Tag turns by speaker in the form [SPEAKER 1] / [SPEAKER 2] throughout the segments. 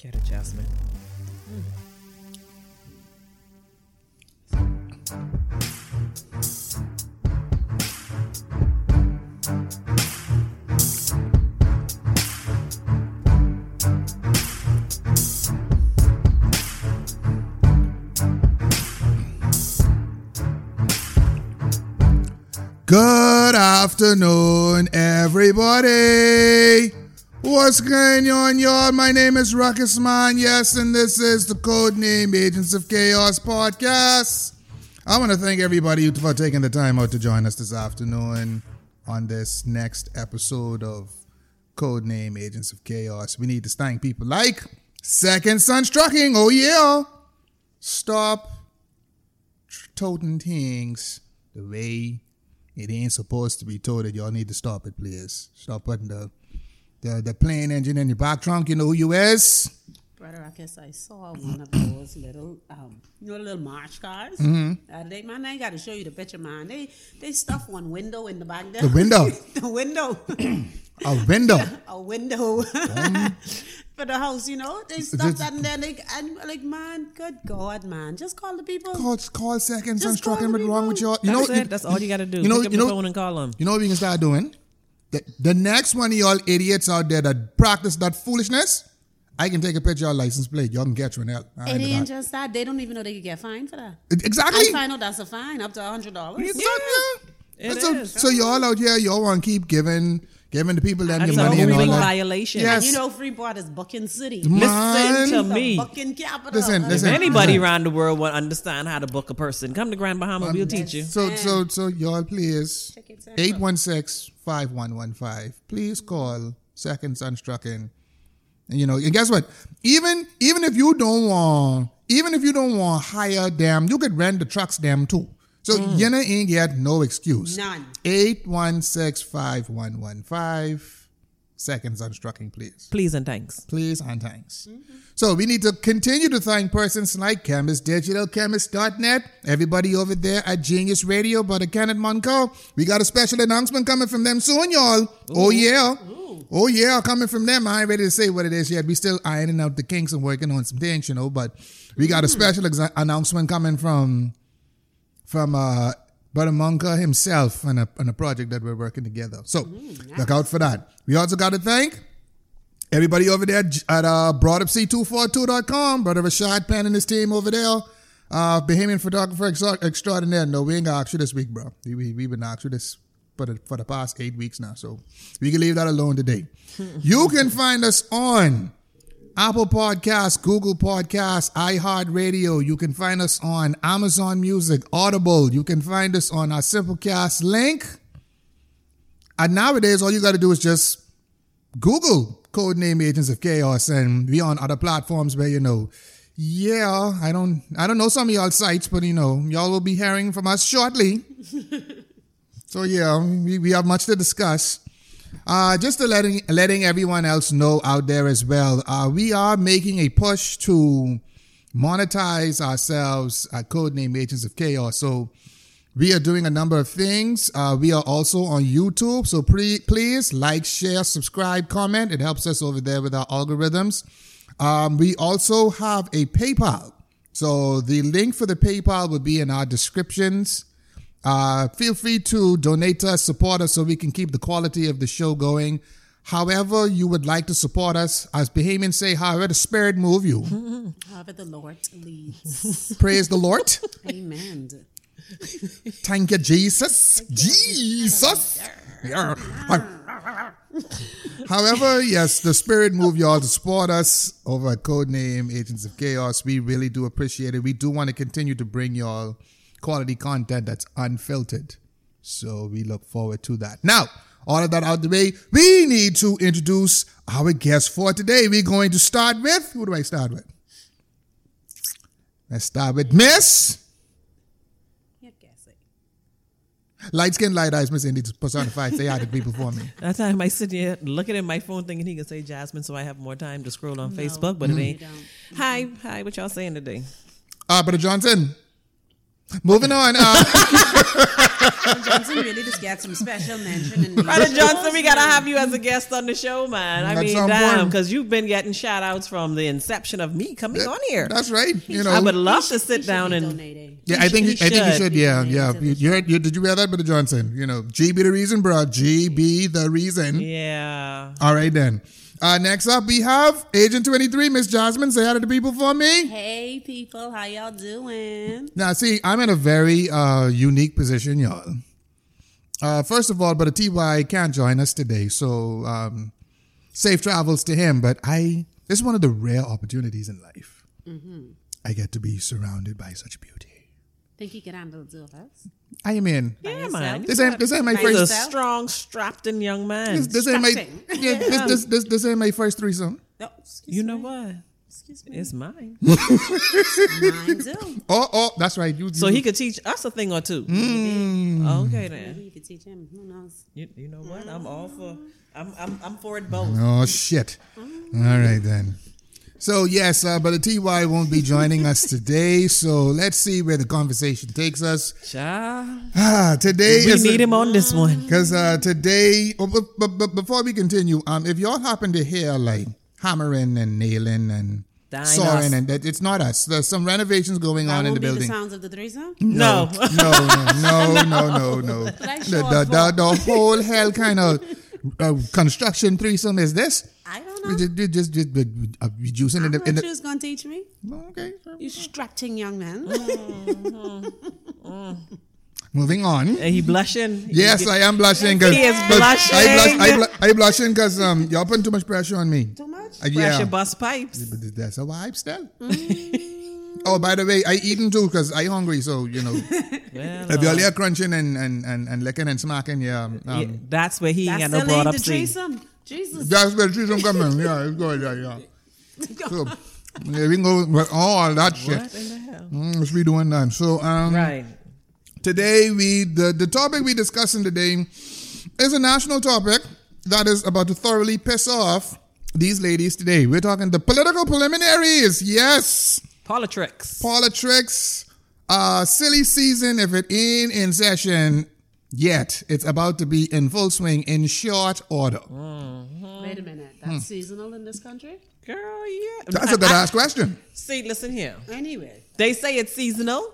[SPEAKER 1] Get it, Jasmine.
[SPEAKER 2] Good afternoon, everybody. What's going on, y'all? My name is Ruckus Man. Yes, and this is the Codename Agents of Chaos podcast. I want to thank everybody for taking the time out to join us this afternoon on this next episode of Codename Agents of Chaos. We need to thank people like Second Sun Trucking. Oh, yeah. Stop tr- toting things the way it ain't supposed to be toted. Y'all need to stop it, please. Stop putting the the, the plane engine in your back trunk. You know who you is.
[SPEAKER 3] Brother, I guess I saw one of those little, um, you know, little march cars.
[SPEAKER 2] Mm-hmm.
[SPEAKER 3] Uh, they, man, I got to show you the picture, man. They they stuff one window in the back there.
[SPEAKER 2] The window.
[SPEAKER 3] the window.
[SPEAKER 2] A window.
[SPEAKER 3] A window
[SPEAKER 2] Um.
[SPEAKER 3] for the house, you know. They stuff that in there. Like, and like, man, good God, man, just call the people.
[SPEAKER 2] call, call seconds and
[SPEAKER 3] Just call
[SPEAKER 2] strucking what's
[SPEAKER 3] the
[SPEAKER 2] wrong with
[SPEAKER 3] people.
[SPEAKER 2] y'all. You know,
[SPEAKER 1] That's
[SPEAKER 2] you,
[SPEAKER 1] it. That's all you got to do.
[SPEAKER 2] you know-
[SPEAKER 1] Pick up
[SPEAKER 2] you
[SPEAKER 1] your
[SPEAKER 2] know-
[SPEAKER 1] phone and call them.
[SPEAKER 2] you know what we can start doing? The, the next one of y'all idiots out there that practice that foolishness, I can take a picture of your license plate. Y'all can catch one out. I
[SPEAKER 3] It
[SPEAKER 2] ain't
[SPEAKER 3] ain't
[SPEAKER 2] about-
[SPEAKER 3] just that. They don't even know they could get fined for that.
[SPEAKER 2] Exactly.
[SPEAKER 3] I find out that's a fine up to a hundred dollars.
[SPEAKER 2] It's up there.
[SPEAKER 1] It
[SPEAKER 2] That's a-
[SPEAKER 1] is.
[SPEAKER 2] So y'all out here, y'all want to keep giving giving the people them
[SPEAKER 1] That's
[SPEAKER 2] your
[SPEAKER 1] a
[SPEAKER 2] money and all
[SPEAKER 1] moving
[SPEAKER 2] that.
[SPEAKER 1] violation.
[SPEAKER 2] Yes.
[SPEAKER 3] You know, Freeport is Bucking City.
[SPEAKER 1] Listen to
[SPEAKER 2] Man,
[SPEAKER 3] It's the
[SPEAKER 1] me.
[SPEAKER 3] Bucking capital.
[SPEAKER 2] Listen,
[SPEAKER 3] Like,
[SPEAKER 1] If
[SPEAKER 2] listen.
[SPEAKER 1] anybody around the world will understand how to book a person, come to Grand Bahama. We'll teach you.
[SPEAKER 2] so so so y'all please
[SPEAKER 3] Check it out.
[SPEAKER 2] 816-5115. Please call Second Sun Trucking. And you know, and guess what? Even even if you don't want even if you don't want hire them, you could rent the trucks them too. So
[SPEAKER 1] Mm.
[SPEAKER 2] you know ain't get no excuse.
[SPEAKER 3] None.
[SPEAKER 2] 816-5115. Second Sun Trucking, please
[SPEAKER 1] Please and thanks.
[SPEAKER 2] please and thanks. So we need to continue to thank persons like Chemist Digital, Chemist.net, everybody over there at Genius Radio, Brother Kenneth Monco. We got a special announcement coming from them soon, y'all. Oh yeah. Oh yeah, coming from them. I ain't ready to say what it is yet. We still ironing out the kinks and working on some things, you know, but we got a special exa- announcement coming from from uh Brother Monka himself on a, on a project that we're working together. So look out for that. We also got to thank Everybody over there at uh, BroadUpC242.com, Brother Rashad Penn and his team over there. Uh, Bahamian photographer extra- extraordinaire. No, we ain't got ask you this week, bro. We, we, we've been asked you this for the, for the past eight weeks now. So we can leave that alone today. you can find us on Apple Podcasts, Google Podcasts, iHeartRadio. You can find us on Amazon Music, Audible. You can find us on our Simplecast link. And nowadays, all you got to do is just Google codename Agents of Chaos and we on other platforms where you know. Yeah, I don't I don't know some of y'all sites, but you know, y'all will be hearing from us shortly. so yeah, we, we have much to discuss. Uh, just to letting letting everyone else know out there as well, uh, we are making a push to monetize ourselves at Codename Agents of Chaos. So we are doing a number of things. Uh, we are also on YouTube, so pre- please like, share, subscribe, comment. It helps us over there with our algorithms. Um, we also have a PayPal. So the link for the PayPal will be in our descriptions. Uh, feel free to donate to us, support us so we can keep the quality of the show going. However, you would like to support us, as Bahamians say, however the spirit move you.
[SPEAKER 3] However, the Lord leads.
[SPEAKER 2] Praise the Lord.
[SPEAKER 3] Amen.
[SPEAKER 2] Thank you, Jesus. Jesus. Yeah. However, yes, the spirit move y'all to support us over at Codename Agents of Chaos. We really do appreciate it. We do want to continue to bring y'all quality content that's unfiltered. So we look forward to that. Now, all of that out the way, we need to introduce our guest for today. We're going to start with who do I start with? Let's start with Miss
[SPEAKER 3] You guess it.
[SPEAKER 2] Light skin, light eyes, Miss Indy personified. They had the people for me.
[SPEAKER 1] That time I sit here looking at my phone thinking he can say Jasmine so I have more time to scroll on Facebook, but it ain't.
[SPEAKER 3] Mm-hmm. don't.
[SPEAKER 1] Hi, hi, what y'all saying today?
[SPEAKER 2] Uh, Brother Johnson. Moving on. Uh,
[SPEAKER 3] Alan Johnson really just got some special mention. in these
[SPEAKER 1] Brother Johnson,
[SPEAKER 3] shows,
[SPEAKER 1] we gotta
[SPEAKER 3] man.
[SPEAKER 1] have you as a guest on the show, man. I
[SPEAKER 2] At
[SPEAKER 1] mean,
[SPEAKER 2] some
[SPEAKER 1] damn,
[SPEAKER 2] point.
[SPEAKER 1] because you've been getting shout outs from the inception of me coming on here.
[SPEAKER 2] That's right. You know,
[SPEAKER 1] I would love to
[SPEAKER 3] He should
[SPEAKER 1] sit
[SPEAKER 3] be
[SPEAKER 1] down and
[SPEAKER 3] donating.
[SPEAKER 2] Yeah, I think
[SPEAKER 1] Ah, he
[SPEAKER 2] I think you
[SPEAKER 1] should.
[SPEAKER 2] should. Yeah, yeah. You, you heard? You, did you hear that, Brother Johnson? You know, G be the reason, bro. G be the reason.
[SPEAKER 1] yeah.
[SPEAKER 2] All right then. Uh, next up, we have Agent Twenty Three, Miss Jasmine. Say hi to the people for me.
[SPEAKER 3] Hey people, how y'all doing?
[SPEAKER 2] Now, see, I'm in a very uh, unique position, y'all. Uh, first of all, Brother Ty can't join us today, so um, safe travels to him. But I, this is one of the rare opportunities in life.
[SPEAKER 1] Mm-hmm.
[SPEAKER 2] I get to be surrounded by such beauty.
[SPEAKER 3] Think you can handle the two of us?
[SPEAKER 2] I am in.
[SPEAKER 1] Yeah, man.
[SPEAKER 2] This ain't this ain't my
[SPEAKER 3] By
[SPEAKER 2] first.
[SPEAKER 1] He's a
[SPEAKER 3] yourself?
[SPEAKER 1] strong, strapped-in young man.
[SPEAKER 2] This, this ain't my
[SPEAKER 3] Disgusting.
[SPEAKER 2] yeah, this, this, this, this ain't my first threesome.
[SPEAKER 3] No, Oh, excuse
[SPEAKER 1] You
[SPEAKER 3] me.
[SPEAKER 1] know what?
[SPEAKER 3] Excuse me.
[SPEAKER 1] It's mine.
[SPEAKER 2] Mm-hmm.
[SPEAKER 3] Mine too.
[SPEAKER 2] Oh, oh, that's right. You,
[SPEAKER 1] So
[SPEAKER 2] you-
[SPEAKER 1] he could teach us a thing or two.
[SPEAKER 2] Mm-hmm.
[SPEAKER 1] Okay then.
[SPEAKER 3] Maybe you could teach him. Who knows?
[SPEAKER 1] You, you know what? I'm all for. I'm I'm, I'm for it both.
[SPEAKER 2] Oh shit! All right then. So yes, uh, but the Ty won't be joining us today. So let's see where the conversation takes us.
[SPEAKER 1] Child,
[SPEAKER 2] Ah, today
[SPEAKER 1] we
[SPEAKER 2] is
[SPEAKER 1] need him on this one.
[SPEAKER 2] because uh, today. But, but, but before we continue, um, if y'all happen to hear like hammering and nailing and
[SPEAKER 1] Dying us.
[SPEAKER 2] sawing and that, it's not us. There's some renovations going on
[SPEAKER 3] That
[SPEAKER 2] in
[SPEAKER 3] won't
[SPEAKER 2] the
[SPEAKER 3] be the
[SPEAKER 2] building.
[SPEAKER 3] sounds of the threesome.
[SPEAKER 1] No.
[SPEAKER 2] no, no, no, no, no.
[SPEAKER 3] I
[SPEAKER 2] The,
[SPEAKER 3] show
[SPEAKER 2] the, the,
[SPEAKER 3] up
[SPEAKER 2] the whole hell kind of uh, construction threesome is this.
[SPEAKER 3] I don't
[SPEAKER 2] We
[SPEAKER 3] know.
[SPEAKER 2] just, just, just, just uh, reducing in
[SPEAKER 3] I'm
[SPEAKER 2] the, in
[SPEAKER 3] not sure
[SPEAKER 2] the
[SPEAKER 3] who's gonna teach me.
[SPEAKER 2] okay.
[SPEAKER 3] You strutting young man.
[SPEAKER 1] Oh.
[SPEAKER 2] Moving on.
[SPEAKER 1] And he blushing. He
[SPEAKER 2] Yes,
[SPEAKER 1] get-
[SPEAKER 2] I am blushing. 'cause-
[SPEAKER 1] He is
[SPEAKER 2] 'cause I
[SPEAKER 1] blushing.
[SPEAKER 2] blush, I blush, I blushing because um, y'all putting too much pressure on me.
[SPEAKER 3] Too much?
[SPEAKER 2] Uh,
[SPEAKER 1] pressure
[SPEAKER 2] yeah,
[SPEAKER 1] bust pipes.
[SPEAKER 2] But that's a vibe still.
[SPEAKER 1] Mm.
[SPEAKER 2] oh, by the way, I eating too because I hungry. So you know,
[SPEAKER 1] Well,
[SPEAKER 2] if
[SPEAKER 1] uh,
[SPEAKER 2] y'all here crunching and and and, and licking and smacking, yeah, um,
[SPEAKER 1] yeah, that's where he ain't
[SPEAKER 3] That's
[SPEAKER 1] got
[SPEAKER 3] the
[SPEAKER 1] no brought
[SPEAKER 3] lady
[SPEAKER 1] up
[SPEAKER 3] the
[SPEAKER 1] scene.
[SPEAKER 3] threesome. Jesus.
[SPEAKER 2] That's where she's from coming. Yeah, it's good. Yeah, yeah. So, yeah, we can go with all that shit.
[SPEAKER 1] What in the hell?
[SPEAKER 2] Mm, let's redoing that. So, um,
[SPEAKER 1] Right.
[SPEAKER 2] today we the the topic we discussing today is a national topic that is about to thoroughly piss off these ladies today. We're talking the political preliminaries. Yes,
[SPEAKER 1] Politricks.
[SPEAKER 2] politics. Uh, silly season if it ain't in session yet. It's about to be in full swing in short order.
[SPEAKER 1] Mm.
[SPEAKER 3] Wait a minute.
[SPEAKER 1] Hmm.
[SPEAKER 3] That's seasonal in this country?
[SPEAKER 1] Girl, yeah.
[SPEAKER 2] That's a good ass question.
[SPEAKER 1] See, listen here.
[SPEAKER 3] Anyway.
[SPEAKER 1] They say it's seasonal,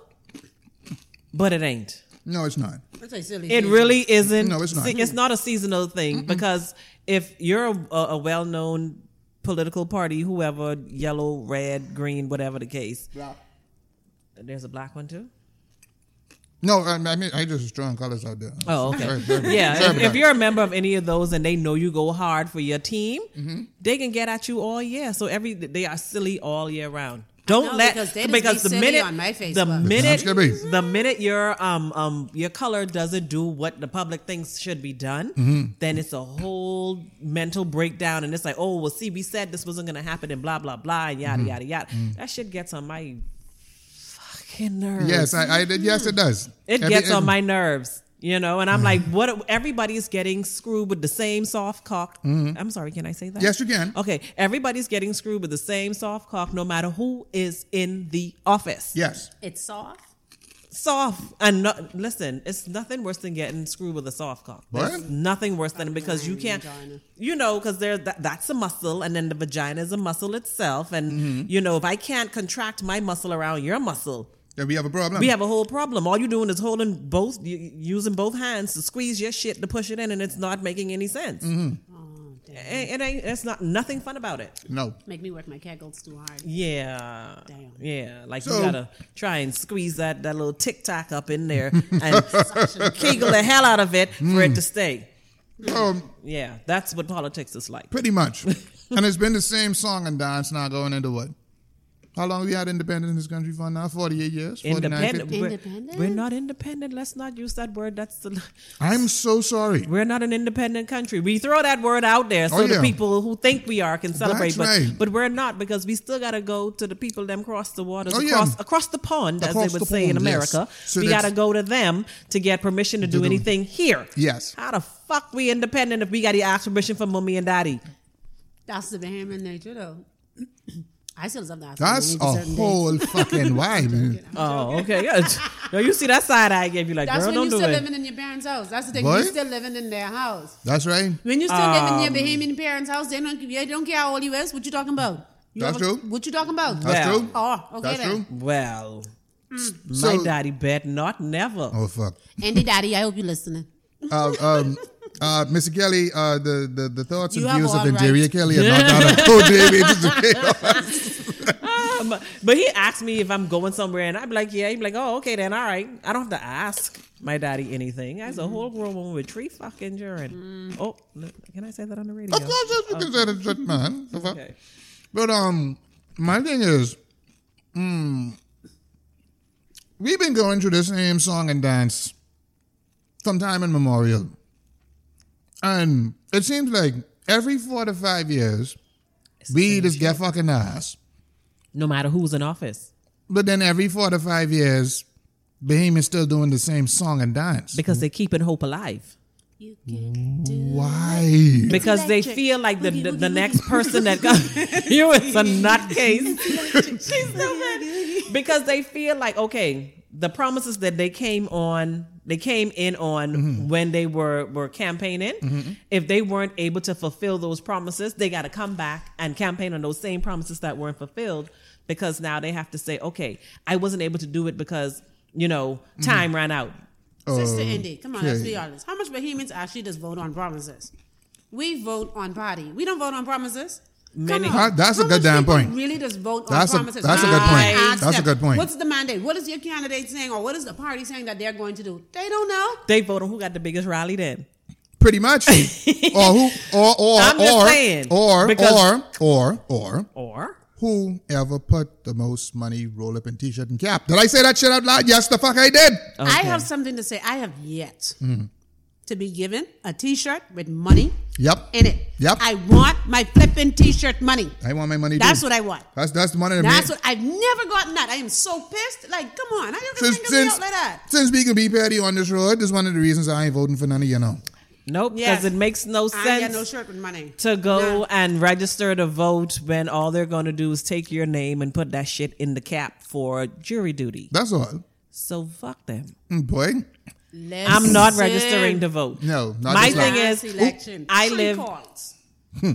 [SPEAKER 1] but it ain't.
[SPEAKER 2] No, it's not.
[SPEAKER 3] That's a silly
[SPEAKER 1] It
[SPEAKER 3] season.
[SPEAKER 1] really isn't.
[SPEAKER 2] No, it's not.
[SPEAKER 1] See, It's not a seasonal thing because if you're a, a well-known political party, whoever, yellow, red, green, whatever the case, there's a black one too.
[SPEAKER 2] No, I I mean I just drawing colors out there.
[SPEAKER 1] Oh, okay.
[SPEAKER 2] Sorry, sorry. Sorry
[SPEAKER 1] Yeah, if,
[SPEAKER 2] about
[SPEAKER 1] if
[SPEAKER 2] that.
[SPEAKER 1] you're a member of any of those and they know you go hard for your team,
[SPEAKER 2] Mm-hmm.
[SPEAKER 1] they can get at you all year. So every they are silly all year round. Don't
[SPEAKER 3] know,
[SPEAKER 1] let
[SPEAKER 3] because they just be
[SPEAKER 1] because the
[SPEAKER 3] silly
[SPEAKER 1] minute
[SPEAKER 3] on my
[SPEAKER 1] the
[SPEAKER 3] Facebook.
[SPEAKER 1] minute
[SPEAKER 2] It's gonna be.
[SPEAKER 1] the minute your um um your color doesn't do what the public thinks should be done,
[SPEAKER 2] Mm-hmm.
[SPEAKER 1] then it's a whole mental breakdown, and it's like, oh well, see, we said this wasn't gonna happen, and blah blah blah, and yada
[SPEAKER 2] Mm-hmm.
[SPEAKER 1] yada yada. That shit gets on my fucking nerves.
[SPEAKER 2] Yes, I, I did. Yes, it does.
[SPEAKER 1] It
[SPEAKER 2] Every- Mm-hmm.
[SPEAKER 1] gets on
[SPEAKER 2] every-
[SPEAKER 1] my nerves, you know, and I'm like, what? Everybody's getting screwed with the same soft cock. I'm sorry, can I say that?
[SPEAKER 2] Mm-hmm. Yes, you can.
[SPEAKER 1] Okay, everybody's getting screwed with the same soft cock, no matter who is in the office.
[SPEAKER 2] Yes.
[SPEAKER 3] It's soft.
[SPEAKER 1] Soft and no, listen, it's nothing worse than getting screwed with a soft cock. There's
[SPEAKER 2] What?
[SPEAKER 1] nothing worse than it because you can't,
[SPEAKER 3] Vagina.
[SPEAKER 1] you know, because there that, that's a muscle, and then the vagina is a muscle itself, and
[SPEAKER 2] Mm-hmm.
[SPEAKER 1] you know, if I can't contract my muscle around your muscle,
[SPEAKER 2] Then we have a problem.
[SPEAKER 1] we have a whole problem. All you're doing is holding both, y- using both hands to squeeze your shit to push it in, and it's not making any sense.
[SPEAKER 3] Oh, damn.
[SPEAKER 1] It, it ain't. It's not nothing fun about it.
[SPEAKER 2] no.
[SPEAKER 3] Make me work my kegels too hard.
[SPEAKER 1] Yeah.
[SPEAKER 3] Damn.
[SPEAKER 1] Yeah. Like
[SPEAKER 2] So-
[SPEAKER 1] you gotta try and squeeze that that little tic tac up in there and kegel the hell out of it for
[SPEAKER 3] Mm.
[SPEAKER 1] it to stay.
[SPEAKER 2] Um,
[SPEAKER 1] Yeah, that's what politics is like.
[SPEAKER 2] pretty much. and it's been the same song and dance now going into what? How long we had independence in this country for now? 48 years? 49,
[SPEAKER 1] Independent.
[SPEAKER 2] 50?
[SPEAKER 1] We're,
[SPEAKER 3] Independent?
[SPEAKER 1] we're not independent. Let's not use that word. That's the.
[SPEAKER 2] I'm so sorry.
[SPEAKER 1] We're not an independent country. We throw that word out there so
[SPEAKER 2] Oh, yeah.
[SPEAKER 1] the people who think we are can celebrate,
[SPEAKER 2] That's
[SPEAKER 1] but
[SPEAKER 2] right.
[SPEAKER 1] but we're not because we still got to go to the people them across the waters,
[SPEAKER 2] Oh, yeah.
[SPEAKER 1] across across the pond,
[SPEAKER 2] Across
[SPEAKER 1] as they
[SPEAKER 2] the
[SPEAKER 1] would say in
[SPEAKER 2] pond, yes.
[SPEAKER 1] America.
[SPEAKER 2] So
[SPEAKER 1] we got to
[SPEAKER 2] that's-
[SPEAKER 1] go to them to get permission to do
[SPEAKER 2] do-
[SPEAKER 1] anything here.
[SPEAKER 2] Yes.
[SPEAKER 1] How the fuck we independent if we got to ask permission from mommy and daddy?
[SPEAKER 3] That's the Bahamian nature, though. I still love that.
[SPEAKER 2] That's a whole fucking why, man.
[SPEAKER 1] Oh, okay. Good. Yo, you see that side I gave you, like,
[SPEAKER 3] That's
[SPEAKER 1] girl,
[SPEAKER 3] when
[SPEAKER 1] don't
[SPEAKER 3] you
[SPEAKER 1] do
[SPEAKER 3] still
[SPEAKER 1] it.
[SPEAKER 3] living in your parents' house. That's the thing.
[SPEAKER 2] What?
[SPEAKER 3] You still living in their house.
[SPEAKER 2] That's right.
[SPEAKER 3] When you still
[SPEAKER 1] Um,
[SPEAKER 3] living in your Bahamian parents' house, they don't they don't care how old you is. What you talking about? You
[SPEAKER 2] That's
[SPEAKER 3] have a-
[SPEAKER 2] true.
[SPEAKER 3] What you talking about?
[SPEAKER 2] That's
[SPEAKER 1] Well.
[SPEAKER 2] true.
[SPEAKER 3] Oh, okay
[SPEAKER 2] That's
[SPEAKER 3] then.
[SPEAKER 2] true.
[SPEAKER 1] Well, my
[SPEAKER 2] Mm. So-
[SPEAKER 1] daddy bet not never.
[SPEAKER 2] Oh fuck.
[SPEAKER 3] Andy Daddy, I hope you're listening.
[SPEAKER 2] Uh, um, uh, Mr. Kelly, uh, the, the, the thoughts
[SPEAKER 3] You
[SPEAKER 2] and
[SPEAKER 3] have
[SPEAKER 2] views of
[SPEAKER 3] all
[SPEAKER 2] Interior
[SPEAKER 3] right.
[SPEAKER 2] Kelly are not out of code name agency.
[SPEAKER 1] Um, but he asked me if I'm going somewhere, and I'd be like, yeah. He'd be like, oh, okay, then, all right. I don't have to ask my daddy anything. I was a whole grown woman with three fucking children. Oh, no, can I say that on the radio?
[SPEAKER 2] Of course, that's because that is that man. The fuck?
[SPEAKER 1] Okay.
[SPEAKER 2] But um, my thing is, mm, we've been going through this same song and dance from time immemorial, and it seems like every four to five years, we just get fucking ass.
[SPEAKER 1] No matter who's in office,
[SPEAKER 2] But then every four to five years, Bohemian's still doing the same song and dance.
[SPEAKER 1] because they're keeping hope alive.
[SPEAKER 3] You can do.
[SPEAKER 2] Why?
[SPEAKER 1] Because they
[SPEAKER 3] Electric.
[SPEAKER 1] feel like the, the,
[SPEAKER 3] Boogie,
[SPEAKER 1] the
[SPEAKER 3] boogie,
[SPEAKER 1] next person that comes, you is a nutcase. She's so mad. Because they feel like, okay, the promises that they came on, they came in on
[SPEAKER 3] Mm-hmm.
[SPEAKER 1] when they were, were campaigning, if they weren't able to fulfill those promises, they got to come back and campaign on those same promises that weren't fulfilled because now they have to say, okay, I wasn't able to do it because, you know,
[SPEAKER 3] Mm-hmm.
[SPEAKER 1] time ran out.
[SPEAKER 3] Sister Indy, come on, let's
[SPEAKER 2] Oh, okay.
[SPEAKER 3] be honest. How much Bahamians actually just vote on promises? We vote on party. We don't vote on promises.
[SPEAKER 1] Many-
[SPEAKER 2] Huh, that's a
[SPEAKER 3] How
[SPEAKER 2] good
[SPEAKER 3] much
[SPEAKER 2] damn
[SPEAKER 3] people
[SPEAKER 2] point.
[SPEAKER 3] Really, just vote
[SPEAKER 2] That's a-
[SPEAKER 3] on promises.
[SPEAKER 2] that's a
[SPEAKER 1] good point.
[SPEAKER 3] Ask
[SPEAKER 2] That's a
[SPEAKER 3] them,
[SPEAKER 2] good point.
[SPEAKER 3] What's the mandate? What is your candidate saying, or what is the party saying that they're going to do? They don't know.
[SPEAKER 1] They vote on who got the biggest rally then.
[SPEAKER 2] Pretty much. or who? Or or
[SPEAKER 1] I'm just
[SPEAKER 2] or,
[SPEAKER 1] saying,
[SPEAKER 2] or
[SPEAKER 1] because-
[SPEAKER 2] or or or
[SPEAKER 1] Or
[SPEAKER 2] whoever put the most money roll up in t-shirt and cap. Did I say that shit out loud? Yes, the fuck I did.
[SPEAKER 3] I have something to say. I have yet
[SPEAKER 2] Mm-hmm.
[SPEAKER 3] to be given a T-shirt with money
[SPEAKER 2] Yep.
[SPEAKER 3] in it.
[SPEAKER 2] Yep. Mm-hmm.
[SPEAKER 3] I want my flipping T-shirt money.
[SPEAKER 2] I want my money.
[SPEAKER 3] That's
[SPEAKER 2] too.
[SPEAKER 3] what I want.
[SPEAKER 2] That's that's one of the
[SPEAKER 3] That's
[SPEAKER 2] main-
[SPEAKER 3] what I've never gotten that. I am so pissed. Like, come on, I don't
[SPEAKER 2] since
[SPEAKER 3] think
[SPEAKER 2] since,
[SPEAKER 3] out like that.
[SPEAKER 2] since we can be petty on this road, this is one of the reasons I ain't voting for none of you know.
[SPEAKER 1] nope,
[SPEAKER 3] Yeah.
[SPEAKER 1] because it makes no sense.
[SPEAKER 3] I ain't got no shirt with money.
[SPEAKER 1] to go
[SPEAKER 3] Nah.
[SPEAKER 1] and register to vote when all they're going to do is take your name and put that shit in the cap for jury duty.
[SPEAKER 2] That's all.
[SPEAKER 1] So fuck them.
[SPEAKER 2] Mm, Boy.
[SPEAKER 1] I'm not
[SPEAKER 3] Listen.
[SPEAKER 1] registering to vote.
[SPEAKER 2] No, not
[SPEAKER 1] My
[SPEAKER 2] this
[SPEAKER 1] thing
[SPEAKER 2] time.
[SPEAKER 1] is,
[SPEAKER 3] Last election.
[SPEAKER 1] I
[SPEAKER 3] Three
[SPEAKER 1] live-
[SPEAKER 3] Calls.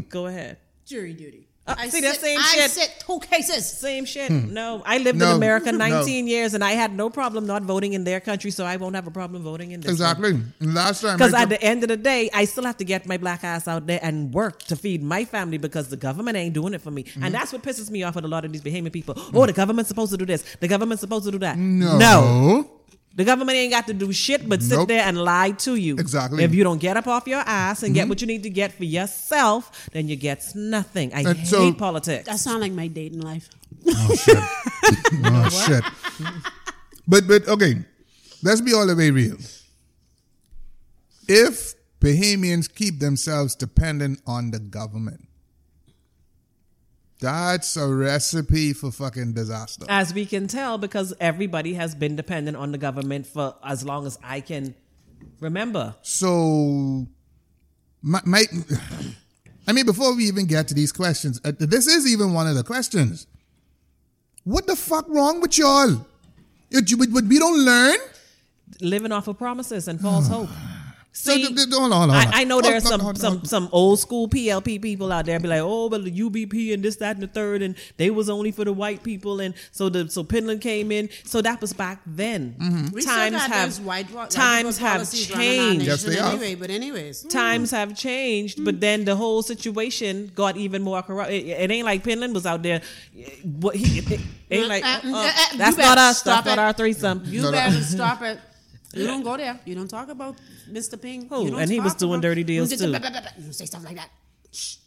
[SPEAKER 1] go ahead.
[SPEAKER 3] Jury duty.
[SPEAKER 1] Uh,
[SPEAKER 3] I
[SPEAKER 1] see,
[SPEAKER 3] sit,
[SPEAKER 1] that same
[SPEAKER 3] I
[SPEAKER 1] shit.
[SPEAKER 3] sit two cases.
[SPEAKER 1] Same shit. No, I lived
[SPEAKER 2] Hmm. No.
[SPEAKER 1] in America
[SPEAKER 2] No.
[SPEAKER 1] 19 years and I had no problem not voting in their country, so I won't have a problem voting in this.
[SPEAKER 2] Exactly. Last time.
[SPEAKER 1] Because
[SPEAKER 2] I
[SPEAKER 1] at the end of the day, I still have to get my black ass out there and work to feed my family because the government ain't doing it for me.
[SPEAKER 2] Mm-hmm.
[SPEAKER 1] And that's what pisses me off at a lot of these Bahamian people. Oh, the government's supposed to do this. The government's supposed to do that.
[SPEAKER 2] no.
[SPEAKER 1] No. The government ain't got to do shit but sit
[SPEAKER 2] Nope.
[SPEAKER 1] there and lie to you.
[SPEAKER 2] Exactly. Mm-hmm.
[SPEAKER 1] If you don't get up off your ass and get what you need to get for yourself, then you get nothing. I
[SPEAKER 2] And
[SPEAKER 1] hate
[SPEAKER 2] so-
[SPEAKER 1] politics.
[SPEAKER 3] That sound like my dating life.
[SPEAKER 2] Oh shit. oh shit. But but okay, let's be all the way real. If Bahamians keep themselves dependent on the government, that's a recipe for fucking disaster.
[SPEAKER 1] As we can tell, because everybody has been dependent on the government for as long as I can remember.
[SPEAKER 2] So, my, my I mean, before we even get to these questions, uh, this is even one of the questions. What the fuck wrong with y'all? It, but, but we don't learn.
[SPEAKER 1] living off of promises and false hope.
[SPEAKER 2] So
[SPEAKER 1] See,
[SPEAKER 2] th- th- hold on, hold on, hold on.
[SPEAKER 1] I, I know there are
[SPEAKER 2] Hold
[SPEAKER 1] some
[SPEAKER 2] on, hold on, hold
[SPEAKER 1] some
[SPEAKER 2] on.
[SPEAKER 1] some old school PLP people out there be like, oh, but the UBP and this, that, and the third, and they was only for the white people, and so the so Penland came in, so that was back then.
[SPEAKER 2] Mm-hmm.
[SPEAKER 3] We still
[SPEAKER 1] Times
[SPEAKER 3] got
[SPEAKER 1] have
[SPEAKER 3] those white wa- white
[SPEAKER 1] times
[SPEAKER 3] people
[SPEAKER 1] have
[SPEAKER 3] policies running our
[SPEAKER 1] changed.
[SPEAKER 2] Yes, they
[SPEAKER 3] nation
[SPEAKER 2] are.
[SPEAKER 3] Anyway, but anyways,
[SPEAKER 1] Times have changed,
[SPEAKER 2] Mm.
[SPEAKER 1] but then the whole situation got even more corrupt. It, it ain't like Penland was out there. What he it, it ain't like
[SPEAKER 3] Uh,
[SPEAKER 2] eh,
[SPEAKER 3] uh,
[SPEAKER 1] uh,
[SPEAKER 3] uh, you
[SPEAKER 1] that's
[SPEAKER 3] better
[SPEAKER 1] not us.
[SPEAKER 3] stop
[SPEAKER 1] That's not
[SPEAKER 3] it.
[SPEAKER 1] our threesome.
[SPEAKER 3] you
[SPEAKER 2] No, no.
[SPEAKER 3] better stop it. You don't go there. You don't talk about Mr. Ping.
[SPEAKER 1] Who?
[SPEAKER 3] You don't
[SPEAKER 1] And he was
[SPEAKER 3] talk
[SPEAKER 1] doing
[SPEAKER 3] about-
[SPEAKER 1] dirty deals,
[SPEAKER 3] You
[SPEAKER 1] too.
[SPEAKER 3] don't say stuff like that. Shh.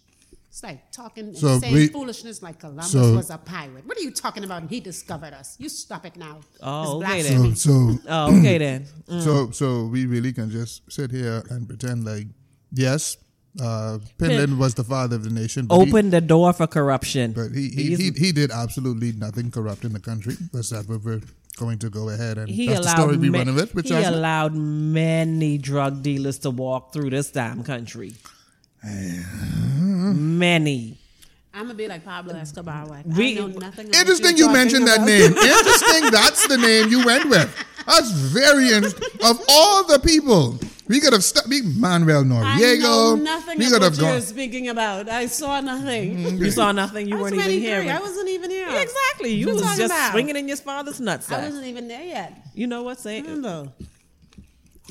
[SPEAKER 3] It's like talking and
[SPEAKER 2] So
[SPEAKER 3] saying
[SPEAKER 2] we-
[SPEAKER 3] foolishness like Columbus
[SPEAKER 2] so-
[SPEAKER 3] was a pirate. What are you talking about? He discovered us. You stop it now.
[SPEAKER 1] Oh,
[SPEAKER 3] It's
[SPEAKER 1] okay
[SPEAKER 3] blasphemy.
[SPEAKER 1] then.
[SPEAKER 2] so
[SPEAKER 1] Oh, okay then.
[SPEAKER 2] So so we really can just sit here and pretend like yes, uh, Finland was the father of the nation. But He,
[SPEAKER 1] Open the door for corruption.
[SPEAKER 2] but he he, he he did absolutely nothing corrupt in the country. That's that what we're going to go ahead and
[SPEAKER 1] he
[SPEAKER 2] that's the
[SPEAKER 1] allowed
[SPEAKER 2] story we
[SPEAKER 1] ma-
[SPEAKER 2] run of it. Which
[SPEAKER 1] he
[SPEAKER 2] I
[SPEAKER 1] allowed many drug dealers to walk through this damn country. many.
[SPEAKER 3] I'm gonna be like Pablo Escobar. Wife.
[SPEAKER 1] We-
[SPEAKER 3] I know nothing. about
[SPEAKER 2] Interesting you
[SPEAKER 3] talking
[SPEAKER 2] mentioned that
[SPEAKER 3] about.
[SPEAKER 2] name. Interesting that's the name you went with. That's very interesting. Of all the people, we could have stuck Manuel
[SPEAKER 3] I
[SPEAKER 2] Noriego.
[SPEAKER 3] know nothing
[SPEAKER 2] we
[SPEAKER 3] about
[SPEAKER 2] could have
[SPEAKER 3] what you're
[SPEAKER 2] gone.
[SPEAKER 3] speaking about. I saw nothing.
[SPEAKER 1] Mm-hmm. You saw nothing. You
[SPEAKER 3] I was
[SPEAKER 1] weren't even
[SPEAKER 3] 23.
[SPEAKER 1] here.
[SPEAKER 3] I wasn't even here.
[SPEAKER 1] exactly. You
[SPEAKER 3] What you
[SPEAKER 1] was
[SPEAKER 3] talking
[SPEAKER 1] just
[SPEAKER 3] about?
[SPEAKER 1] swinging in your father's nuts.
[SPEAKER 3] I wasn't even there yet.
[SPEAKER 1] You know what? Say
[SPEAKER 3] I don't know.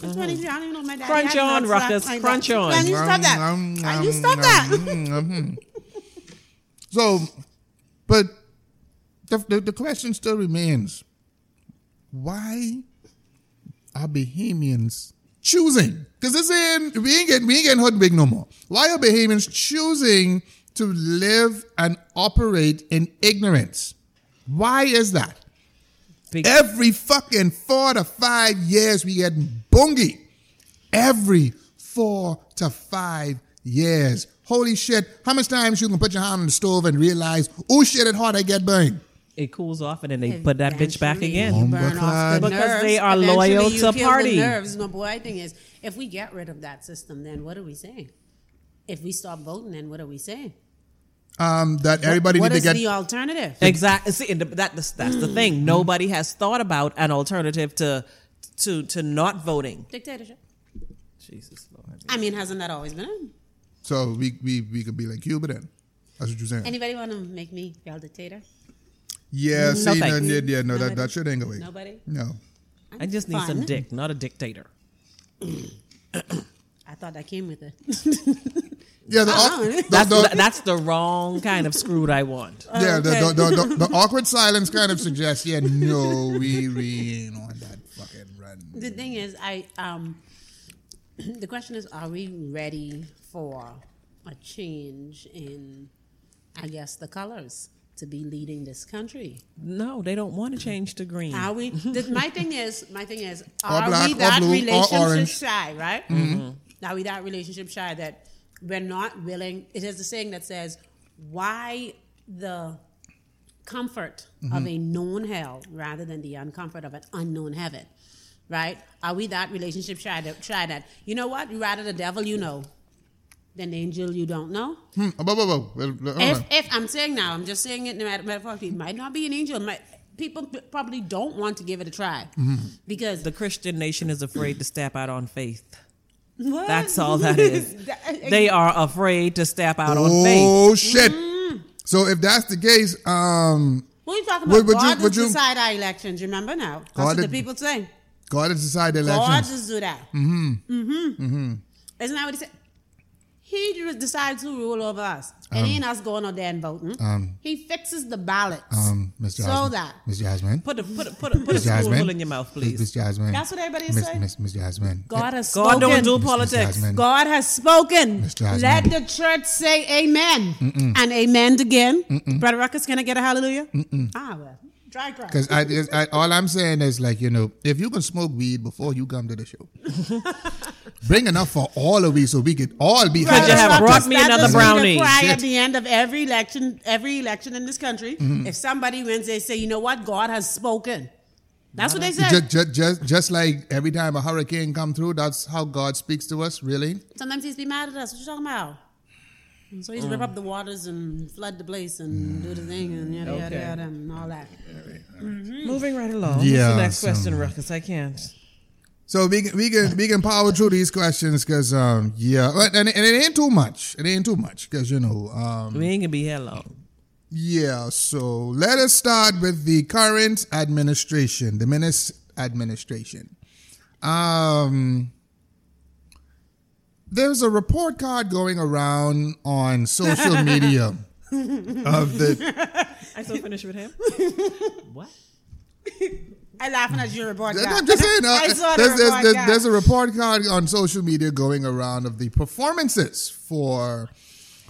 [SPEAKER 3] I'm 23. I don't even know my dad.
[SPEAKER 1] Crunch on, Ruckus. Crunch on.
[SPEAKER 3] Can you stop that?
[SPEAKER 2] Um,
[SPEAKER 3] Can you
[SPEAKER 2] um,
[SPEAKER 3] stop
[SPEAKER 2] um,
[SPEAKER 3] that?
[SPEAKER 2] mm, mhm. So, but the, the, the question still remains why are Bahamians choosing? Because this ain't, we ain't getting, we ain't getting hoodwinked no more. Why are Bahamians choosing to live and operate in ignorance? Why is that?
[SPEAKER 1] Be-
[SPEAKER 2] Every fucking four to five years, we get bungy. Every four to five years. Holy shit. How much times you can put your hand on the stove and realize, oh shit, it hard I get burned.
[SPEAKER 1] it cools off and then they put that bitch back
[SPEAKER 3] Eventually,
[SPEAKER 1] again.
[SPEAKER 3] you
[SPEAKER 2] Bomba
[SPEAKER 3] burn off the
[SPEAKER 2] clad.
[SPEAKER 1] Because they are
[SPEAKER 3] Eventually,
[SPEAKER 1] loyal
[SPEAKER 3] you
[SPEAKER 1] to
[SPEAKER 3] kill the
[SPEAKER 1] party.
[SPEAKER 3] nerves. No, boy, I think is if we get rid of that system, then what are we saying? If we stop voting, then what are we saying?
[SPEAKER 2] Um, that everybody
[SPEAKER 3] What
[SPEAKER 2] need
[SPEAKER 3] is
[SPEAKER 2] to get.
[SPEAKER 3] the alternative?
[SPEAKER 1] Exactly. See, and the- that, that's, that's the
[SPEAKER 2] Mm-hmm.
[SPEAKER 1] thing. Nobody has thought about an alternative to to to not voting.
[SPEAKER 3] Dictatorship.
[SPEAKER 1] Jesus Lord.
[SPEAKER 3] I mean, hasn't that always been? it?
[SPEAKER 2] so we, we, we could be like Cuba then. That's what you're saying.
[SPEAKER 3] Anybody want to make me y'all dictator?
[SPEAKER 2] yeah, see, no,
[SPEAKER 1] thank you.
[SPEAKER 2] yeah, yeah, no, that,
[SPEAKER 3] Mm, Nobody.
[SPEAKER 2] that shit ain't going.
[SPEAKER 3] Nobody?
[SPEAKER 2] No.
[SPEAKER 1] I just need some
[SPEAKER 3] Fun.
[SPEAKER 1] dick, not a dictator.
[SPEAKER 3] I thought that came with it.
[SPEAKER 2] Yeah, the,
[SPEAKER 3] Uh-uh.
[SPEAKER 2] awk- the,
[SPEAKER 1] That's
[SPEAKER 2] the-
[SPEAKER 1] th- that's the wrong kind of screwed I want.
[SPEAKER 2] yeah, the, the,
[SPEAKER 3] okay.
[SPEAKER 2] the, the, the awkward silence kind of suggests, yeah, no, we, we ain't on that fucking run.
[SPEAKER 3] the thing is, I um, the question is, are we ready for a change in, I guess, the colors to be leading this country?
[SPEAKER 1] No, they don't want to change to green.
[SPEAKER 3] Are we? th- my thing is, my thing is,
[SPEAKER 2] Or
[SPEAKER 3] are
[SPEAKER 2] black,
[SPEAKER 3] we
[SPEAKER 2] or
[SPEAKER 3] that
[SPEAKER 2] blue, or
[SPEAKER 3] relationship
[SPEAKER 2] orange. Mm-hmm.
[SPEAKER 3] shy? Right? Mm-hmm. Are we that relationship shy that we're not willing? It is a saying that says, "Why the comfort
[SPEAKER 2] Mm-hmm.
[SPEAKER 3] of a known hell rather than the uncomfort of an unknown heaven?" Right? Are we that relationship shy that shy that you know what? You rather the devil you know than the angel you don't know.
[SPEAKER 2] Hmm, oh, whoa, whoa, whoa. Well, well, hold
[SPEAKER 3] If,
[SPEAKER 2] on.
[SPEAKER 3] if I'm saying now, I'm just saying it no matter metaphorically. It might not be an angel. It might, people p- probably don't want to give it a try
[SPEAKER 2] Mm-hmm.
[SPEAKER 3] because
[SPEAKER 1] the Christian nation is afraid to step out on faith.
[SPEAKER 3] what?
[SPEAKER 1] That's all that is.
[SPEAKER 3] That- uh,
[SPEAKER 1] They are afraid to step out on faith.
[SPEAKER 2] Oh shit!
[SPEAKER 3] Mm.
[SPEAKER 2] So if that's the case, um,
[SPEAKER 3] What are you talking about?
[SPEAKER 2] Would- would you-
[SPEAKER 3] God
[SPEAKER 2] would
[SPEAKER 3] does
[SPEAKER 2] you-
[SPEAKER 3] decide our elections. Remember now, that's
[SPEAKER 2] God
[SPEAKER 3] what the
[SPEAKER 2] did-
[SPEAKER 3] people say.
[SPEAKER 2] God has decided the
[SPEAKER 3] God
[SPEAKER 2] elections.
[SPEAKER 3] just do that. Mm-hmm. Mm-hmm. Mm-hmm. Isn't that what he said? He just decides who rule over us.
[SPEAKER 2] Um.
[SPEAKER 3] It ain't us going out there and voting. he fixes the ballots.
[SPEAKER 2] Um, Miss
[SPEAKER 3] So
[SPEAKER 2] Jasmine.
[SPEAKER 3] that-
[SPEAKER 2] Miss Jasmine.
[SPEAKER 1] Put a put a put a, put a
[SPEAKER 2] Miss Jasmine.
[SPEAKER 1] spoonful in your mouth,
[SPEAKER 2] Miss
[SPEAKER 1] please.
[SPEAKER 2] Jasmine.
[SPEAKER 3] That's what everybody is
[SPEAKER 2] Miss,
[SPEAKER 3] saying.
[SPEAKER 2] Miss, Miss Jasmine.
[SPEAKER 3] God has
[SPEAKER 1] God
[SPEAKER 3] spoken.
[SPEAKER 1] don't do
[SPEAKER 2] Miss
[SPEAKER 1] politics.
[SPEAKER 2] Jasmine.
[SPEAKER 3] God has spoken.
[SPEAKER 2] Miss Jasmine.
[SPEAKER 3] Let the church say amen. And amen again. Brother Ruckus, can I get a hallelujah? Ah, well. Dry cry.
[SPEAKER 2] Because I, is- I, all I'm saying is like you know, if you can smoke weed before you come to the show, bring enough for all of we so we could all be.
[SPEAKER 1] Could you have
[SPEAKER 3] Ruckus,
[SPEAKER 1] brought me
[SPEAKER 3] that
[SPEAKER 1] another
[SPEAKER 3] is the
[SPEAKER 1] brownie?
[SPEAKER 3] cry
[SPEAKER 2] Shit.
[SPEAKER 3] at the end of every election, every election in this country.
[SPEAKER 2] Mm-hmm.
[SPEAKER 3] If somebody wins, they say, you know what? God has spoken. That's what they said.
[SPEAKER 2] Just, just, just, just like every time a hurricane come through, that's how God speaks to us. Really,
[SPEAKER 3] Sometimes he's be mad at us. What you talking about? And so he's
[SPEAKER 2] Oh.
[SPEAKER 3] rip up the waters and flood the place and do the thing and yada yada
[SPEAKER 1] Okay.
[SPEAKER 3] yada and all that.
[SPEAKER 1] Moving right along. What's
[SPEAKER 2] Yeah,
[SPEAKER 1] the next
[SPEAKER 2] so-
[SPEAKER 1] question, Ruckus? I can't.
[SPEAKER 2] So we can, we can we can power through these questions because um yeah but- and, and it ain't too much it ain't too much because you know um
[SPEAKER 1] We ain't gonna be here long.
[SPEAKER 2] yeah so let us start with the current administration the Menace administration um there's a report card going around on social media of the
[SPEAKER 1] I still finish with him. what?
[SPEAKER 3] I laughing at your report.
[SPEAKER 2] I'm
[SPEAKER 3] card.
[SPEAKER 2] just saying uh,
[SPEAKER 3] I saw the
[SPEAKER 2] there's, there's,
[SPEAKER 3] report
[SPEAKER 2] there's,
[SPEAKER 3] card.
[SPEAKER 2] there's a report card on social media going around of the performances for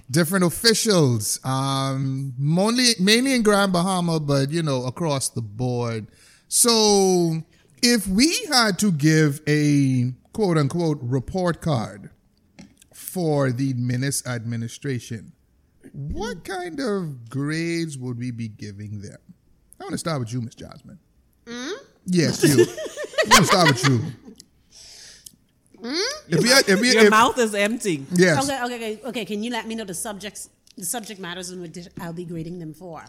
[SPEAKER 2] different officials, um, mainly mainly in Grand Bahama, but you know across the board. So, if we had to give a quote unquote report card for the Menace administration, what kind of grades would we be giving them? I want to start with you, Miss Jasmine.
[SPEAKER 3] Hmm?
[SPEAKER 2] Yes, you. I'm gonna start with you. If we, had, if we,
[SPEAKER 1] Your
[SPEAKER 2] if,
[SPEAKER 3] Hmm?
[SPEAKER 1] mouth is empty.
[SPEAKER 2] yes,
[SPEAKER 3] Okay, okay, okay, okay. Can you let me know the subjects the subject matters in which I'll be grading them for.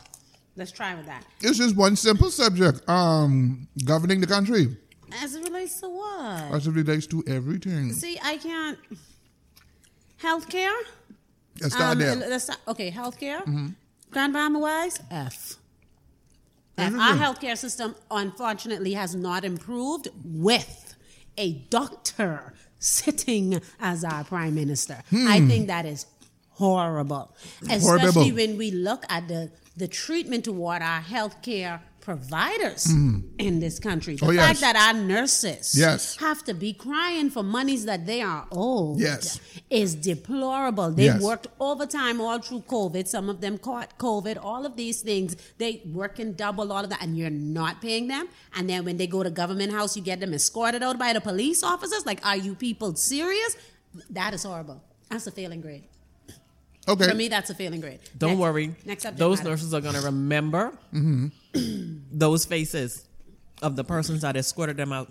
[SPEAKER 3] Let's try with that.
[SPEAKER 2] It's just one simple subject. Um, governing the country
[SPEAKER 3] As it relates to what?
[SPEAKER 2] as it relates to everything.
[SPEAKER 3] See, I can't. Healthcare?
[SPEAKER 2] Let's start
[SPEAKER 3] Um,
[SPEAKER 2] there. Mm-hmm.
[SPEAKER 3] let's start- okay, healthcare. Grandmama wise, F. F. Our healthcare system, unfortunately, has not improved with a doctor sitting as our prime minister. I think that is horrible, especially
[SPEAKER 2] Hmm. Horrible.
[SPEAKER 3] when we look at the, the treatment toward our healthcare providers in this country. The
[SPEAKER 2] Hmm. Oh, yes.
[SPEAKER 3] fact that our nurses
[SPEAKER 2] Yes.
[SPEAKER 3] have to be crying for monies that they are owed
[SPEAKER 2] Yes.
[SPEAKER 3] is deplorable. They
[SPEAKER 2] Yes.
[SPEAKER 3] worked overtime all through COVID. Some of them caught COVID. All of these things, they working double, all of that, and you're not paying them. And then when they go to government house, you get them escorted out by the police officers. Like, are you people serious? That is horrible. That's a failing grade. uh, For
[SPEAKER 2] Okay.
[SPEAKER 3] me, that's a failing grade.
[SPEAKER 1] Don't
[SPEAKER 3] Next-
[SPEAKER 1] worry.
[SPEAKER 3] Next subject
[SPEAKER 1] Those
[SPEAKER 3] matter.
[SPEAKER 1] nurses are going to remember those faces of the persons that escorted them out.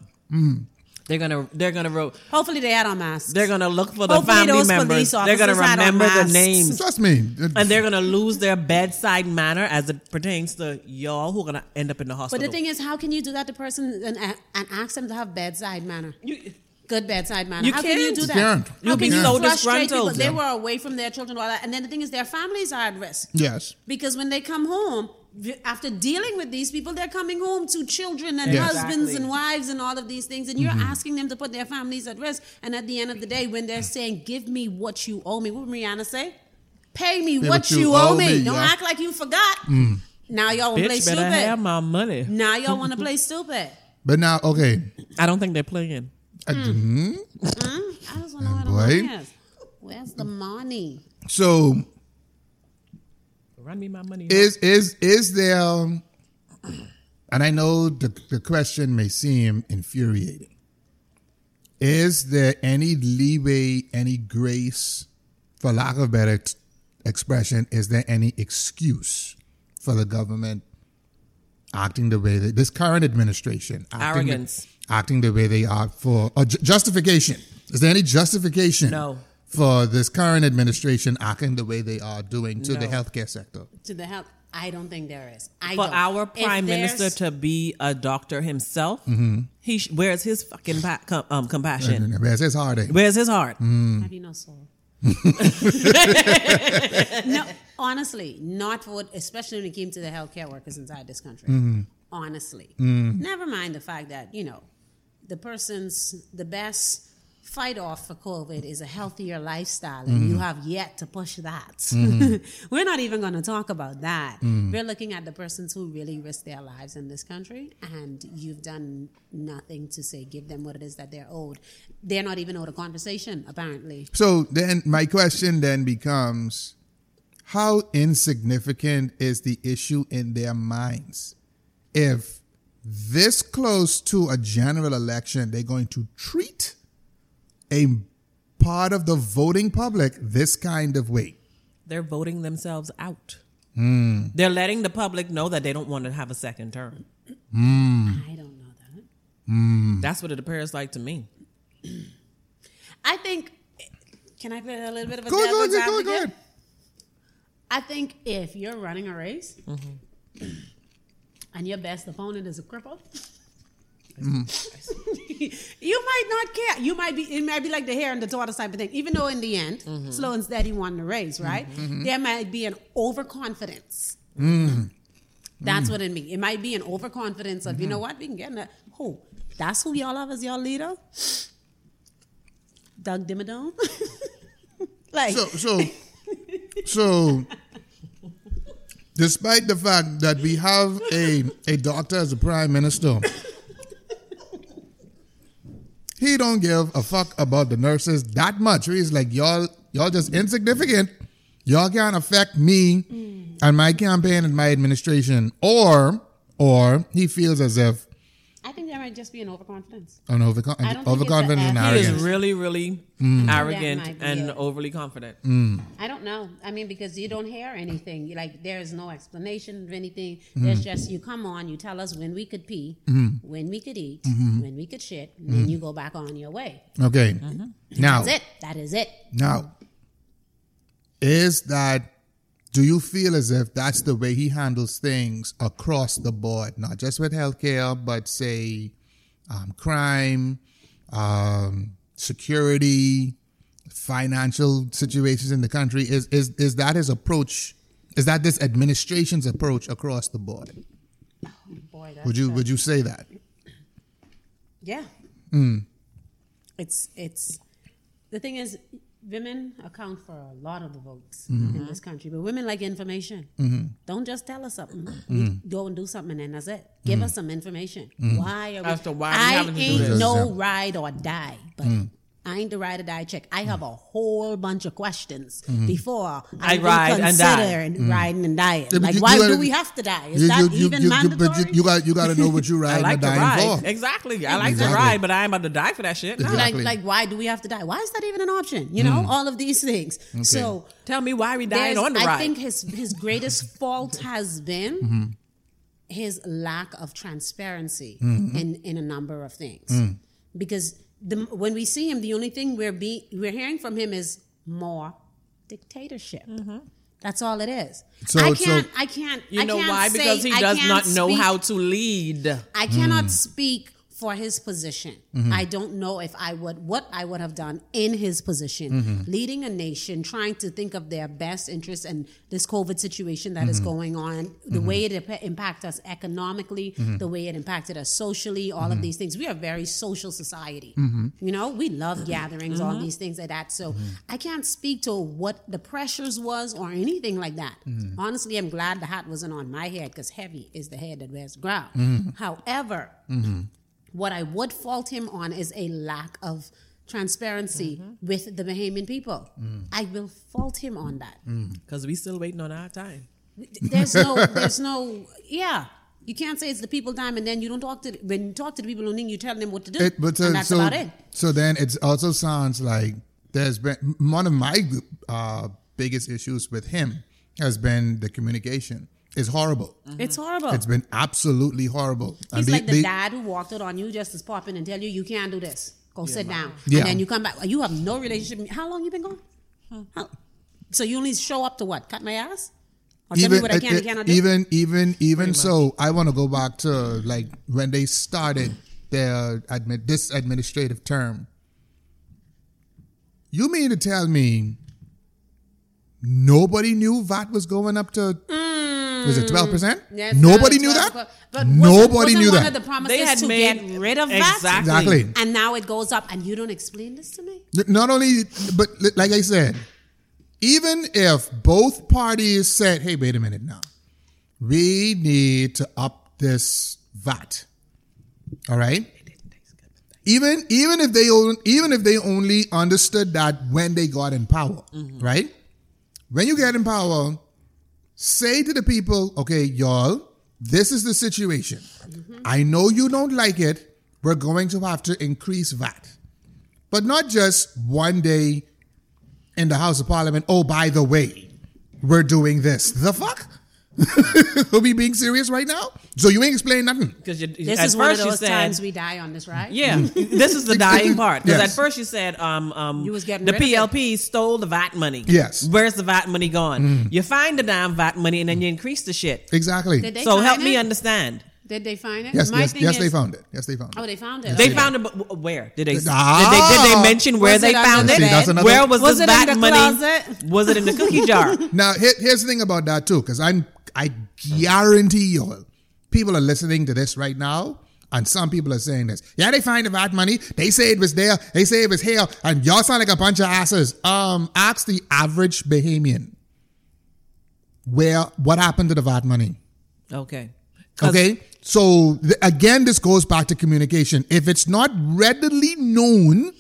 [SPEAKER 1] They're gonna, they're gonna, ro-
[SPEAKER 3] Hopefully they had on masks.
[SPEAKER 1] they're gonna look for the
[SPEAKER 3] Hopefully
[SPEAKER 1] family
[SPEAKER 3] those
[SPEAKER 1] members.
[SPEAKER 3] police
[SPEAKER 1] They're gonna
[SPEAKER 3] officers had on
[SPEAKER 1] remember the
[SPEAKER 3] masks.
[SPEAKER 1] names.
[SPEAKER 2] Trust me.
[SPEAKER 1] and they're gonna lose their bedside manner as it pertains to y'all who are gonna end up in the
[SPEAKER 3] but
[SPEAKER 1] hospital.
[SPEAKER 3] the thing is, how can you do that to person and, and ask them to have bedside manner? good bedside manner.
[SPEAKER 1] You
[SPEAKER 3] How can you
[SPEAKER 1] can't.
[SPEAKER 3] do that?
[SPEAKER 2] You can't.
[SPEAKER 3] How
[SPEAKER 2] You'll
[SPEAKER 3] can
[SPEAKER 2] be
[SPEAKER 3] you
[SPEAKER 2] so
[SPEAKER 3] frustrate people?
[SPEAKER 1] disgruntled.
[SPEAKER 3] They were away from their children, all that. And then the thing is, their families are at risk
[SPEAKER 2] Yes.
[SPEAKER 3] because when they come home, v- after dealing with these people, they're coming home to children and
[SPEAKER 2] Yes.
[SPEAKER 3] husbands
[SPEAKER 1] Exactly.
[SPEAKER 3] and wives and all of these things, and you're asking them to put their families at risk. And at the end of the day, when they're saying, "Give me what you owe me," what would Rihanna say? Pay me
[SPEAKER 2] Pay
[SPEAKER 3] what you owe me. Mm. Don't
[SPEAKER 2] yeah.
[SPEAKER 3] act like you forgot. Now y'all want to play
[SPEAKER 1] Bitch, better have
[SPEAKER 3] stupid.
[SPEAKER 1] my money.
[SPEAKER 3] Now y'all want to play stupid.
[SPEAKER 2] But now, okay.
[SPEAKER 1] I don't think they're playing.
[SPEAKER 2] I- mhm.
[SPEAKER 3] I just want to know where the
[SPEAKER 2] Boy.
[SPEAKER 3] money is. Where's the money?
[SPEAKER 2] So
[SPEAKER 1] Run me my money.
[SPEAKER 2] is is is there? um, And I know the the question may seem infuriating. Is there any leeway, any grace, for lack of better t- expression? Is there any excuse for the government acting the way that this current administration acting the-
[SPEAKER 1] Arrogance.
[SPEAKER 2] acting the way they are for or ju- justification? Is there any justification?
[SPEAKER 1] No.
[SPEAKER 2] For this current administration acting the way they are doing to the
[SPEAKER 1] No.
[SPEAKER 2] healthcare sector.
[SPEAKER 3] to the health. I don't think there is. I
[SPEAKER 1] for
[SPEAKER 3] don't.
[SPEAKER 1] our
[SPEAKER 3] If
[SPEAKER 1] prime
[SPEAKER 3] there's-
[SPEAKER 1] minister to be a doctor himself, he sh- where's his fucking pa- com- um, compassion?
[SPEAKER 2] It's, it's hard. eh?
[SPEAKER 1] Where's his heart?
[SPEAKER 3] Have you no soul? no, honestly, not for especially when it came to the healthcare workers inside this country. Honestly, never mind the fact that you know the person's the best fight off for COVID is a healthier lifestyle, and
[SPEAKER 2] Mm-hmm.
[SPEAKER 3] you have yet to push that. We're not even going to talk about that.
[SPEAKER 2] Mm-hmm.
[SPEAKER 3] We're looking at the persons who really risk their lives in this country, and you've done nothing to say give them what it is that they're owed. They're not even owed a conversation, apparently.
[SPEAKER 2] So then my question then becomes how insignificant is the issue in their minds if this close to a general election they're going to treat a part of the voting public this kind of way
[SPEAKER 1] They're voting themselves out. They're letting the public know that they don't want to have a second term.
[SPEAKER 2] Mm-hmm.
[SPEAKER 3] I don't know that.
[SPEAKER 1] That's what it appears like to me.
[SPEAKER 3] I think. Can I play a little bit of a
[SPEAKER 2] go go
[SPEAKER 3] devil's
[SPEAKER 2] go go go
[SPEAKER 3] advocate?
[SPEAKER 2] ahead.
[SPEAKER 3] I think if you're running a race Mm-hmm. and your best opponent is a cripple, you might not care. You might be it might be like the hare and the tortoise type of thing. Even though in the end, slow and steady won the race, right? There might be an overconfidence. Mm-hmm. That's what it means. It might be an overconfidence of you know what we can get. In that. Who? That's who y'all have as your leader. Doug Dimmadome. like
[SPEAKER 2] so so so despite the fact that we have a a doctor as a prime minister he don't give a fuck about the nurses that much he's like y'all y'all just insignificant y'all can't affect me and my campaign and my administration or or he feels as if
[SPEAKER 3] I think there might just be an overconfidence.
[SPEAKER 2] an overcon-
[SPEAKER 3] I don't think
[SPEAKER 2] overconfident
[SPEAKER 3] it's
[SPEAKER 2] and
[SPEAKER 3] a-
[SPEAKER 1] He is
[SPEAKER 2] arrogant
[SPEAKER 1] really, really arrogant
[SPEAKER 3] might be
[SPEAKER 1] and
[SPEAKER 3] it.
[SPEAKER 1] overly confident.
[SPEAKER 3] I don't know. I mean, because you don't hear anything. You, Like there is no explanation of anything. There's just you come on, you tell us when we could pee, when we could eat, when we could shit, and then you go back on your way.
[SPEAKER 2] okay
[SPEAKER 1] Uh-huh.
[SPEAKER 2] now
[SPEAKER 3] That's it. That is it.
[SPEAKER 2] Now, is that Do you feel as if that's the way he handles things across the board, not just with healthcare, but say um, crime, um, security, financial situations in the country? Is is is that his approach? Is that this administration's approach across the board?
[SPEAKER 3] Boy, that's
[SPEAKER 2] Would you
[SPEAKER 3] a-
[SPEAKER 2] would you say that?
[SPEAKER 3] Yeah.
[SPEAKER 2] Hmm.
[SPEAKER 3] It's it's the thing is women account for a lot of the votes
[SPEAKER 2] Mm-hmm.
[SPEAKER 3] in this country, but women like information. Don't just tell us something.
[SPEAKER 2] Mm-hmm.
[SPEAKER 3] We go and do something and then that's it. Give us some information. Why are we,
[SPEAKER 1] As to why we
[SPEAKER 3] I
[SPEAKER 1] having to do
[SPEAKER 3] ain't
[SPEAKER 1] this.
[SPEAKER 3] no
[SPEAKER 2] Yeah.
[SPEAKER 3] ride or die, but
[SPEAKER 2] Mm.
[SPEAKER 3] I ain't the ride or die check. I have a whole bunch of questions
[SPEAKER 2] Mm-hmm.
[SPEAKER 3] before I,
[SPEAKER 1] I ride
[SPEAKER 3] even
[SPEAKER 1] and die.
[SPEAKER 3] consider and riding and dying.
[SPEAKER 2] Mm. but
[SPEAKER 3] like
[SPEAKER 2] you-
[SPEAKER 3] why
[SPEAKER 2] you
[SPEAKER 3] do
[SPEAKER 2] gotta-
[SPEAKER 3] we have to die? Is
[SPEAKER 2] You-
[SPEAKER 3] that
[SPEAKER 2] you- you-
[SPEAKER 3] even
[SPEAKER 2] you- you-
[SPEAKER 3] mandatory?
[SPEAKER 2] but you, you got you got to know what you
[SPEAKER 1] I
[SPEAKER 2] ride
[SPEAKER 1] like
[SPEAKER 2] and
[SPEAKER 1] to
[SPEAKER 2] dying
[SPEAKER 1] ride.
[SPEAKER 2] for.
[SPEAKER 1] Exactly. I like
[SPEAKER 2] Exactly.
[SPEAKER 1] to ride, but I ain't about to die for that shit. No.
[SPEAKER 2] Exactly. Hmm.
[SPEAKER 3] Like, like, why do we have to die? Why is that even an option? You know, all of these things. So,
[SPEAKER 1] Tell me why we dying
[SPEAKER 3] there's-
[SPEAKER 1] on the
[SPEAKER 3] I
[SPEAKER 1] ride.
[SPEAKER 3] think his his greatest fault has been
[SPEAKER 2] Mm-hmm.
[SPEAKER 3] his lack of transparency
[SPEAKER 2] Mm-hmm.
[SPEAKER 3] in in a number of things.
[SPEAKER 2] Mm.
[SPEAKER 3] Because the, when we see him, the only thing we're be, we're hearing from him is more dictatorship. That's all it is.
[SPEAKER 2] So-
[SPEAKER 3] I
[SPEAKER 2] so-
[SPEAKER 3] can't. I can't.
[SPEAKER 1] Mm-hmm. you
[SPEAKER 3] I
[SPEAKER 1] know
[SPEAKER 3] can't
[SPEAKER 1] why?
[SPEAKER 3] say-
[SPEAKER 1] Because he
[SPEAKER 3] I
[SPEAKER 1] does
[SPEAKER 3] can't
[SPEAKER 1] not know
[SPEAKER 3] speak-
[SPEAKER 1] how to lead.
[SPEAKER 3] I cannot speak for his position. I don't know if I would what I would have done in his position, leading a nation, trying to think of their best interests and this COVID situation that is going on, the way it impa- impacts us economically, the way it impacted us socially, all of these things. We are a very social society. You know, we love gatherings, all these things like that. So I can't speak to what the pressures was or anything like that. Honestly, I'm glad the hat wasn't on my head because heavy is the head that wears ground. However, what I would fault him on is a lack of transparency with the Bahamian people. I will fault him on that.
[SPEAKER 1] Because we still waiting on our time.
[SPEAKER 3] There's no, there's no, yeah. You can't say it's the people time, and then you don't talk to when you talk to the people on Ning, you tell them what to do,
[SPEAKER 2] It, but so,
[SPEAKER 3] and that's
[SPEAKER 2] so,
[SPEAKER 3] about it.
[SPEAKER 1] Uh-huh.
[SPEAKER 2] so then it also sounds like there's been one of my uh, biggest issues with him has been the communication. It's horrible.
[SPEAKER 3] It's horrible.
[SPEAKER 2] It's been absolutely horrible. And
[SPEAKER 3] He's
[SPEAKER 2] the-
[SPEAKER 3] like the,
[SPEAKER 2] the-
[SPEAKER 3] dad who walked out on you just as popping and tell you you can't do this. Go sit down.
[SPEAKER 2] Yeah.
[SPEAKER 3] And then you come back. You have no relationship. How long you been gone? How- So you only show up to what? Cut my ass? Or tell me what I
[SPEAKER 2] it-
[SPEAKER 3] can and
[SPEAKER 2] it-
[SPEAKER 3] cannot do?
[SPEAKER 2] Even, even, even so, I want to go back to like when they started their admi- this administrative term. You mean to tell me nobody knew VAT was going up to was it twelve percent?
[SPEAKER 3] Mm. Yes,
[SPEAKER 2] Nobody
[SPEAKER 3] no,
[SPEAKER 2] knew
[SPEAKER 3] well,
[SPEAKER 2] that.
[SPEAKER 3] But, but wasn't-
[SPEAKER 2] Nobody
[SPEAKER 3] wasn't
[SPEAKER 2] knew
[SPEAKER 3] one
[SPEAKER 2] that.
[SPEAKER 3] of the promises
[SPEAKER 1] They had
[SPEAKER 3] to
[SPEAKER 1] made
[SPEAKER 3] get rid of that.
[SPEAKER 1] exactly.
[SPEAKER 2] Exactly.
[SPEAKER 3] And now it goes up, and you don't explain this to me.
[SPEAKER 2] N- Not only, but li- like I said, even if both parties said, "Hey, wait a minute now, we need to up this VAT," all right. Even even if they on- even if they only understood that when they got in power, right? When you get in power, say to the people, "Okay, y'all, this is the situation. I know you don't like it. We're going to have to increase VAT." but not just one day in the House of Parliament. Oh, by the way, we're doing this. The fuck? Are we being serious right now? So you ain't explaining nothing.
[SPEAKER 1] Because you,
[SPEAKER 3] This
[SPEAKER 1] at
[SPEAKER 3] is
[SPEAKER 1] first
[SPEAKER 3] one of
[SPEAKER 1] you
[SPEAKER 3] those
[SPEAKER 1] said,
[SPEAKER 3] times we die on this, right?
[SPEAKER 1] Yeah, this is the dying part. Because
[SPEAKER 2] Yes.
[SPEAKER 1] at first you said um, um,
[SPEAKER 3] You was getting
[SPEAKER 1] the
[SPEAKER 3] rid of it.
[SPEAKER 1] PLP stole the VAT money.
[SPEAKER 2] Yes. Mm.
[SPEAKER 1] Where's the VAT money gone? You find the damn VAT money and then you increase the shit.
[SPEAKER 2] Exactly.
[SPEAKER 3] Did they
[SPEAKER 1] so
[SPEAKER 3] find
[SPEAKER 1] help
[SPEAKER 3] it?
[SPEAKER 1] me understand.
[SPEAKER 3] Did they find it?
[SPEAKER 2] yes,
[SPEAKER 3] My
[SPEAKER 2] yes,
[SPEAKER 3] thing
[SPEAKER 2] yes,
[SPEAKER 3] is-
[SPEAKER 2] they found it. Yes, they found
[SPEAKER 3] Oh,
[SPEAKER 2] it.
[SPEAKER 3] they found it.
[SPEAKER 1] They
[SPEAKER 3] Okay.
[SPEAKER 1] found it, but w- where did they?
[SPEAKER 2] Ah.
[SPEAKER 1] Did, they did they mention where
[SPEAKER 3] Was
[SPEAKER 1] they
[SPEAKER 3] it under
[SPEAKER 1] found
[SPEAKER 3] the
[SPEAKER 1] it?
[SPEAKER 2] See, that's another-
[SPEAKER 1] where was,
[SPEAKER 3] Was
[SPEAKER 1] this
[SPEAKER 3] it in
[SPEAKER 1] VAT
[SPEAKER 3] the
[SPEAKER 1] money?
[SPEAKER 3] closet?
[SPEAKER 1] Was it in the cookie jar?
[SPEAKER 2] Now, here- here's the thing about that too, because I'm I guarantee y'all, people are listening to this right now, and some people are saying this. Yeah, they find the VAT money. They say it was there. They say it was here, and y'all sound like a bunch of asses. Um, ask the average Bahamian where what happened to the VAT money.
[SPEAKER 1] Okay. 'Cause
[SPEAKER 2] Okay. So th- again, this goes back to communication. If it's not readily known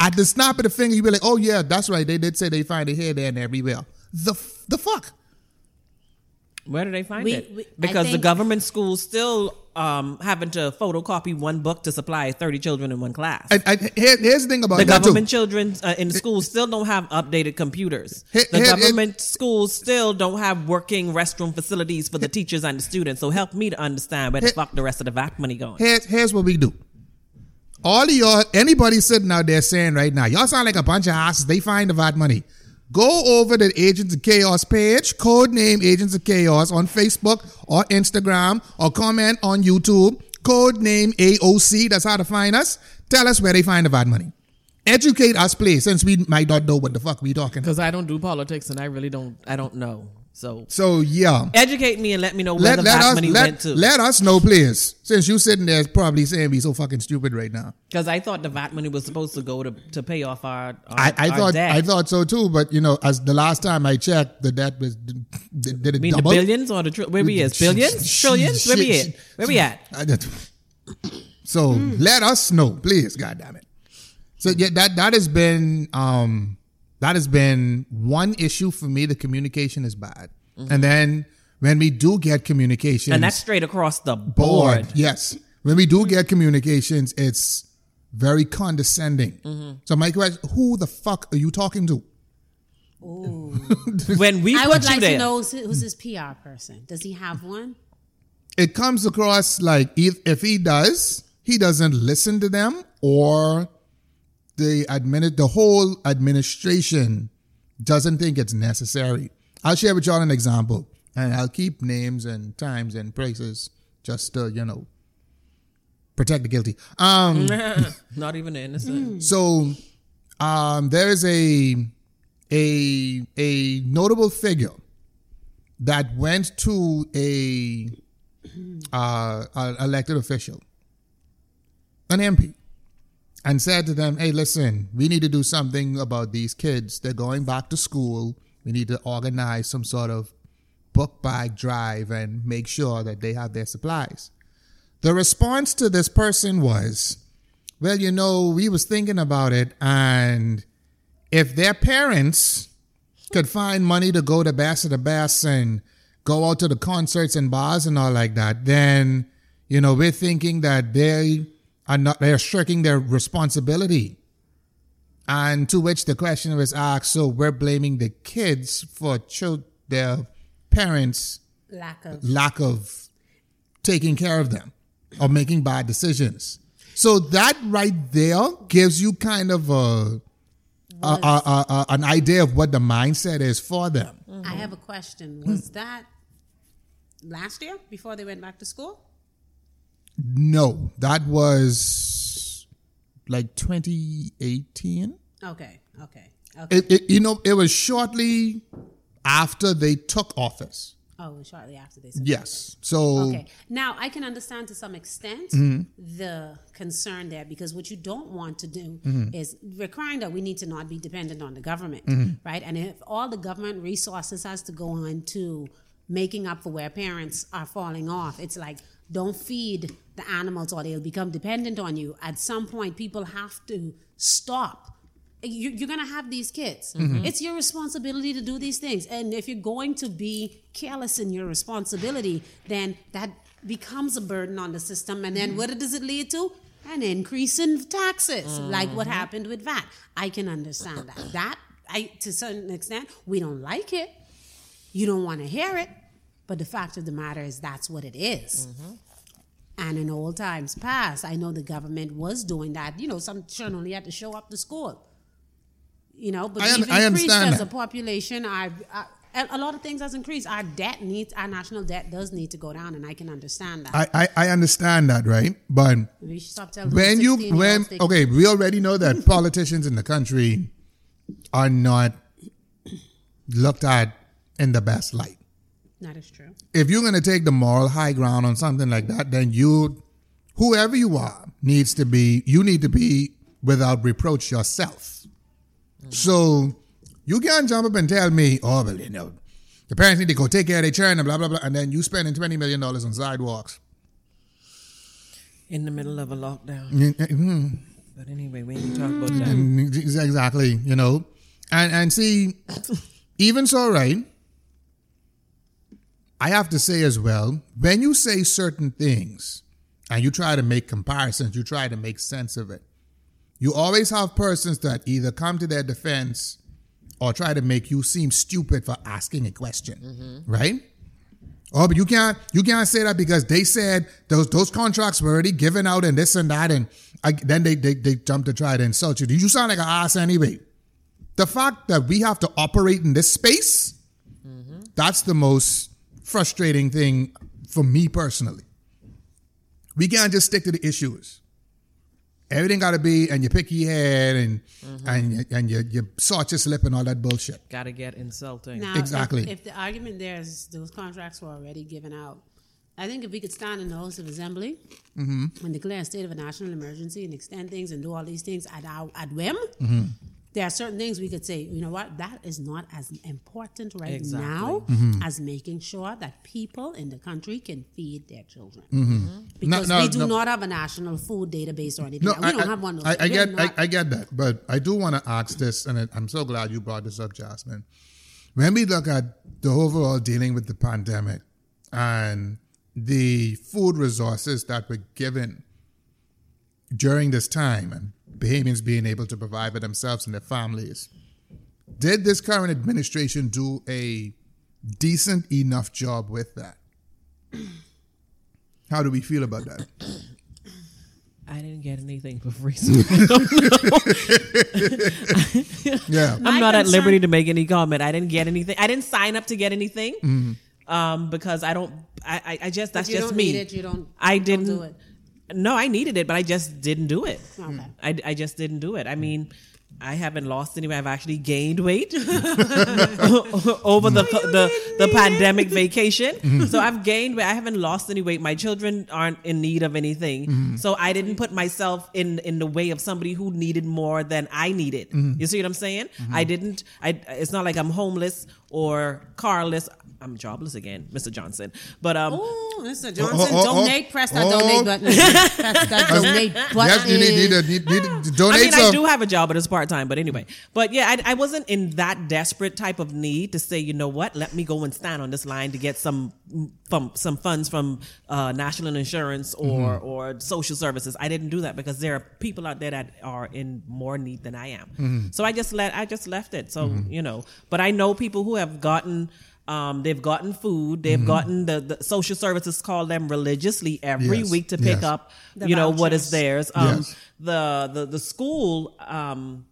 [SPEAKER 2] at the snap of the finger, you be like, "Oh yeah, that's right. They did say they find it here, there, and everywhere." The f- the fuck.
[SPEAKER 1] Where do they find
[SPEAKER 3] We-
[SPEAKER 1] it?
[SPEAKER 3] we- I
[SPEAKER 1] because the
[SPEAKER 3] think-
[SPEAKER 1] government schools still um, having to photocopy one book to supply thirty children in one class.
[SPEAKER 2] And, and here- here's the thing about
[SPEAKER 1] the
[SPEAKER 2] that too.
[SPEAKER 1] government children uh, in schools still don't have updated computers.
[SPEAKER 2] Hey,
[SPEAKER 1] The
[SPEAKER 2] hey, hey.
[SPEAKER 1] government schools still don't have working restroom facilities for the teachers and the students. So help me to understand where the
[SPEAKER 2] Hey.
[SPEAKER 1] fuck the rest of the VAT money going.
[SPEAKER 2] Here's here's what we do. All of y'all, anybody sitting out there saying right now, y'all sound like a bunch of asses. They find the VAT money. Go over to the Agents of Chaos page, codename Agents of Chaos on Facebook or Instagram, or comment on YouTube, codename AOC. That's how to find us. Tell us where they find the bad money. Educate us, please, since we might not know what the fuck we talking about.
[SPEAKER 1] because I don't do politics and I really don't. I don't know. So
[SPEAKER 2] So, yeah.
[SPEAKER 1] educate me and let me know where
[SPEAKER 2] Let,
[SPEAKER 1] the
[SPEAKER 2] let,
[SPEAKER 1] back
[SPEAKER 2] us,
[SPEAKER 1] money went
[SPEAKER 2] let,
[SPEAKER 1] to.
[SPEAKER 2] let us know, please. Since you sitting there probably saying we so fucking stupid right now.
[SPEAKER 1] Because I thought the VAT money was supposed to go to, to pay off our, our
[SPEAKER 2] I, I
[SPEAKER 1] our
[SPEAKER 2] thought
[SPEAKER 1] debt.
[SPEAKER 2] I thought so too, but you know, as the last time I checked, the debt was did, did it
[SPEAKER 1] mean
[SPEAKER 2] double?
[SPEAKER 1] the billions or the tri- where we is billions trillions where we
[SPEAKER 2] Shit,
[SPEAKER 1] at
[SPEAKER 2] shit.
[SPEAKER 1] where we at
[SPEAKER 2] I just- so let us know, please. God damn it. So yeah, that that has been um that has been one issue for me. The communication is bad, and then when we do get communication,
[SPEAKER 1] and that's straight across the board.
[SPEAKER 2] bored. Yes. When we do get communications, it's very condescending. So my question: Who the fuck are you talking to?
[SPEAKER 1] When we
[SPEAKER 3] I
[SPEAKER 1] put
[SPEAKER 3] would
[SPEAKER 1] you
[SPEAKER 3] like
[SPEAKER 1] there,
[SPEAKER 3] to know who's who's his PR person. Does he have one?
[SPEAKER 2] It comes across like if, if he does, he doesn't listen to them, or the admini- the whole administration doesn't think it's necessary. I'll share with y'all an example, and I'll keep names and times and places just to you know protect the guilty. Um.
[SPEAKER 1] not even the
[SPEAKER 3] Mm.
[SPEAKER 1] innocent.
[SPEAKER 2] So um, there is a a a notable figure that went to a uh, an elected official, an MP, and said to them, "Hey, listen, we need to do something about these kids. They're going back to school. We need to organize some sort of book bag drive and make sure that they have their supplies." The response to this person was, well, you know, we was thinking about it, and if their parents could find money to go to Bass of the Bass and go out to the concerts and bars and all like that, then you know we're thinking that they are not they're shirking their responsibility. And to which the question was asked, so we're blaming the kids for chil- their parents'
[SPEAKER 3] Lack of.
[SPEAKER 2] lack of taking care of them or making bad decisions. So that right there gives you kind of a, a, a, a- a- an idea of what the mindset is for them.
[SPEAKER 1] Mm-hmm.
[SPEAKER 3] I have a question. Was that last year before they went back to school?
[SPEAKER 2] No, that was like 2018.
[SPEAKER 3] Okay, okay, okay.
[SPEAKER 2] It, it, you know, it was shortly after they took office.
[SPEAKER 3] oh, shortly after they said.
[SPEAKER 2] Yes. So
[SPEAKER 3] Okay. Now I can understand to some extent the concern there because what you don't want to do is requiring that we need to not be dependent on the government, right? And if all the government resources has to go on to making up for where parents are falling off, it's like don't feed the animals or they'll become dependent on you. At some point, people have to stop you, you're gonna have these kids. It's your responsibility to do these things, and if you're going to be careless in your responsibility, then that becomes a burden on the system. And then what does it lead to? An increase in taxes, like what happened with VAT. I can understand that. That I, to a certain extent, we don't like it. You don't want to hear it, but the fact of the matter is that's what it is.
[SPEAKER 2] Mm-hmm.
[SPEAKER 3] And in old times past, I know the government was doing that. You know, some children only had to show up to school. You know, but
[SPEAKER 2] I un-
[SPEAKER 3] we've
[SPEAKER 2] I
[SPEAKER 3] increased
[SPEAKER 2] understand
[SPEAKER 3] as
[SPEAKER 2] that.
[SPEAKER 3] a population. Our, our, a a lot of things has increased. Our debt needs, our national debt does need to go down, and I can understand that.
[SPEAKER 2] I, I, I understand that, right? But
[SPEAKER 3] we should stop telling
[SPEAKER 2] when you
[SPEAKER 3] 16-year-olds
[SPEAKER 2] when
[SPEAKER 3] they-
[SPEAKER 2] okay we already know that politicians in the country are not looked at in the best light
[SPEAKER 3] That is true.
[SPEAKER 2] if you're going to take the moral high ground on something like that then you whoever you are needs to be you need to be without reproach yourself so you can't jump up and tell me oh well you know the parents need to go take care of their children and blah blah blah and then you spending 20 million dollars on sidewalks
[SPEAKER 1] in the middle of a lockdown.
[SPEAKER 2] Mm,
[SPEAKER 1] But anyway, we ain't talk about that.
[SPEAKER 2] Mm-hmm. Exactly, you know, and and see, even so, right? I have to say as well, when you say certain things, and you try to make comparisons, you try to make sense of it. You always have persons that either come to their defense or try to make you seem stupid for asking a question, right? Oh, but you can't you can't say that because they said those those contracts were already given out and this and that, and I, then they, they they jump to try to insult you. You sound like an ass anyway. The fact that we have to operate in this space, that's the most frustrating thing for me personally. We can't just stick to the issues. Everything got to be, and you pick your head and and you, and you, you sort your slip and all that bullshit.
[SPEAKER 1] Gotta get insulting.
[SPEAKER 3] Now, if-
[SPEAKER 2] Exactly.
[SPEAKER 3] If, the argument there is those contracts were already given out, I think if we could stand in the House of Assembly
[SPEAKER 2] Mm-hmm.
[SPEAKER 3] and declare a state of a national emergency and extend things and do all these things at our at whim,
[SPEAKER 2] Mm-hmm.
[SPEAKER 3] there are certain things we could say. You know what? That is not as important right
[SPEAKER 1] Exactly.
[SPEAKER 3] now
[SPEAKER 2] Mm-hmm.
[SPEAKER 3] as making sure that people in the country can feed their children because
[SPEAKER 2] Mm-hmm. No, no,
[SPEAKER 3] we do
[SPEAKER 2] no.
[SPEAKER 3] not have a national food database or anything.
[SPEAKER 2] No,
[SPEAKER 3] we
[SPEAKER 2] I,
[SPEAKER 3] don't
[SPEAKER 2] I-
[SPEAKER 3] have one.
[SPEAKER 2] I,
[SPEAKER 3] of those.
[SPEAKER 2] I
[SPEAKER 3] We're
[SPEAKER 2] get, I,
[SPEAKER 3] not-
[SPEAKER 2] I get that, but I do want to ask this, and I- I'm so glad you brought this up, Jasmine. When we look at the overall dealing with the pandemic and the food resources that were given during this time, and Bahamians being able to provide for themselves and their families, did this current administration do a decent enough job with that? How do we feel about that?
[SPEAKER 1] I didn't get anything for free. so I don't-
[SPEAKER 2] Yeah.
[SPEAKER 1] I'm
[SPEAKER 3] My
[SPEAKER 1] not at
[SPEAKER 3] concern-
[SPEAKER 1] liberty to make any comment. I didn't get anything. I didn't sign up to get anything. Um, because I don't. I, I, I just that's
[SPEAKER 3] you
[SPEAKER 1] just
[SPEAKER 3] don't
[SPEAKER 1] me.
[SPEAKER 3] need it, you don't-
[SPEAKER 1] I
[SPEAKER 3] you don't
[SPEAKER 1] didn't.
[SPEAKER 3] do it.
[SPEAKER 1] No, I needed it, but I just didn't do it. Mm.
[SPEAKER 3] Okay.
[SPEAKER 1] I, I just didn't do it. I mean, I haven't lost any. I've actually gained weight over the the, the pandemic vacation. so I've gained weight. I haven't lost any weight. My children aren't in need of anything. So I didn't put myself in in the way of somebody who needed more than I needed. You see what I'm saying? I didn't. I. It's not like I'm homeless or carless. I'm jobless again, Mr. Johnson. But um,
[SPEAKER 3] Oh, Mr.
[SPEAKER 2] oh,
[SPEAKER 3] Johnson,
[SPEAKER 2] oh, oh.
[SPEAKER 3] donate, press that
[SPEAKER 2] Oh.
[SPEAKER 3] donate button. press that donate button.
[SPEAKER 2] Yes, you need, need, to- need, need to donate
[SPEAKER 1] I mean, I
[SPEAKER 2] some.
[SPEAKER 1] do have a job, but it's part time. But anyway, but yeah, I, I wasn't in that desperate type of need to say, you know what, let me go and stand on this line to get some from some funds from uh, national insurance or
[SPEAKER 2] Mm-hmm.
[SPEAKER 1] or social services. I didn't do that because there are people out there that are in more need than I am.
[SPEAKER 2] Mm-hmm.
[SPEAKER 1] So I just let I just left it. So you know, but I know people who have gotten. Um, they've gotten food. They've
[SPEAKER 2] Mm-hmm.
[SPEAKER 1] gotten the, the social services call them religiously every
[SPEAKER 2] Yes,
[SPEAKER 1] week to pick
[SPEAKER 2] yes.
[SPEAKER 1] up,
[SPEAKER 3] The
[SPEAKER 1] you know, what is theirs.
[SPEAKER 3] vouchers.
[SPEAKER 1] Um,
[SPEAKER 2] Yes.
[SPEAKER 1] the the the school um,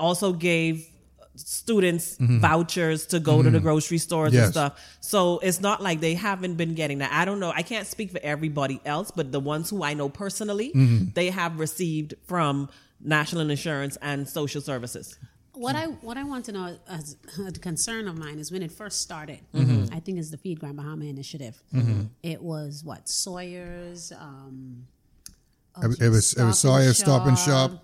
[SPEAKER 1] also gave students vouchers to go to the grocery stores
[SPEAKER 2] Mm-hmm. Yes.
[SPEAKER 1] and stuff. So it's not like they haven't been getting that. I don't know. I can't speak for everybody else, but the ones who I know personally,
[SPEAKER 2] Mm-hmm.
[SPEAKER 1] they have received from national insurance and social services.
[SPEAKER 3] What I what I want to know as a concern of mine is when it first started.
[SPEAKER 2] Mm-hmm.
[SPEAKER 3] I think it's the Feed Grand Bahama initiative. It was what Sawyer's. Um, oh,
[SPEAKER 2] It was it was Sawyer, Stop and Shop.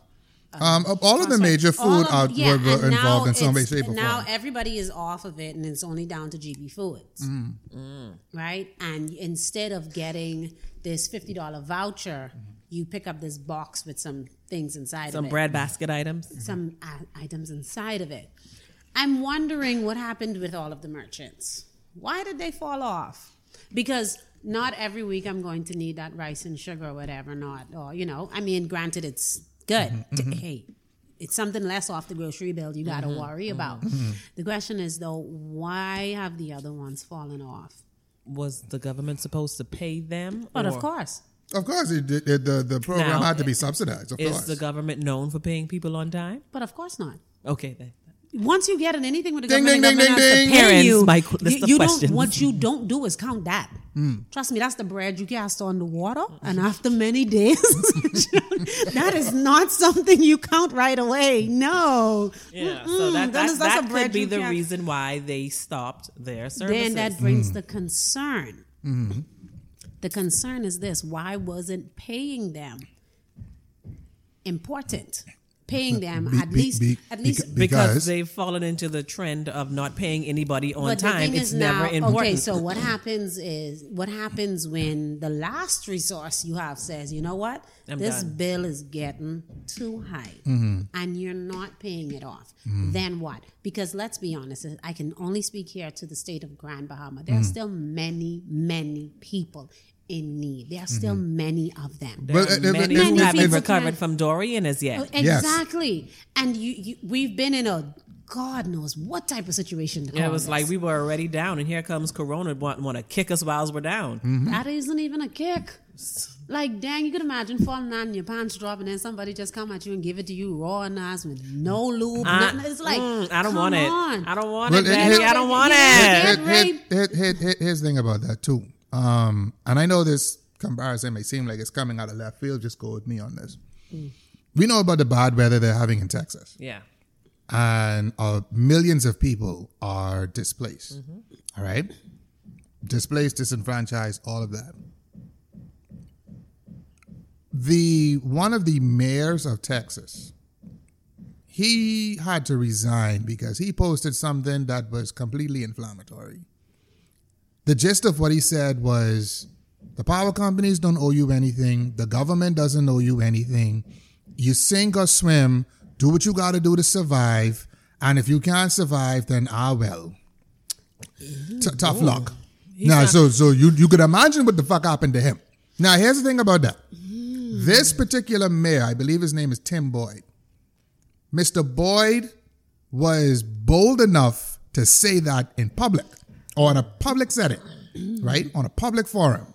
[SPEAKER 2] Um, of all of the
[SPEAKER 3] I'm sorry,
[SPEAKER 2] major
[SPEAKER 3] all
[SPEAKER 2] food
[SPEAKER 3] of-
[SPEAKER 2] out
[SPEAKER 3] yeah,
[SPEAKER 2] were, were
[SPEAKER 3] and now
[SPEAKER 2] involved in some way,
[SPEAKER 3] it's-
[SPEAKER 2] shape, or
[SPEAKER 3] Now
[SPEAKER 2] form.
[SPEAKER 3] everybody is off of it, and it's only down to GB Foods,
[SPEAKER 2] Mm-hmm.
[SPEAKER 3] Mm. right? And instead of getting this fifty dollar voucher,
[SPEAKER 2] Mm-hmm.
[SPEAKER 3] you pick up this box with some things inside.
[SPEAKER 1] Some
[SPEAKER 3] of it
[SPEAKER 1] bread basket items.
[SPEAKER 3] some i- items inside of it. I'm wondering what happened with all of the merchants. Why did they fall off? Because not every week I'm going to need that rice and sugar or whatever, not, or, you know, I mean, granted, it's good. T- Hey, it's something less off the grocery bill you got to worry about. The question is, though, why have the other ones fallen off?
[SPEAKER 1] Was the government supposed to pay them?
[SPEAKER 3] But of
[SPEAKER 1] or
[SPEAKER 3] course,
[SPEAKER 2] Of course, it, it, it- the the program
[SPEAKER 1] Now,
[SPEAKER 2] had to be subsidized. Of
[SPEAKER 1] Is
[SPEAKER 2] course,
[SPEAKER 1] the government known for paying people on time?
[SPEAKER 3] but of course not.
[SPEAKER 1] Okay, then.
[SPEAKER 3] Once you get in anything with the
[SPEAKER 2] Ding, ding,
[SPEAKER 3] government, the
[SPEAKER 2] ding,
[SPEAKER 3] government
[SPEAKER 2] ding,
[SPEAKER 3] has
[SPEAKER 1] ding.
[SPEAKER 3] to pay
[SPEAKER 1] Parents,
[SPEAKER 3] you.
[SPEAKER 1] my qu- list
[SPEAKER 3] you,
[SPEAKER 1] of
[SPEAKER 3] you
[SPEAKER 1] questions.
[SPEAKER 3] Don't, what you don't do is count that.
[SPEAKER 2] Mm.
[SPEAKER 3] Trust me, that's the bread you cast on the water, and after many days, that is not something you count right away. No.
[SPEAKER 1] Yeah,
[SPEAKER 3] Mm-mm.
[SPEAKER 1] so that, that,
[SPEAKER 3] Goodness, that's
[SPEAKER 1] that
[SPEAKER 3] a
[SPEAKER 1] could
[SPEAKER 3] bread
[SPEAKER 1] be
[SPEAKER 3] you
[SPEAKER 1] the
[SPEAKER 3] can't-
[SPEAKER 1] reason why they stopped their services.
[SPEAKER 3] Then that brings
[SPEAKER 2] Mm.
[SPEAKER 3] the concern.
[SPEAKER 2] Mm-hmm.
[SPEAKER 3] The concern is this: Why wasn't paying them important? Paying them
[SPEAKER 2] Be-
[SPEAKER 3] at
[SPEAKER 2] be-
[SPEAKER 3] least,
[SPEAKER 2] be-
[SPEAKER 3] at least
[SPEAKER 2] beca-
[SPEAKER 1] because,
[SPEAKER 2] because-
[SPEAKER 1] they've fallen into the trend of not paying anybody on
[SPEAKER 3] the
[SPEAKER 1] time.
[SPEAKER 3] thing
[SPEAKER 1] It's
[SPEAKER 3] is
[SPEAKER 1] never
[SPEAKER 3] now-
[SPEAKER 1] important.
[SPEAKER 3] Okay, so what happens is what happens when the last resource you have says, you know what,
[SPEAKER 1] I'm
[SPEAKER 3] this
[SPEAKER 1] done."
[SPEAKER 3] bill is getting too high, and you're not paying it off. Then what? Because let's be honest, I can only speak here to the state of Grand Bahama. There are still many, many people in need. There are still many of them.
[SPEAKER 1] There
[SPEAKER 2] Well,
[SPEAKER 1] are
[SPEAKER 2] if- if-
[SPEAKER 1] many
[SPEAKER 2] if-
[SPEAKER 1] who
[SPEAKER 2] if-
[SPEAKER 1] haven't
[SPEAKER 2] if-
[SPEAKER 1] recovered from Dorian as yet.
[SPEAKER 3] Exactly. And you, you, we've been in a God knows what type of situation. to
[SPEAKER 1] Yeah,
[SPEAKER 3] call
[SPEAKER 1] it was
[SPEAKER 3] this.
[SPEAKER 1] like we were already down, and here comes Corona want, want to kick us while we're down.
[SPEAKER 3] That isn't even a kick. Like, dang, you could imagine falling down and your pants drop and then somebody just come at you and give it to you raw and nice with no lube.
[SPEAKER 1] I-
[SPEAKER 3] nothing. It's like,
[SPEAKER 1] mm, I don't
[SPEAKER 3] come
[SPEAKER 1] want
[SPEAKER 3] on.
[SPEAKER 1] it. I don't want
[SPEAKER 2] Well,
[SPEAKER 1] it,
[SPEAKER 2] it-
[SPEAKER 1] daddy.
[SPEAKER 2] it-
[SPEAKER 1] I don't want
[SPEAKER 3] Yeah,
[SPEAKER 1] it.
[SPEAKER 3] yeah.
[SPEAKER 2] Here-
[SPEAKER 3] right?
[SPEAKER 2] here- here- here- here's the thing about that too. Um, and I know this comparison may seem like it's coming out of left field. Just go with me on this. We know about the bad weather they're having in Texas,
[SPEAKER 1] Yeah.
[SPEAKER 2] and uh, millions of people are displaced. All right, displaced, disenfranchised, all of that. The one of the mayors of Texas, he had to resign because he posted something that was completely inflammatory the gist of what he said was the power companies don't owe you anything the government doesn't owe you anything you sink or swim do what you got to do to survive and if you can't survive then ah well T- tough luck now so so you you could imagine what the fuck happened to him now here's the thing about that this particular mayor i believe his name is tim boyd mr boyd was bold enough to say that in public or in a public setting, right? On a public forum.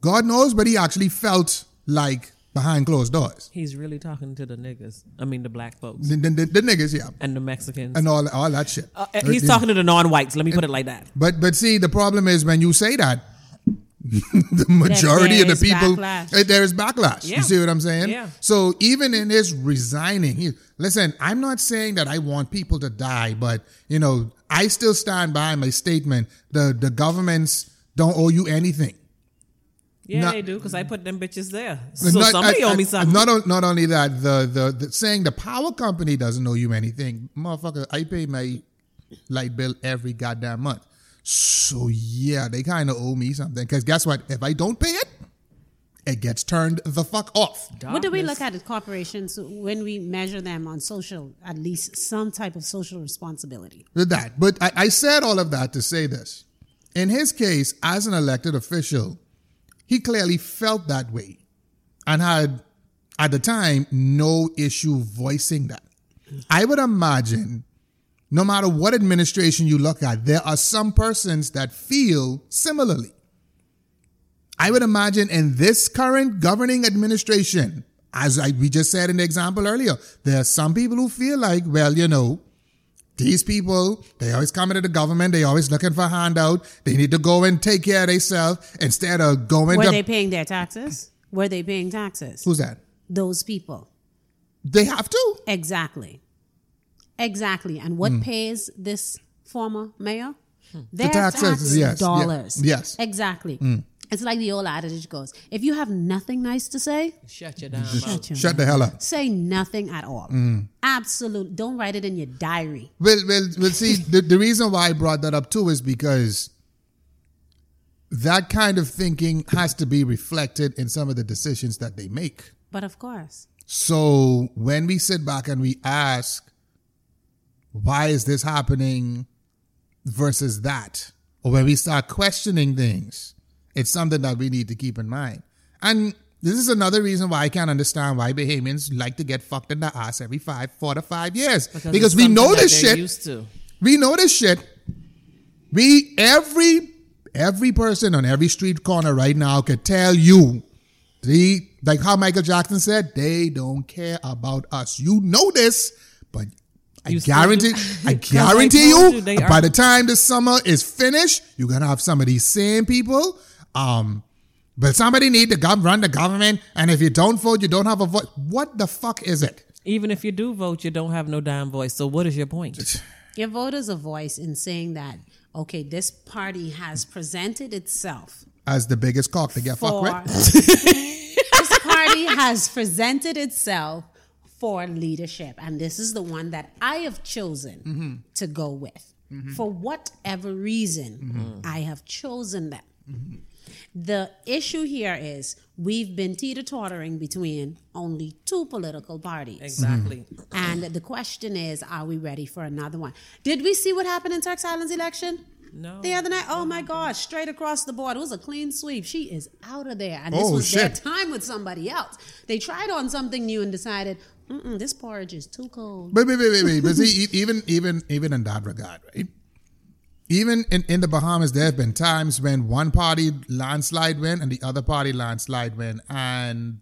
[SPEAKER 2] God knows, but he actually felt like behind closed doors.
[SPEAKER 1] He's really talking to the niggas. I mean, the black folks
[SPEAKER 2] The, the, the- the niggas, yeah,
[SPEAKER 1] and the Mexicans.
[SPEAKER 2] and all, all that shit.
[SPEAKER 1] Uh, he's talking to the non-whites. Let me put it like that.
[SPEAKER 2] But but see, the problem is when you say that, the majority
[SPEAKER 3] there
[SPEAKER 2] of
[SPEAKER 3] is
[SPEAKER 2] the people
[SPEAKER 3] backlash.
[SPEAKER 2] eh, there is backlash.
[SPEAKER 1] Yeah.
[SPEAKER 2] You see what I'm saying?
[SPEAKER 1] Yeah.
[SPEAKER 2] So even in his resigning, he, listen, I'm not saying that I want people to die, but you know, I still stand by my statement. The the governments don't owe you anything.
[SPEAKER 1] Yeah,
[SPEAKER 2] Not-
[SPEAKER 1] they do because I put them bitches there.
[SPEAKER 2] But
[SPEAKER 1] So somebody
[SPEAKER 2] I-
[SPEAKER 1] owe me
[SPEAKER 2] I-
[SPEAKER 1] something.
[SPEAKER 2] Not, on- not only that, the, the the saying the power company doesn't owe you anything, motherfucker. I pay my light bill every goddamn month. So yeah, they kind of owe me something. Cause guess what? If I don't pay it, it gets turned the fuck off.
[SPEAKER 3] What do we
[SPEAKER 1] Darkness.
[SPEAKER 3] look at at corporations when we measure them on social, at least some type of social responsibility?
[SPEAKER 2] With that. But I, I said all of that to say this. In his case, as an elected official, he clearly felt that way and had, at the time, no issue voicing that. I would imagine, no matter what administration you look at, there are some persons that feel similarly. I would imagine in this current governing administration, as I, we just said in the example earlier, there are some people who feel like, well, you know, these people, they always coming to the government. They always looking for handout. They need to go and take care of themselves instead of going
[SPEAKER 3] Were
[SPEAKER 2] to
[SPEAKER 3] they paying their taxes? Were they paying taxes?
[SPEAKER 2] who's that?
[SPEAKER 3] Those people.
[SPEAKER 2] They have to.
[SPEAKER 3] Exactly. Exactly. And
[SPEAKER 2] Hmm.
[SPEAKER 3] what pays this former mayor? Their
[SPEAKER 2] taxes, yes, yeah,
[SPEAKER 3] dollars.
[SPEAKER 2] yes. Hmm.
[SPEAKER 3] Exactly. It's like the old adage goes if you have nothing nice to say,
[SPEAKER 1] Shut your damn mouth.
[SPEAKER 3] shut your
[SPEAKER 2] Shut
[SPEAKER 3] mouth.
[SPEAKER 2] the hell up.
[SPEAKER 3] Say nothing at all.
[SPEAKER 2] Hmm.
[SPEAKER 3] Absolute. Don't write it in your diary.
[SPEAKER 2] Well, well, well. See, the, the reason why I brought that up too is because that kind of thinking has to be reflected in some of the decisions that they make.
[SPEAKER 3] But of course,
[SPEAKER 2] So when we sit back and we ask, why is this happening versus that? Or when we start questioning things, it's something that we need to keep in mind. And this is another reason why I can't understand why Bahamians like to get fucked in the ass every five, four to five years. Because,
[SPEAKER 1] it's
[SPEAKER 2] we know
[SPEAKER 1] something that
[SPEAKER 2] this
[SPEAKER 1] they're
[SPEAKER 2] shit.
[SPEAKER 1] Used to.
[SPEAKER 2] We know this shit. We every every person on every street corner right now could tell you. See, like how Michael Jackson said, they don't care about us. You know this, but I
[SPEAKER 1] You still
[SPEAKER 2] guarantee
[SPEAKER 1] do.
[SPEAKER 2] I
[SPEAKER 1] 'Cause I
[SPEAKER 2] guarantee
[SPEAKER 1] told
[SPEAKER 2] you,
[SPEAKER 1] you, they
[SPEAKER 2] by
[SPEAKER 1] are-
[SPEAKER 2] the time this summer is finished, you're gonna have some of these same people. Um but somebody need to gov- run the government, and if you don't vote, you don't have a vote. What the fuck is it?
[SPEAKER 1] Even if you do vote, you don't have no damn voice. So what is your point?
[SPEAKER 3] Your voters a voice in saying that, okay, this party has presented itself
[SPEAKER 2] As the biggest cock to get fucked with.
[SPEAKER 3] for. this party has presented itself for leadership. And this is the one that I have chosen to go with. For whatever reason, I have chosen them. The issue here is we've been teeter tottering between only two political parties.
[SPEAKER 1] Exactly.
[SPEAKER 3] And the question is, are we ready for another one? Did we see what happened in Turks Island's election?
[SPEAKER 1] No.
[SPEAKER 3] The other night, oh my gosh, straight across the board. It was a clean sweep. She is out of there. And this
[SPEAKER 2] Oh,
[SPEAKER 3] was their
[SPEAKER 2] shit.
[SPEAKER 3] time with somebody else. They tried on something new and decided, Mm-mm, this porridge is too cold.
[SPEAKER 2] Wait, wait, wait, wait, wait. But see, e- even even even in that regard, right? Even in, in the Bahamas, there have been times when one party landslide win and the other party landslide win, and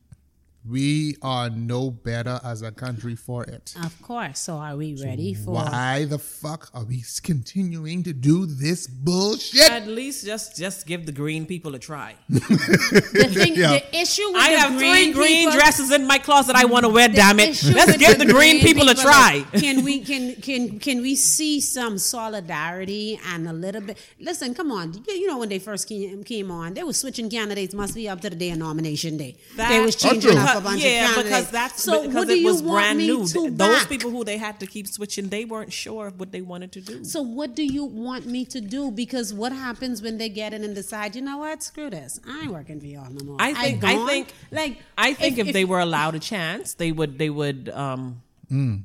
[SPEAKER 2] we are no better as a country for it.
[SPEAKER 3] Of course. So are we ready Uh, for?
[SPEAKER 2] Why the fuck are we continuing to do this bullshit?
[SPEAKER 1] At least just just give the green people a try.
[SPEAKER 3] The thing,
[SPEAKER 2] Yeah.
[SPEAKER 3] the issue with
[SPEAKER 1] I
[SPEAKER 3] the
[SPEAKER 1] have three
[SPEAKER 3] green,
[SPEAKER 1] green
[SPEAKER 3] people,
[SPEAKER 1] dresses in my closet I want to wear. Damn it!
[SPEAKER 3] issue
[SPEAKER 1] Let's
[SPEAKER 3] with
[SPEAKER 1] give the green people a try.
[SPEAKER 3] is, Can we can can can we see some solidarity and a little bit? Listen, come on. You, you know when they first came, came on, they were switching candidates. Must be up to the day of nomination day. they
[SPEAKER 1] That-
[SPEAKER 3] was changing
[SPEAKER 2] true.
[SPEAKER 3] up a bunch
[SPEAKER 1] yeah,
[SPEAKER 3] of candidates.
[SPEAKER 1] because that's
[SPEAKER 3] so.
[SPEAKER 1] because
[SPEAKER 3] what do
[SPEAKER 1] it
[SPEAKER 3] you
[SPEAKER 1] was
[SPEAKER 3] want
[SPEAKER 1] brand
[SPEAKER 3] me
[SPEAKER 1] new.
[SPEAKER 3] To
[SPEAKER 1] Those
[SPEAKER 3] back?
[SPEAKER 1] people who they had to keep switching, they weren't sure of what they wanted to do.
[SPEAKER 3] So what do you want me to do? Because what happens when they get in and decide, you know what, screw this, I ain't working for y'all no more.
[SPEAKER 1] I think- I
[SPEAKER 3] gone.
[SPEAKER 1] think-
[SPEAKER 3] like
[SPEAKER 1] I think if, they were allowed a chance, they would they would um
[SPEAKER 2] Mm.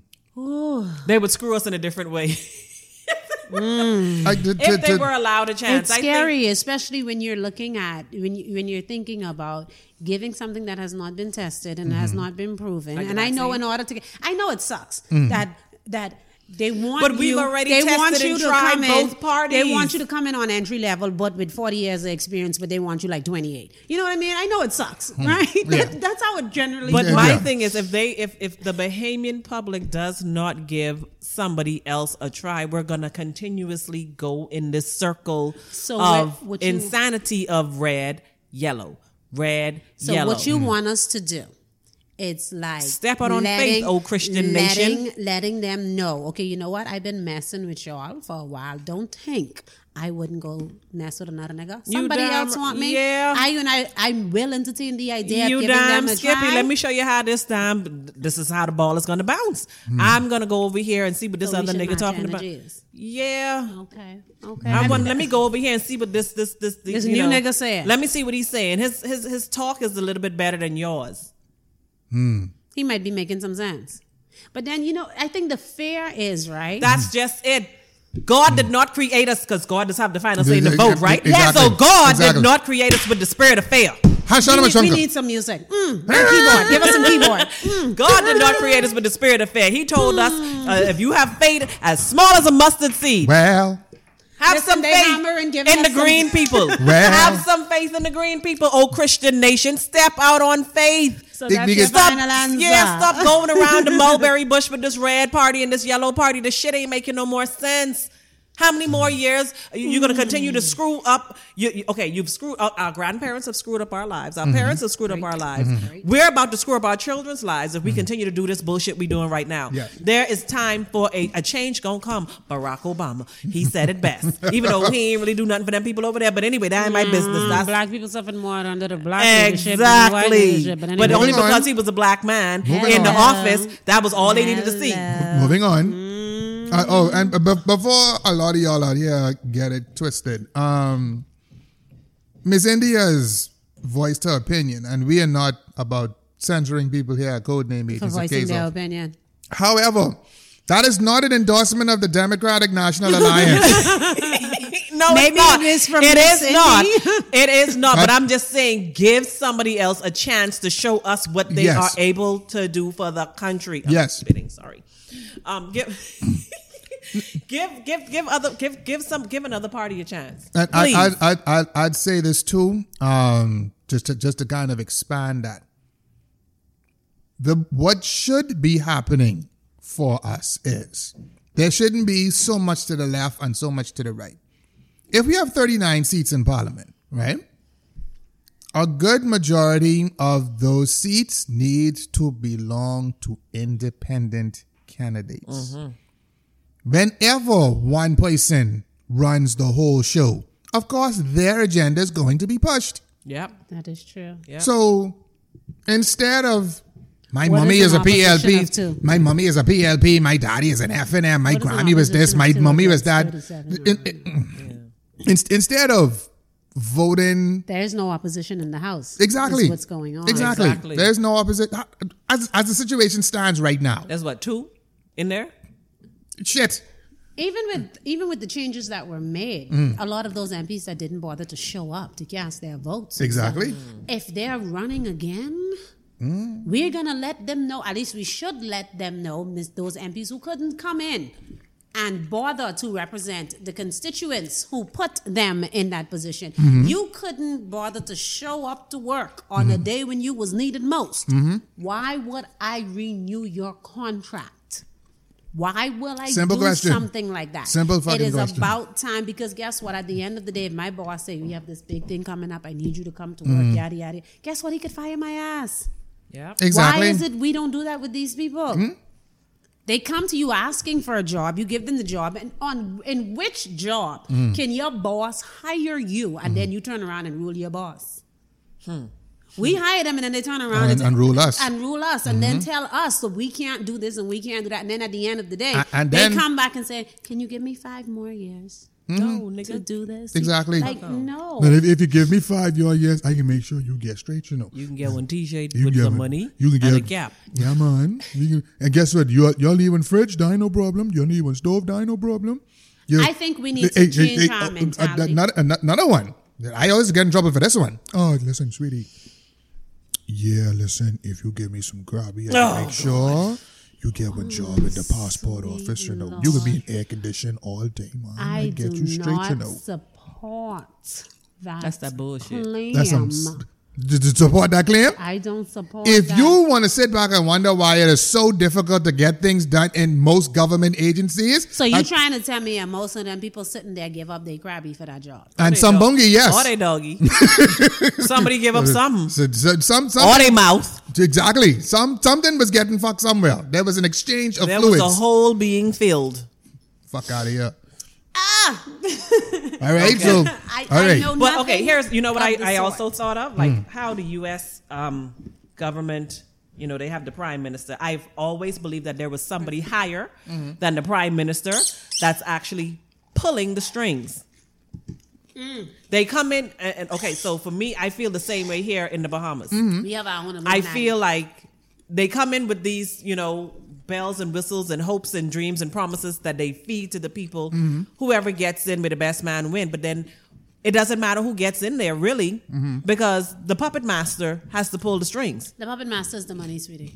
[SPEAKER 1] they would screw us in a different way
[SPEAKER 2] Like, to- to-
[SPEAKER 1] if they
[SPEAKER 2] to-
[SPEAKER 1] were allowed a chance.
[SPEAKER 3] it's scary, especially when you're looking at when you, when you're thinking about giving something that has not been tested and
[SPEAKER 1] Mm-hmm.
[SPEAKER 3] has not been proven. and I know in order to, get, I know it sucks that that. They want
[SPEAKER 1] Mm-hmm. But we've
[SPEAKER 3] you,
[SPEAKER 1] already
[SPEAKER 3] they
[SPEAKER 1] tested
[SPEAKER 3] want you
[SPEAKER 1] and
[SPEAKER 3] to
[SPEAKER 1] tried
[SPEAKER 3] come in,
[SPEAKER 1] both parties.
[SPEAKER 3] They want you to come in on entry level, but with 40 years of experience, but they want you like 28. You know what I mean? I know it sucks, right? That- that's how it generally
[SPEAKER 1] Hmm. But
[SPEAKER 2] Yeah.
[SPEAKER 1] my
[SPEAKER 2] Yeah.
[SPEAKER 1] thing is, if they, if if the Bahamian public does not give somebody else a try, we're gonna continuously go in this circle
[SPEAKER 3] So
[SPEAKER 1] of
[SPEAKER 3] what- what you-
[SPEAKER 1] insanity of red, yellow, red,
[SPEAKER 3] So
[SPEAKER 1] yellow. Mm.
[SPEAKER 3] what you want us to do? It's like
[SPEAKER 1] Step out on faith, oh Christian
[SPEAKER 3] letting,
[SPEAKER 1] nation.
[SPEAKER 3] Letting them know, okay, you know what? I've been messing with y'all for a while. Don't think I wouldn't go mess with another nigga.
[SPEAKER 1] You
[SPEAKER 3] Somebody
[SPEAKER 1] damn-
[SPEAKER 3] else want me?
[SPEAKER 1] yeah.
[SPEAKER 3] I and I, I'm will entertain the idea
[SPEAKER 1] you
[SPEAKER 3] of giving
[SPEAKER 1] damn
[SPEAKER 3] them a
[SPEAKER 1] Skippy,
[SPEAKER 3] try.
[SPEAKER 1] let me show you how this time. This is how the ball is gonna bounce.
[SPEAKER 2] Hmm.
[SPEAKER 1] I'm gonna go over here and see what this
[SPEAKER 3] So we
[SPEAKER 1] other
[SPEAKER 3] should
[SPEAKER 1] nigga
[SPEAKER 3] not
[SPEAKER 1] talking
[SPEAKER 3] damage
[SPEAKER 1] about.
[SPEAKER 3] is.
[SPEAKER 1] Yeah.
[SPEAKER 3] Okay, okay.
[SPEAKER 1] I want. Let me go over here and see what this this this
[SPEAKER 3] This
[SPEAKER 1] you
[SPEAKER 3] new
[SPEAKER 1] know,
[SPEAKER 3] nigga said.
[SPEAKER 1] Let me see what he's saying. His his his talk is a little bit better than yours.
[SPEAKER 3] He might be making some sense, but then you know, I think the fear is right.
[SPEAKER 1] That's just it. God did not create us because God does have the final say in the
[SPEAKER 2] Exactly.
[SPEAKER 1] vote, right?
[SPEAKER 2] Exactly.
[SPEAKER 1] So God
[SPEAKER 2] Exactly.
[SPEAKER 1] did not create us with the spirit of fear.
[SPEAKER 2] Hi,
[SPEAKER 3] we,
[SPEAKER 2] Shana
[SPEAKER 3] need, we
[SPEAKER 2] Machanka.
[SPEAKER 3] need some music. Mm, keyboard. Give us some keyboard.
[SPEAKER 1] Mm, God did not create us with the spirit of fear. He told us,
[SPEAKER 3] Mm.
[SPEAKER 1] uh, if you have faith as small as a mustard seed,
[SPEAKER 2] Well,
[SPEAKER 1] have
[SPEAKER 3] Listen,
[SPEAKER 1] some
[SPEAKER 3] they
[SPEAKER 1] faith
[SPEAKER 3] hammer and giving
[SPEAKER 1] in the
[SPEAKER 3] us some-
[SPEAKER 1] green people.
[SPEAKER 2] Well.
[SPEAKER 1] Have some faith in the green people, oh Christian nation. Step out on faith.
[SPEAKER 3] So
[SPEAKER 2] Big
[SPEAKER 3] that's
[SPEAKER 2] niggas-
[SPEAKER 3] your
[SPEAKER 2] Stop.
[SPEAKER 3] final answer.
[SPEAKER 1] Yeah, stop going around the mulberry bush with this red party and this yellow party. This shit ain't making no more sense. How many more years are you going to continue to screw up? You, you- okay, you've screwed up. Our grandparents have screwed up our lives. Our parents have screwed up our lives. We're about to screw up our children's lives if we continue to do this bullshit we're doing right now.
[SPEAKER 2] Yeah.
[SPEAKER 1] There is time for a, a change going to come. Barack Obama, he said it best. Even though he ain't really do nothing for them people over there. But anyway, that ain't my business. That's
[SPEAKER 3] black people suffering more under the black leadership than white
[SPEAKER 1] Exactly.
[SPEAKER 3] leadership.
[SPEAKER 1] But,
[SPEAKER 3] anyway,
[SPEAKER 1] only
[SPEAKER 2] Moving on.
[SPEAKER 1] because he was a black man
[SPEAKER 2] Moving
[SPEAKER 1] in the
[SPEAKER 2] on.
[SPEAKER 1] office, that was all they needed to see.
[SPEAKER 2] moving on.
[SPEAKER 3] Mm.
[SPEAKER 2] Uh, oh, and b- b- before a lot of y'all out here get it twisted, um, Miss India's voiced her opinion, and we are not about censoring people here at Codename
[SPEAKER 3] for
[SPEAKER 2] Agency.
[SPEAKER 3] voicing
[SPEAKER 2] Case
[SPEAKER 3] their
[SPEAKER 2] of.
[SPEAKER 3] opinion.
[SPEAKER 2] However, that is not an endorsement of the Democratic National Alliance.
[SPEAKER 1] No,
[SPEAKER 3] Maybe
[SPEAKER 1] it's not.
[SPEAKER 3] it is from
[SPEAKER 1] It
[SPEAKER 3] Miss
[SPEAKER 1] is not.
[SPEAKER 3] Cindy.
[SPEAKER 1] It is not. But
[SPEAKER 2] But-
[SPEAKER 1] I'm just saying, give somebody else a chance to show us what they
[SPEAKER 2] Yes.
[SPEAKER 1] are able to do for the country. I'm
[SPEAKER 2] Yes.
[SPEAKER 1] spitting. Sorry. Um, give. Give give give other give give some give another party a chance.
[SPEAKER 2] and
[SPEAKER 1] Please.
[SPEAKER 2] I, I, I, I, I'd say this too, um, just to, just to kind of expand that. The what should be happening for us is there shouldn't be so much to the left and so much to the right. If we have 39 seats in parliament, right? A good majority of those seats need to belong to independent candidates. Whenever one person runs the whole show, of course their agenda is going to be pushed.
[SPEAKER 1] yep.
[SPEAKER 3] That is true.
[SPEAKER 1] Yeah.
[SPEAKER 2] So instead of my
[SPEAKER 3] What
[SPEAKER 2] mommy
[SPEAKER 3] is
[SPEAKER 2] is a
[SPEAKER 3] an opposition of two?
[SPEAKER 2] PLP, my mommy is a PLP, my daddy is an FNM, my
[SPEAKER 3] What is an
[SPEAKER 2] grammy was this,
[SPEAKER 3] opposition
[SPEAKER 2] my
[SPEAKER 3] of two
[SPEAKER 2] mommy was that.
[SPEAKER 3] against 37
[SPEAKER 2] In- in- in- instead of voting
[SPEAKER 3] There is no opposition in the house.
[SPEAKER 2] Exactly.
[SPEAKER 3] is what's going on?
[SPEAKER 2] Exactly.
[SPEAKER 1] Exactly.
[SPEAKER 2] There's no opposite. As, as the situation stands right now,
[SPEAKER 1] That's what two in there.
[SPEAKER 2] shit.
[SPEAKER 3] Even with even with the changes that were made,
[SPEAKER 2] Mm.
[SPEAKER 3] a lot of those MPs that didn't bother to show up to cast their votes.
[SPEAKER 2] Exactly.
[SPEAKER 3] If they're running again, We're gonna let them know. At least we should let them know, Miss, those MPs who couldn't come in and bother to represent the constituents who put them in that position.
[SPEAKER 2] Mm-hmm.
[SPEAKER 3] You couldn't bother to show up to work on the day when you was needed most.
[SPEAKER 2] Mm-hmm.
[SPEAKER 3] Why would I renew your contract? Why will I
[SPEAKER 2] Simple
[SPEAKER 3] do
[SPEAKER 2] question.
[SPEAKER 3] something like that?
[SPEAKER 2] Simple
[SPEAKER 3] It
[SPEAKER 2] fucking
[SPEAKER 3] is
[SPEAKER 2] question.
[SPEAKER 3] about time because guess what? At the end of the day, if my boss say we have this big thing coming up, I need you to come to work,
[SPEAKER 2] Mm.
[SPEAKER 3] yada yada. Guess what? He could fire my ass.
[SPEAKER 1] Yeah.
[SPEAKER 2] Exactly. Hmm?
[SPEAKER 3] Why is it we don't do that with these people? They come to you asking for a job. You give them the job, and on in which job
[SPEAKER 2] Hmm.
[SPEAKER 3] can your boss hire you, and then you turn around and rule your boss? We hire them, and then they turn around
[SPEAKER 2] And- and rule us.
[SPEAKER 3] and rule us, and
[SPEAKER 2] Mm-hmm.
[SPEAKER 3] then tell us that we can't do this and we can't do that. And then at the end of the day,
[SPEAKER 2] A- and
[SPEAKER 3] they
[SPEAKER 2] then-
[SPEAKER 3] come back and say, "Can you give me five more years
[SPEAKER 1] No,
[SPEAKER 2] Mm-hmm.
[SPEAKER 3] to
[SPEAKER 1] nigga.
[SPEAKER 3] do this?"
[SPEAKER 2] Exactly.
[SPEAKER 3] Like
[SPEAKER 1] Oh.
[SPEAKER 3] no,
[SPEAKER 2] But if, if you give me five your yes, I can make sure you get straight, you know.
[SPEAKER 1] You can get one T-shirt
[SPEAKER 2] You
[SPEAKER 1] with
[SPEAKER 2] get
[SPEAKER 1] some
[SPEAKER 2] it.
[SPEAKER 1] money
[SPEAKER 2] You can get
[SPEAKER 1] and a
[SPEAKER 2] it.
[SPEAKER 1] cap.
[SPEAKER 2] Yeah, man. You can, and guess what? You're you're leaving fridge, die no problem. You're leaving stove, die no problem. You-
[SPEAKER 3] I think we need
[SPEAKER 2] Hey,
[SPEAKER 3] to
[SPEAKER 2] hey,
[SPEAKER 3] change
[SPEAKER 2] hey,
[SPEAKER 3] our
[SPEAKER 2] uh, uh,
[SPEAKER 3] mentality.
[SPEAKER 2] Another, another one. I always get in trouble for this one. Oh, listen, sweetie. Yeah, listen. If you give me some grabby, I'll
[SPEAKER 1] Oh,
[SPEAKER 2] make sure you get a
[SPEAKER 3] Oh,
[SPEAKER 2] job at the passport office. You know, you could be in air condition all day, man.
[SPEAKER 3] I,
[SPEAKER 2] I'll get
[SPEAKER 3] do
[SPEAKER 2] you straight.
[SPEAKER 3] not
[SPEAKER 2] You know,
[SPEAKER 3] support that.
[SPEAKER 1] That's that bullshit.
[SPEAKER 3] Claim.
[SPEAKER 2] that's some s- d- d- support that claim.
[SPEAKER 3] I don't support.
[SPEAKER 2] If
[SPEAKER 3] that.
[SPEAKER 2] you want to sit back and wonder why it is so difficult to get things done in most government agencies,
[SPEAKER 3] so you
[SPEAKER 2] I-
[SPEAKER 3] trying to tell me, and most of them people sitting there give up their crabby for that job.
[SPEAKER 2] and
[SPEAKER 1] They
[SPEAKER 2] some
[SPEAKER 1] dog-
[SPEAKER 2] bungie,
[SPEAKER 1] Or they
[SPEAKER 2] yes,
[SPEAKER 1] doggy. Somebody give up something.
[SPEAKER 2] So- so- some, some,
[SPEAKER 1] Or they mouth.
[SPEAKER 2] exactly, some something was getting fucked somewhere. There was an exchange of
[SPEAKER 1] There was
[SPEAKER 2] fluids.
[SPEAKER 1] a hole being filled.
[SPEAKER 2] Fuck out of here. Ah. all right, so
[SPEAKER 3] I,
[SPEAKER 2] all
[SPEAKER 3] I
[SPEAKER 2] right.
[SPEAKER 3] know
[SPEAKER 1] But
[SPEAKER 3] nothing
[SPEAKER 1] okay, here's you know what I,
[SPEAKER 3] of the
[SPEAKER 1] I
[SPEAKER 3] sort.
[SPEAKER 1] also thought of like how the U.S. Um, government you know they have the prime minister. I've always believed that there was somebody higher
[SPEAKER 3] Mm-hmm.
[SPEAKER 1] than the prime minister that's actually pulling the strings.
[SPEAKER 3] Mm.
[SPEAKER 1] They come in and, and okay, so for me, I feel the same way here in the Bahamas.
[SPEAKER 2] Hmm?
[SPEAKER 3] we have our own.
[SPEAKER 1] I
[SPEAKER 3] Illuminati.
[SPEAKER 1] feel like they come in with these, you know, bells and whistles and hopes and dreams and promises that they feed to the people.
[SPEAKER 3] Mm-hmm.
[SPEAKER 1] Whoever gets in with the best man win. But then it doesn't matter who gets in there really,
[SPEAKER 3] Mm-hmm.
[SPEAKER 1] because the puppet master has to pull the strings.
[SPEAKER 3] the puppet master's the money, sweetie.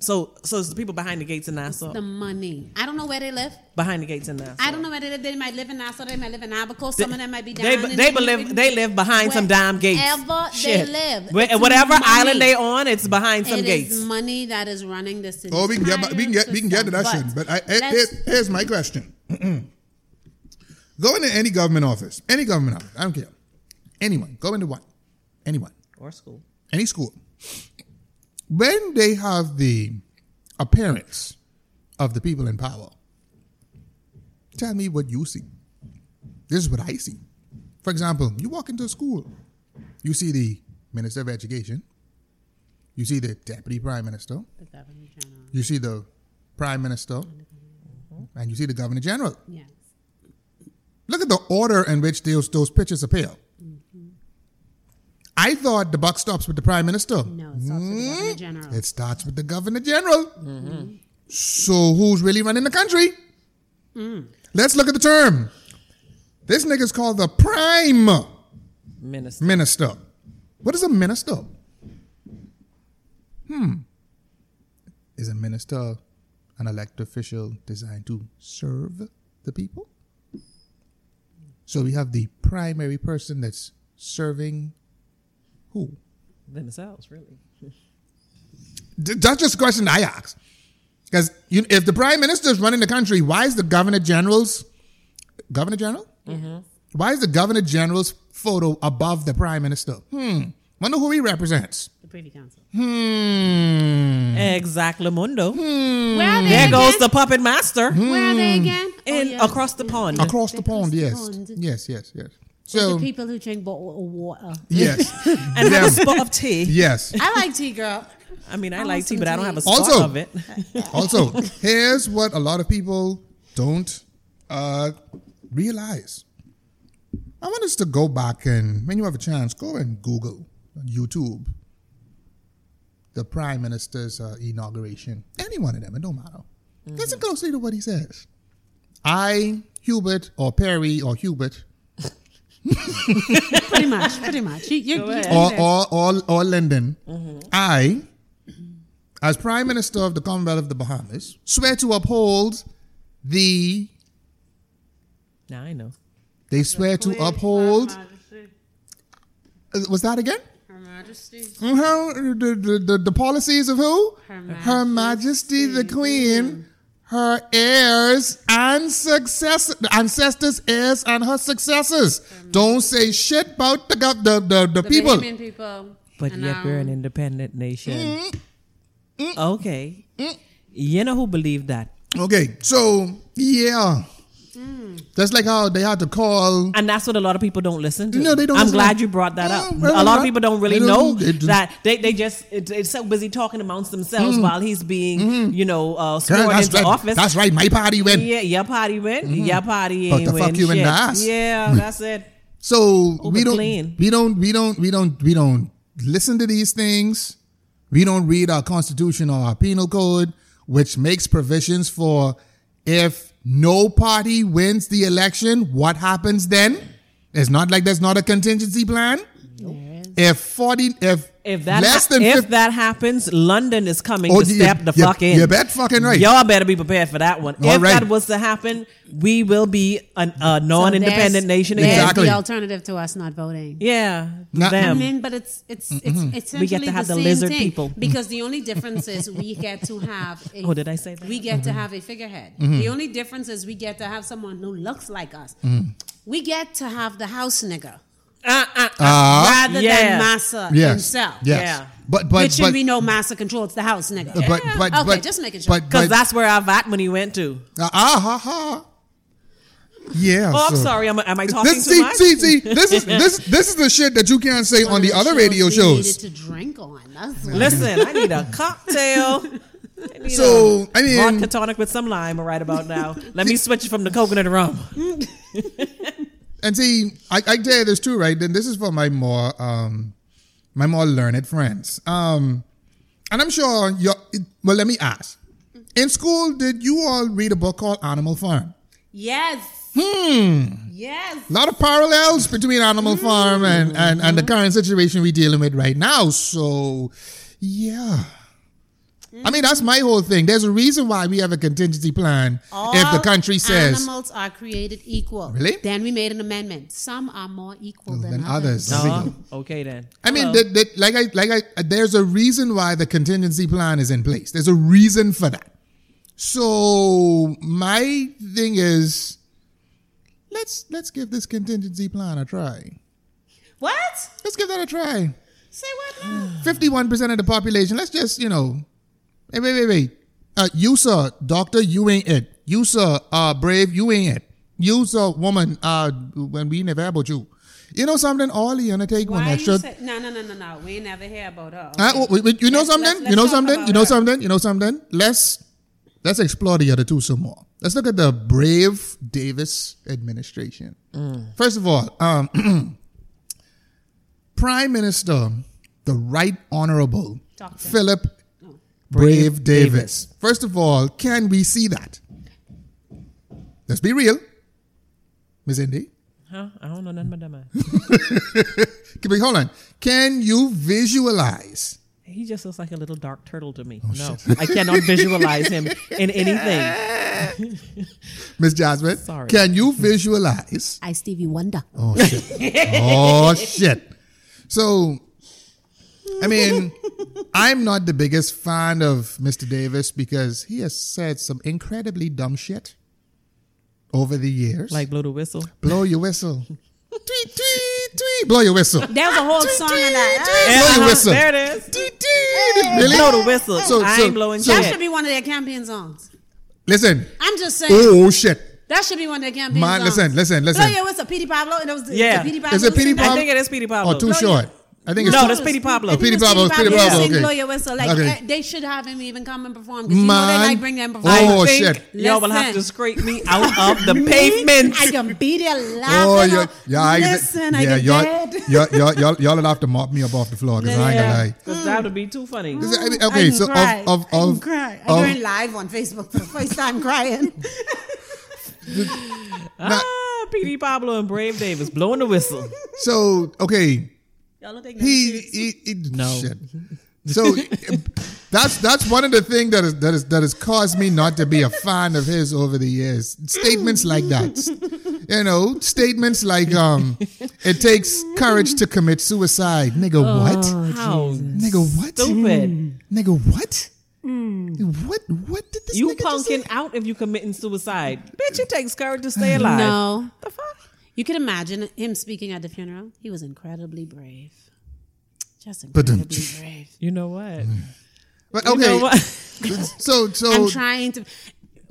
[SPEAKER 1] So, so it's the people behind the gates in Nassau,
[SPEAKER 3] The money. I don't know where they live.
[SPEAKER 1] behind the gates in Nassau.
[SPEAKER 3] I don't know where they live. They might live in Nassau. They might live in Abaco. Some of them might be down.
[SPEAKER 1] They,
[SPEAKER 3] in
[SPEAKER 1] they,
[SPEAKER 3] the-
[SPEAKER 1] live, they live behind some damn gates.
[SPEAKER 3] Wherever
[SPEAKER 1] Shit.
[SPEAKER 3] they live,
[SPEAKER 1] Where-
[SPEAKER 3] it's
[SPEAKER 1] whatever
[SPEAKER 3] money.
[SPEAKER 1] island they on, it's behind some
[SPEAKER 3] It
[SPEAKER 1] gates.
[SPEAKER 3] is money that is running this.
[SPEAKER 2] Oh, we can get
[SPEAKER 3] entire
[SPEAKER 2] we can get we can get to that
[SPEAKER 3] system.
[SPEAKER 2] shit. But I, here-
[SPEAKER 3] let's-
[SPEAKER 2] here- here's my question: Go into any government office, any government office, I don't care, anyone, go into one, anyone,
[SPEAKER 1] or school.
[SPEAKER 2] any school. When they have the appearance of the people in power, tell me what you see. This is what I see. For example, you walk into a school, you see the minister of education, you see the deputy prime minister,
[SPEAKER 3] Put that on the channel.
[SPEAKER 2] you see the prime minister and you see the governor general.
[SPEAKER 3] Yes.
[SPEAKER 2] Look at the order in which those, those pictures appear. I thought the buck stops with the prime minister.
[SPEAKER 3] No, it's also the
[SPEAKER 2] Hmm?
[SPEAKER 3] governor general.
[SPEAKER 2] It starts with the governor general. So who's really running the country? Let's look at the term. This nigga's called the prime
[SPEAKER 1] Minister.
[SPEAKER 2] minister. What is a minister? Hmm. Is a minister an elected official designed to serve the people? So we have the primary person that's serving who?
[SPEAKER 1] Themselves, really.
[SPEAKER 2] Th- That's just a question I ask. Because if the prime minister is running the country, why is the governor general's governor general? Why is the governor general's photo above the prime minister? Hmm. Wonder who he represents.
[SPEAKER 3] The Privy Council.
[SPEAKER 2] Hmm.
[SPEAKER 1] Exactly, Mundo.
[SPEAKER 3] Where are they
[SPEAKER 1] There
[SPEAKER 3] again?
[SPEAKER 1] goes the puppet master
[SPEAKER 2] Mm-hmm.
[SPEAKER 3] Where are they again? Oh,
[SPEAKER 1] in
[SPEAKER 3] yeah.
[SPEAKER 1] across the pond.
[SPEAKER 2] Across the
[SPEAKER 3] Across
[SPEAKER 2] pond,
[SPEAKER 3] the
[SPEAKER 2] yes,
[SPEAKER 3] pond.
[SPEAKER 2] yes, yes, yes.
[SPEAKER 3] The
[SPEAKER 2] So
[SPEAKER 3] people who drink bottled water.
[SPEAKER 2] yes,
[SPEAKER 1] and have a
[SPEAKER 2] Them.
[SPEAKER 1] spot of tea.
[SPEAKER 2] yes.
[SPEAKER 3] I like tea, girl.
[SPEAKER 1] I mean, I
[SPEAKER 3] I
[SPEAKER 1] like
[SPEAKER 3] want
[SPEAKER 1] tea,
[SPEAKER 3] some
[SPEAKER 1] but I don't
[SPEAKER 3] tea.
[SPEAKER 1] have a spot
[SPEAKER 2] Also-
[SPEAKER 1] of it.
[SPEAKER 2] Also, here's what a lot of people don't uh, realize. I want us to go back and, when you have a chance, go and Google, YouTube, the Prime Minister's uh, inauguration. Any one of them, it don't matter.
[SPEAKER 3] Mm.
[SPEAKER 2] Listen closely to what he says. I, Hubert, or Perry, or Hubert,
[SPEAKER 3] pretty much, pretty much. You, you,
[SPEAKER 1] Go
[SPEAKER 3] you-
[SPEAKER 1] ahead.
[SPEAKER 2] or, or, or, or Linden, I, as Prime Minister of the Commonwealth of the Bahamas, swear to uphold the.
[SPEAKER 1] Now I know.
[SPEAKER 2] They swear to uphold.
[SPEAKER 3] Her Majesty,
[SPEAKER 2] uh, Was that again?
[SPEAKER 3] Her Majesty,
[SPEAKER 2] Mhm, The, the, the, the policies of who?
[SPEAKER 3] Her
[SPEAKER 2] Her Majesty the Queen, her heirs and success ancestors, heirs and her successors. Don't say shit about the gov- the, the, the,
[SPEAKER 3] the
[SPEAKER 2] people.
[SPEAKER 3] Bahamian people.
[SPEAKER 1] But
[SPEAKER 3] and,
[SPEAKER 1] yet we're an
[SPEAKER 3] um,
[SPEAKER 1] independent nation. Mm-hmm.
[SPEAKER 2] Mm-hmm.
[SPEAKER 1] Okay. You know who believed that?
[SPEAKER 2] Okay, so yeah, that's like how they had to call.
[SPEAKER 1] And that's what a lot of people don't listen to.
[SPEAKER 2] No, they don't
[SPEAKER 1] I'm
[SPEAKER 2] listen
[SPEAKER 1] glad
[SPEAKER 2] to-
[SPEAKER 1] you brought that up.
[SPEAKER 2] No, no,
[SPEAKER 1] a lot
[SPEAKER 2] no.
[SPEAKER 1] of people don't really
[SPEAKER 2] They
[SPEAKER 1] know
[SPEAKER 2] don't- they do-
[SPEAKER 1] that they, they just it, it's so busy talking amongst themselves while he's being you know uh, sworn
[SPEAKER 2] Girl, Mm-hmm. that's,
[SPEAKER 1] into
[SPEAKER 2] right,
[SPEAKER 1] office.
[SPEAKER 2] that's right. My party went.
[SPEAKER 1] yeah, your party win. Your party
[SPEAKER 2] But
[SPEAKER 1] ain't
[SPEAKER 2] the
[SPEAKER 1] win
[SPEAKER 2] fuck you in
[SPEAKER 1] shit.
[SPEAKER 2] the ass.
[SPEAKER 1] Yeah, that's it.
[SPEAKER 2] So we
[SPEAKER 1] but
[SPEAKER 2] don't,
[SPEAKER 1] clean.
[SPEAKER 2] we don't, we don't, we don't, we don't listen to these things. We don't read our constitution or our penal code, which makes provisions for if no party wins the election, what happens then? It's not like there's not a contingency plan. If forty, if,
[SPEAKER 1] If that
[SPEAKER 2] less
[SPEAKER 1] ha-
[SPEAKER 2] than
[SPEAKER 1] if
[SPEAKER 2] 50,
[SPEAKER 1] that happens, London is coming
[SPEAKER 2] Oh,
[SPEAKER 1] to
[SPEAKER 2] you-
[SPEAKER 1] step the
[SPEAKER 2] you-
[SPEAKER 1] fuck in.
[SPEAKER 2] you bet fucking right.
[SPEAKER 1] Y'all better be prepared for that one.
[SPEAKER 2] All
[SPEAKER 1] if
[SPEAKER 2] right.
[SPEAKER 1] that was to happen, we will be an, a non-independent
[SPEAKER 3] there's-
[SPEAKER 1] nation
[SPEAKER 3] there's
[SPEAKER 1] again.
[SPEAKER 2] Exactly.
[SPEAKER 3] The alternative to us not voting.
[SPEAKER 1] Yeah,
[SPEAKER 2] Not-
[SPEAKER 3] I
[SPEAKER 1] them.
[SPEAKER 3] mean, but it's it's it's essentially
[SPEAKER 1] get to have
[SPEAKER 3] the,
[SPEAKER 1] the
[SPEAKER 3] same
[SPEAKER 1] lizard
[SPEAKER 3] thing
[SPEAKER 1] people. Mm-hmm.
[SPEAKER 3] because the only difference is we get to have. A,
[SPEAKER 1] Oh, did I say that? Mm-hmm.
[SPEAKER 3] We get to have a figurehead. The only difference is we get to have someone who looks like us.
[SPEAKER 1] Mm-hmm.
[SPEAKER 3] We get to have the house nigger
[SPEAKER 1] Uh, uh, uh.
[SPEAKER 2] Ah,
[SPEAKER 3] rather
[SPEAKER 1] Yeah.
[SPEAKER 3] than massa
[SPEAKER 2] yes,
[SPEAKER 3] himself.
[SPEAKER 2] yes.
[SPEAKER 1] Yeah.
[SPEAKER 2] But but
[SPEAKER 3] Which should
[SPEAKER 2] but,
[SPEAKER 3] be no massa control. It's the house nigger.
[SPEAKER 2] but but but
[SPEAKER 3] okay,
[SPEAKER 2] but-
[SPEAKER 3] just making sure.
[SPEAKER 2] But,
[SPEAKER 1] Because
[SPEAKER 2] but,
[SPEAKER 1] that's where our VAT money went to.
[SPEAKER 2] ah ha ha. Yeah.
[SPEAKER 1] Oh, I'm
[SPEAKER 2] so-
[SPEAKER 1] sorry. Am, I- am I talking
[SPEAKER 2] This,
[SPEAKER 1] too
[SPEAKER 2] see,
[SPEAKER 1] much?
[SPEAKER 2] see, see, this is this this is the shit that you can't say on the other radio
[SPEAKER 3] we
[SPEAKER 2] shows.
[SPEAKER 3] Needed to drink on. That's what-
[SPEAKER 1] Listen, I need a cocktail. I need
[SPEAKER 2] So,
[SPEAKER 1] a
[SPEAKER 2] I mean-
[SPEAKER 1] vodka tonic with some lime right about now. Let me switch it from the coconut to rum.
[SPEAKER 2] And see, I, I tell you this too, right? Then this is for my more um my more learned friends. Um and I'm sure you well let me ask. In school, did you all read a book called Animal Farm?
[SPEAKER 3] Yes.
[SPEAKER 1] Hmm.
[SPEAKER 3] Yes.
[SPEAKER 2] A lot of parallels between Animal Farm and, and, and the current situation we're dealing with right now. So, yeah. I mean, that's my whole thing. There's a reason why we have a contingency plan if the
[SPEAKER 3] All
[SPEAKER 2] country says.
[SPEAKER 3] animals are created equal.
[SPEAKER 2] Really?
[SPEAKER 3] Then we made an amendment. Some are more equal than,
[SPEAKER 2] than
[SPEAKER 3] others.
[SPEAKER 2] others. There we go.
[SPEAKER 1] Oh, okay then.
[SPEAKER 2] I mean,
[SPEAKER 1] Hello.
[SPEAKER 2] that, that, like I, like I, there's a reason why the contingency plan is in place. There's a reason for that. So my thing is, let's let's give this contingency plan a try.
[SPEAKER 3] What?
[SPEAKER 2] Let's give that a try.
[SPEAKER 3] Say what now?
[SPEAKER 2] Fifty-one percent of the population. Let's just you know, hey, wait, wait, wait. Uh, you sir, doctor, you ain't it. You sir, uh, brave, you ain't it. You sir, woman, uh, when we never about you. You know something? All the undertake one
[SPEAKER 3] Why you
[SPEAKER 2] extra.
[SPEAKER 3] say, no, no, no, no, no. We ain't never hear about her.
[SPEAKER 2] Uh,
[SPEAKER 3] Okay.
[SPEAKER 2] wait, wait, you know
[SPEAKER 3] Let's-
[SPEAKER 2] something?
[SPEAKER 3] let's-
[SPEAKER 2] you know
[SPEAKER 3] let's talk
[SPEAKER 2] something?
[SPEAKER 3] about
[SPEAKER 2] You know
[SPEAKER 3] that.
[SPEAKER 2] something? You know something? Let's let's explore the other two some more. Let's look at the brave Davis administration.
[SPEAKER 3] Mm.
[SPEAKER 2] First of all, um, Prime Minister, the Right Honorable
[SPEAKER 3] Doctor.
[SPEAKER 2] Philip Brave Davis. First of all, can we see that? Let's be real, Ms. Indy.
[SPEAKER 1] Huh? I don't know nothing about that man.
[SPEAKER 2] Wait, Hold on. Can you visualize
[SPEAKER 1] He just looks like a little dark turtle to
[SPEAKER 2] Oh,
[SPEAKER 1] me. no, I cannot visualize him in anything.
[SPEAKER 2] Miss Jasmine.
[SPEAKER 1] Sorry.
[SPEAKER 2] Can you visualize?
[SPEAKER 3] I Stevie Wonder.
[SPEAKER 2] Oh shit. oh shit. So I mean, I'm not the biggest fan of Mr. Davis because he has said some incredibly dumb shit over the years.
[SPEAKER 1] Like blow the whistle.
[SPEAKER 2] blow your whistle. tweet, tweet, tweet. Blow your whistle. Blow
[SPEAKER 3] There was a whole song in that.
[SPEAKER 2] your
[SPEAKER 1] Uh-huh,
[SPEAKER 2] whistle.
[SPEAKER 1] There it is.
[SPEAKER 2] Tweet, tweet. Really?
[SPEAKER 1] Blow the whistle. I ain't blowing
[SPEAKER 2] so,
[SPEAKER 1] shit.
[SPEAKER 3] That should be one of their campaign songs.
[SPEAKER 2] Listen.
[SPEAKER 3] I'm just saying.
[SPEAKER 2] Oh shit.
[SPEAKER 3] That should be one of their campaign
[SPEAKER 2] Man,
[SPEAKER 3] songs.
[SPEAKER 2] listen, listen, listen.
[SPEAKER 3] Blow your whistle, Petey Pablo. And it was
[SPEAKER 1] Yeah.
[SPEAKER 3] Petey Pablo.
[SPEAKER 2] Is it Petey
[SPEAKER 1] I
[SPEAKER 2] Pablo?
[SPEAKER 1] think it is Petty Pablo.
[SPEAKER 2] Or Oh, too short. I think it's
[SPEAKER 1] No,
[SPEAKER 2] too-
[SPEAKER 1] that's Petey Pablo.
[SPEAKER 2] Petey Pablo,
[SPEAKER 3] Pablo.
[SPEAKER 2] Petey Pablo,
[SPEAKER 3] Sing
[SPEAKER 2] okay.
[SPEAKER 3] Blow your whistle. Like,
[SPEAKER 2] Okay.
[SPEAKER 3] eh, They should have him even come and perform. Because you know they
[SPEAKER 2] Man.
[SPEAKER 3] like bring them perform.
[SPEAKER 1] I
[SPEAKER 2] Oh,
[SPEAKER 1] think
[SPEAKER 2] shit.
[SPEAKER 1] Y'all will have to
[SPEAKER 3] Listen.
[SPEAKER 1] scrape me out of the
[SPEAKER 3] Me,
[SPEAKER 1] pavement.
[SPEAKER 3] I can be there laughing.
[SPEAKER 2] Oh,
[SPEAKER 3] Oh,
[SPEAKER 2] yeah, yeah, I,
[SPEAKER 3] listen, I
[SPEAKER 2] yeah,
[SPEAKER 3] can
[SPEAKER 2] y'all,
[SPEAKER 3] dead.
[SPEAKER 2] y'all, y'all, y'all, y'all would have to mop me up off the floor because I ain't gonna lie.
[SPEAKER 1] 'Cause that would be too funny.
[SPEAKER 2] Is it- I mean,
[SPEAKER 3] I
[SPEAKER 2] okay,
[SPEAKER 3] can
[SPEAKER 2] so
[SPEAKER 3] cry.
[SPEAKER 2] of of
[SPEAKER 3] I can
[SPEAKER 2] of,
[SPEAKER 3] cry. I
[SPEAKER 2] of-
[SPEAKER 3] went live on Facebook for the first time crying.
[SPEAKER 2] now,
[SPEAKER 1] Ah, PD Pablo and Brave Davis blowing the whistle.
[SPEAKER 2] So okay,
[SPEAKER 3] Y'all don't take
[SPEAKER 2] he,
[SPEAKER 3] he,
[SPEAKER 2] he, he
[SPEAKER 1] No.
[SPEAKER 2] shit. So that's that's one of the things that is that is that has caused me not to be a fan of his over the years. Statements like that, you know, statements like um, it takes courage to commit suicide, nigga. What,
[SPEAKER 1] How
[SPEAKER 2] nigga? What,
[SPEAKER 1] Oh, stupid!
[SPEAKER 2] nigga? What?
[SPEAKER 3] Mm.
[SPEAKER 2] What? What did this
[SPEAKER 1] You
[SPEAKER 2] nigga just
[SPEAKER 1] punking out if you committing suicide, bitch. It takes courage to stay alive.
[SPEAKER 3] No.
[SPEAKER 1] The fuck?
[SPEAKER 3] You can imagine him speaking at the funeral. He was incredibly brave. Just
[SPEAKER 2] Ba-dum.
[SPEAKER 3] incredibly brave.
[SPEAKER 1] You know what?
[SPEAKER 2] But
[SPEAKER 1] You
[SPEAKER 2] okay,
[SPEAKER 1] know what?
[SPEAKER 2] so so
[SPEAKER 3] I'm trying to.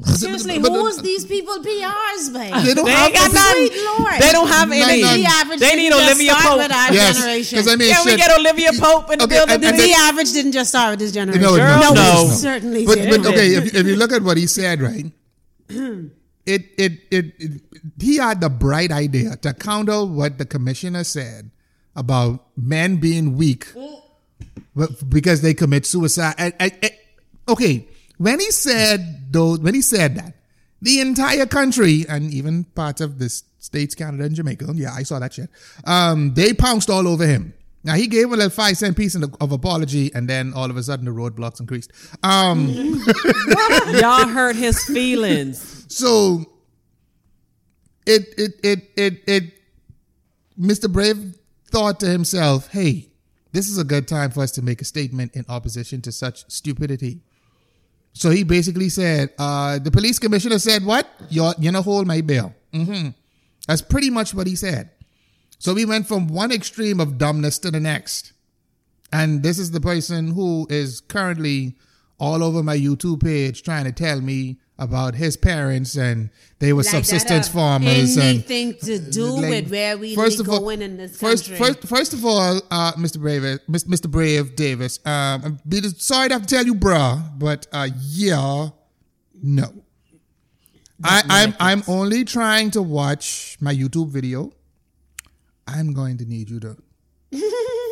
[SPEAKER 3] Seriously,
[SPEAKER 2] Oh. but-
[SPEAKER 3] who's these people PRs,
[SPEAKER 2] they
[SPEAKER 3] babe?
[SPEAKER 2] don't
[SPEAKER 1] They
[SPEAKER 2] have
[SPEAKER 1] ain't got
[SPEAKER 2] to-
[SPEAKER 1] none.
[SPEAKER 3] Sweet Lord.
[SPEAKER 1] They don't have
[SPEAKER 2] None,
[SPEAKER 1] any.
[SPEAKER 2] none.
[SPEAKER 3] The average
[SPEAKER 1] They
[SPEAKER 3] didn't
[SPEAKER 1] need
[SPEAKER 3] just
[SPEAKER 1] Olivia
[SPEAKER 3] start
[SPEAKER 1] Pope.
[SPEAKER 3] With our
[SPEAKER 2] Yes,
[SPEAKER 3] generation.
[SPEAKER 2] because I mean,
[SPEAKER 1] Can we
[SPEAKER 2] shit.
[SPEAKER 1] get Olivia Pope in the
[SPEAKER 2] Okay,
[SPEAKER 1] building?
[SPEAKER 2] and-
[SPEAKER 3] the
[SPEAKER 2] and then-
[SPEAKER 3] average didn't just start with this generation.
[SPEAKER 2] No, it
[SPEAKER 1] Girl,
[SPEAKER 2] didn't.
[SPEAKER 1] no.
[SPEAKER 2] It
[SPEAKER 3] Certainly
[SPEAKER 2] But,
[SPEAKER 3] didn't.
[SPEAKER 2] but okay, if, if you look at what he said, right? It, it it it he had the bright idea to counter what the commissioner said about men being weak but- because they commit suicide. I, I, I- okay, when he said those, when he said that, the entire country and even parts of the states, Canada and Jamaica, yeah, I saw that shit. Um, they pounced all over him. Now he gave a little five cent piece in the, of apology, and then all of a sudden the roadblocks increased. Um,
[SPEAKER 1] Y'all hurt his feelings.
[SPEAKER 2] so it it it it it, Mr. Brave thought to himself, "Hey, this is a good time for us to make a statement in opposition to such stupidity." So he basically said, uh, "The police commissioner said what? You're you're gonna hold my bail." hmm That's pretty much what he said. So we went from one extreme of dumbness to the next. And this is the person who is currently all over my YouTube page trying to tell me about his parents and they were subsistence farmers and
[SPEAKER 3] uh, Anything to do
[SPEAKER 2] like,
[SPEAKER 3] with where we
[SPEAKER 2] first
[SPEAKER 3] first
[SPEAKER 2] of all-
[SPEAKER 3] going in this
[SPEAKER 2] First,
[SPEAKER 3] country.
[SPEAKER 2] first, first of all, uh, Mr. Brave, Mis- Mr. Brave Davis, um, I'm be- sorry to have to tell you, bruh, but uh, yeah, no. I, I'm I'm only trying to watch my YouTube video. I'm going to need you to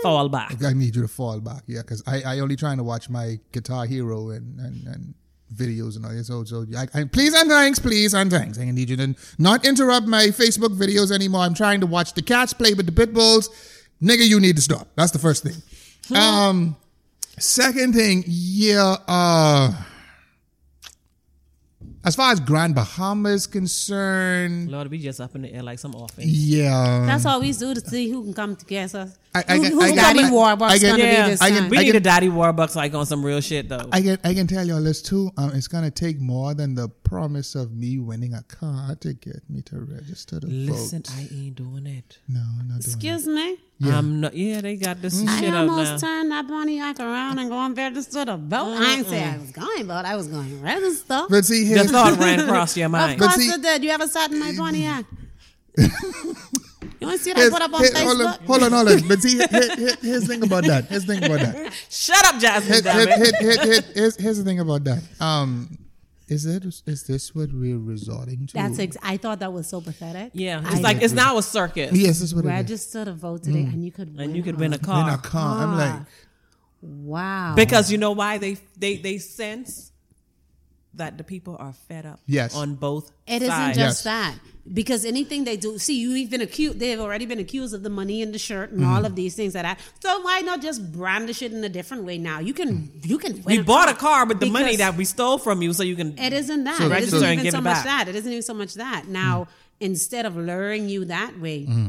[SPEAKER 1] Fall back.
[SPEAKER 2] I need you to fall back, yeah, because I, I only trying to watch my Guitar Hero and, and, and videos and all this. So, so I, I, please and thanks, please and thanks. I need you to not interrupt my Facebook videos anymore. I'm trying to watch the cats play with the pit bulls. Nigga, you need to stop. That's the first thing. um, second thing, yeah, uh, as far as Grand Bahama is concerned,
[SPEAKER 1] Lord, we just up in the air like some orphans.
[SPEAKER 2] yeah.
[SPEAKER 3] That's all we do to see who can come to guess us.
[SPEAKER 2] I- I
[SPEAKER 3] Who-
[SPEAKER 2] get-
[SPEAKER 3] who's
[SPEAKER 2] I get-
[SPEAKER 3] Daddy
[SPEAKER 2] I-
[SPEAKER 3] Warbucks
[SPEAKER 2] I get-
[SPEAKER 3] gonna
[SPEAKER 1] Yeah,
[SPEAKER 3] be this
[SPEAKER 1] I
[SPEAKER 2] get-
[SPEAKER 3] time?
[SPEAKER 1] We
[SPEAKER 2] I
[SPEAKER 1] need
[SPEAKER 2] get-
[SPEAKER 1] a Daddy Warbucks like on some real shit though.
[SPEAKER 2] I can I can tell y'all this too. Um, it's gonna take more than the promise of me winning a car to get me to register to
[SPEAKER 1] Listen,
[SPEAKER 2] vote.
[SPEAKER 1] I ain't doing it.
[SPEAKER 2] No, I'm not doing
[SPEAKER 3] Excuse me.
[SPEAKER 1] I'm not. Yeah, they got this
[SPEAKER 3] I
[SPEAKER 1] shit up now.
[SPEAKER 3] almost turned that money act around and going register to vote. I ain't say I was going vote. I was going register.
[SPEAKER 2] it. But see,
[SPEAKER 1] The
[SPEAKER 2] here's,
[SPEAKER 1] thought ran across your
[SPEAKER 3] Of
[SPEAKER 1] mind.
[SPEAKER 2] But
[SPEAKER 3] course
[SPEAKER 2] see-
[SPEAKER 3] it did. You ever sat in my Pontiac? you want to see what I
[SPEAKER 2] here's-
[SPEAKER 3] put up on
[SPEAKER 2] here- hold on,
[SPEAKER 3] Facebook?
[SPEAKER 2] hold on, hold on. But see, here, here- here's the thing about that. Here's the thing about that.
[SPEAKER 1] Shut up, Jasmine.
[SPEAKER 2] Here-
[SPEAKER 1] damn
[SPEAKER 2] here-
[SPEAKER 1] it.
[SPEAKER 2] here- here- here- here's, here's the thing about that. Um, is it is this what we're resorting to?
[SPEAKER 3] That's ex- I thought that was so pathetic.
[SPEAKER 1] Yeah,
[SPEAKER 3] I
[SPEAKER 1] it's like it's now a circus,
[SPEAKER 2] yes, this is what it is.
[SPEAKER 3] register to vote today,
[SPEAKER 2] Mm.
[SPEAKER 3] and you could win
[SPEAKER 1] and you could win a
[SPEAKER 3] on-
[SPEAKER 2] When I
[SPEAKER 1] car
[SPEAKER 2] come, I'm like,
[SPEAKER 3] wow
[SPEAKER 1] because you know why they they they sense that the people are fed up.
[SPEAKER 2] Yes.
[SPEAKER 1] on both.
[SPEAKER 3] It not
[SPEAKER 1] sides.
[SPEAKER 3] just
[SPEAKER 2] Yes.
[SPEAKER 3] that. Because anything they do, see, you've been accused, they've already been accused of the money in the shirt and
[SPEAKER 2] Mm-hmm.
[SPEAKER 3] all of these things like that. So why not just brand the shit in a different way now? You can, you can.
[SPEAKER 1] We
[SPEAKER 3] win
[SPEAKER 1] bought a car with the money
[SPEAKER 3] Because-
[SPEAKER 1] that we stole from you, so you can.
[SPEAKER 3] It isn't that.
[SPEAKER 2] So-
[SPEAKER 3] it
[SPEAKER 2] so-
[SPEAKER 3] isn't
[SPEAKER 2] and
[SPEAKER 3] even
[SPEAKER 1] give
[SPEAKER 3] so
[SPEAKER 1] it
[SPEAKER 3] much
[SPEAKER 1] back. Mm.
[SPEAKER 3] that. It isn't even so much that. Now, instead of luring you that way,
[SPEAKER 2] Mm-hmm.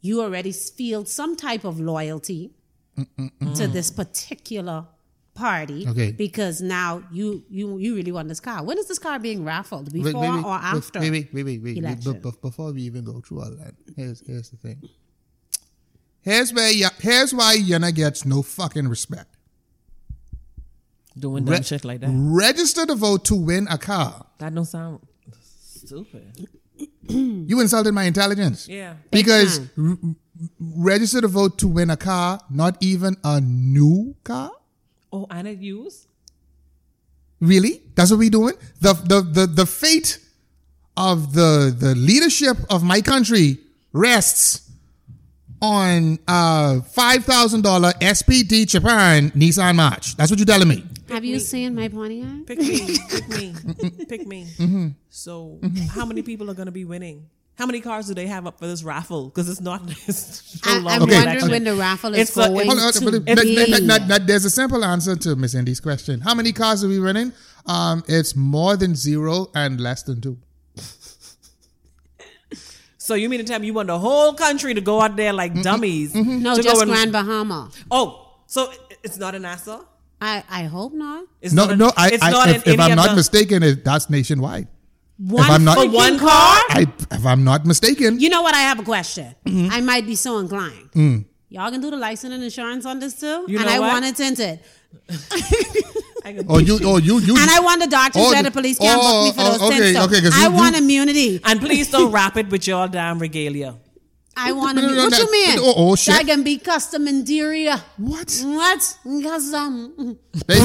[SPEAKER 3] you already feel some type of loyalty to this particular party.
[SPEAKER 2] Okay.
[SPEAKER 3] Because now you you you really want this car. When is this car being raffled?
[SPEAKER 2] Wait,
[SPEAKER 3] Before
[SPEAKER 2] wait, wait,
[SPEAKER 3] or
[SPEAKER 2] wait,
[SPEAKER 3] after?
[SPEAKER 2] Wait, wait, wait, wait, wait. wait,
[SPEAKER 3] election.
[SPEAKER 2] but- but before we even go through all that, here's here's the thing. Here's where ya, here's why Yana gets no fucking respect.
[SPEAKER 1] doing
[SPEAKER 2] Re-
[SPEAKER 1] dumb shit like
[SPEAKER 3] Mm.
[SPEAKER 1] that.
[SPEAKER 2] Register to vote to win a car.
[SPEAKER 1] That don't sound stupid.
[SPEAKER 2] You insulted my intelligence.
[SPEAKER 1] Yeah.
[SPEAKER 2] Because r- register to vote to win a car, not even a new car.
[SPEAKER 1] Oh, and it used.
[SPEAKER 2] Really? That's what we doing? The the the the fate of the the leadership of my country rests on a five thousand dollar SPD Japan Nissan March. That's what you're telling me.
[SPEAKER 3] Have you seen my Pontiac?
[SPEAKER 2] Mm-hmm.
[SPEAKER 1] Pick me, pick me, pick me. So, how many people are going to be winning? How many cars do they have up for this raffle? Because it's not. It's no
[SPEAKER 3] I,
[SPEAKER 1] longer
[SPEAKER 3] I'm
[SPEAKER 2] Okay.
[SPEAKER 3] wondering
[SPEAKER 1] election.
[SPEAKER 3] when the raffle is
[SPEAKER 1] It's a-
[SPEAKER 3] going
[SPEAKER 1] Hold
[SPEAKER 2] Hold on,
[SPEAKER 3] to
[SPEAKER 2] but
[SPEAKER 3] be.
[SPEAKER 2] it- that- that- that- that- that- there's a simple answer to Miss Indy's question. How many cars are we running? Um, it's more than zero and less than two.
[SPEAKER 1] So you mean to tell me you want the whole country to go out there like
[SPEAKER 2] Mm-hmm.
[SPEAKER 1] dummies?
[SPEAKER 3] no,
[SPEAKER 1] to go
[SPEAKER 3] just
[SPEAKER 1] and-
[SPEAKER 3] Grand Bahama.
[SPEAKER 1] Oh, so i- it's not in Nassau.
[SPEAKER 3] I, I hope not.
[SPEAKER 1] It's
[SPEAKER 2] no,
[SPEAKER 1] not in-
[SPEAKER 2] no. I,
[SPEAKER 1] it's
[SPEAKER 2] I,
[SPEAKER 1] not
[SPEAKER 2] if,
[SPEAKER 1] in
[SPEAKER 2] if
[SPEAKER 1] any
[SPEAKER 2] I'm
[SPEAKER 1] of
[SPEAKER 2] not
[SPEAKER 1] the-
[SPEAKER 2] mistaken, it, that's nationwide.
[SPEAKER 3] One
[SPEAKER 2] I'm not- For
[SPEAKER 3] freaking
[SPEAKER 1] one car?
[SPEAKER 2] I, if I'm not mistaken,
[SPEAKER 3] You know what? I have a question.
[SPEAKER 2] Mm-hmm.
[SPEAKER 3] I might be so inclined.
[SPEAKER 2] Mm.
[SPEAKER 3] Y'all can do the license and insurance on this too,
[SPEAKER 1] You
[SPEAKER 3] and
[SPEAKER 1] know
[SPEAKER 3] I
[SPEAKER 1] what?
[SPEAKER 3] want it tinted,
[SPEAKER 2] or you, or you, you.
[SPEAKER 3] and I want the doctors
[SPEAKER 2] Oh,
[SPEAKER 3] that the police can't
[SPEAKER 2] oh,
[SPEAKER 3] book me for
[SPEAKER 2] oh,
[SPEAKER 3] those
[SPEAKER 2] okay,
[SPEAKER 3] tints.
[SPEAKER 2] okay, 'cause
[SPEAKER 3] I
[SPEAKER 2] you- you-
[SPEAKER 3] want immunity.
[SPEAKER 1] And please don't wrap it with your damn regalia.
[SPEAKER 3] I want
[SPEAKER 2] no, no,
[SPEAKER 3] immunity.
[SPEAKER 2] no,
[SPEAKER 3] what
[SPEAKER 2] that-
[SPEAKER 3] you mean?
[SPEAKER 2] oh, oh, shit.
[SPEAKER 3] That can be custom interior.
[SPEAKER 2] what?
[SPEAKER 3] What? Custom.
[SPEAKER 2] They,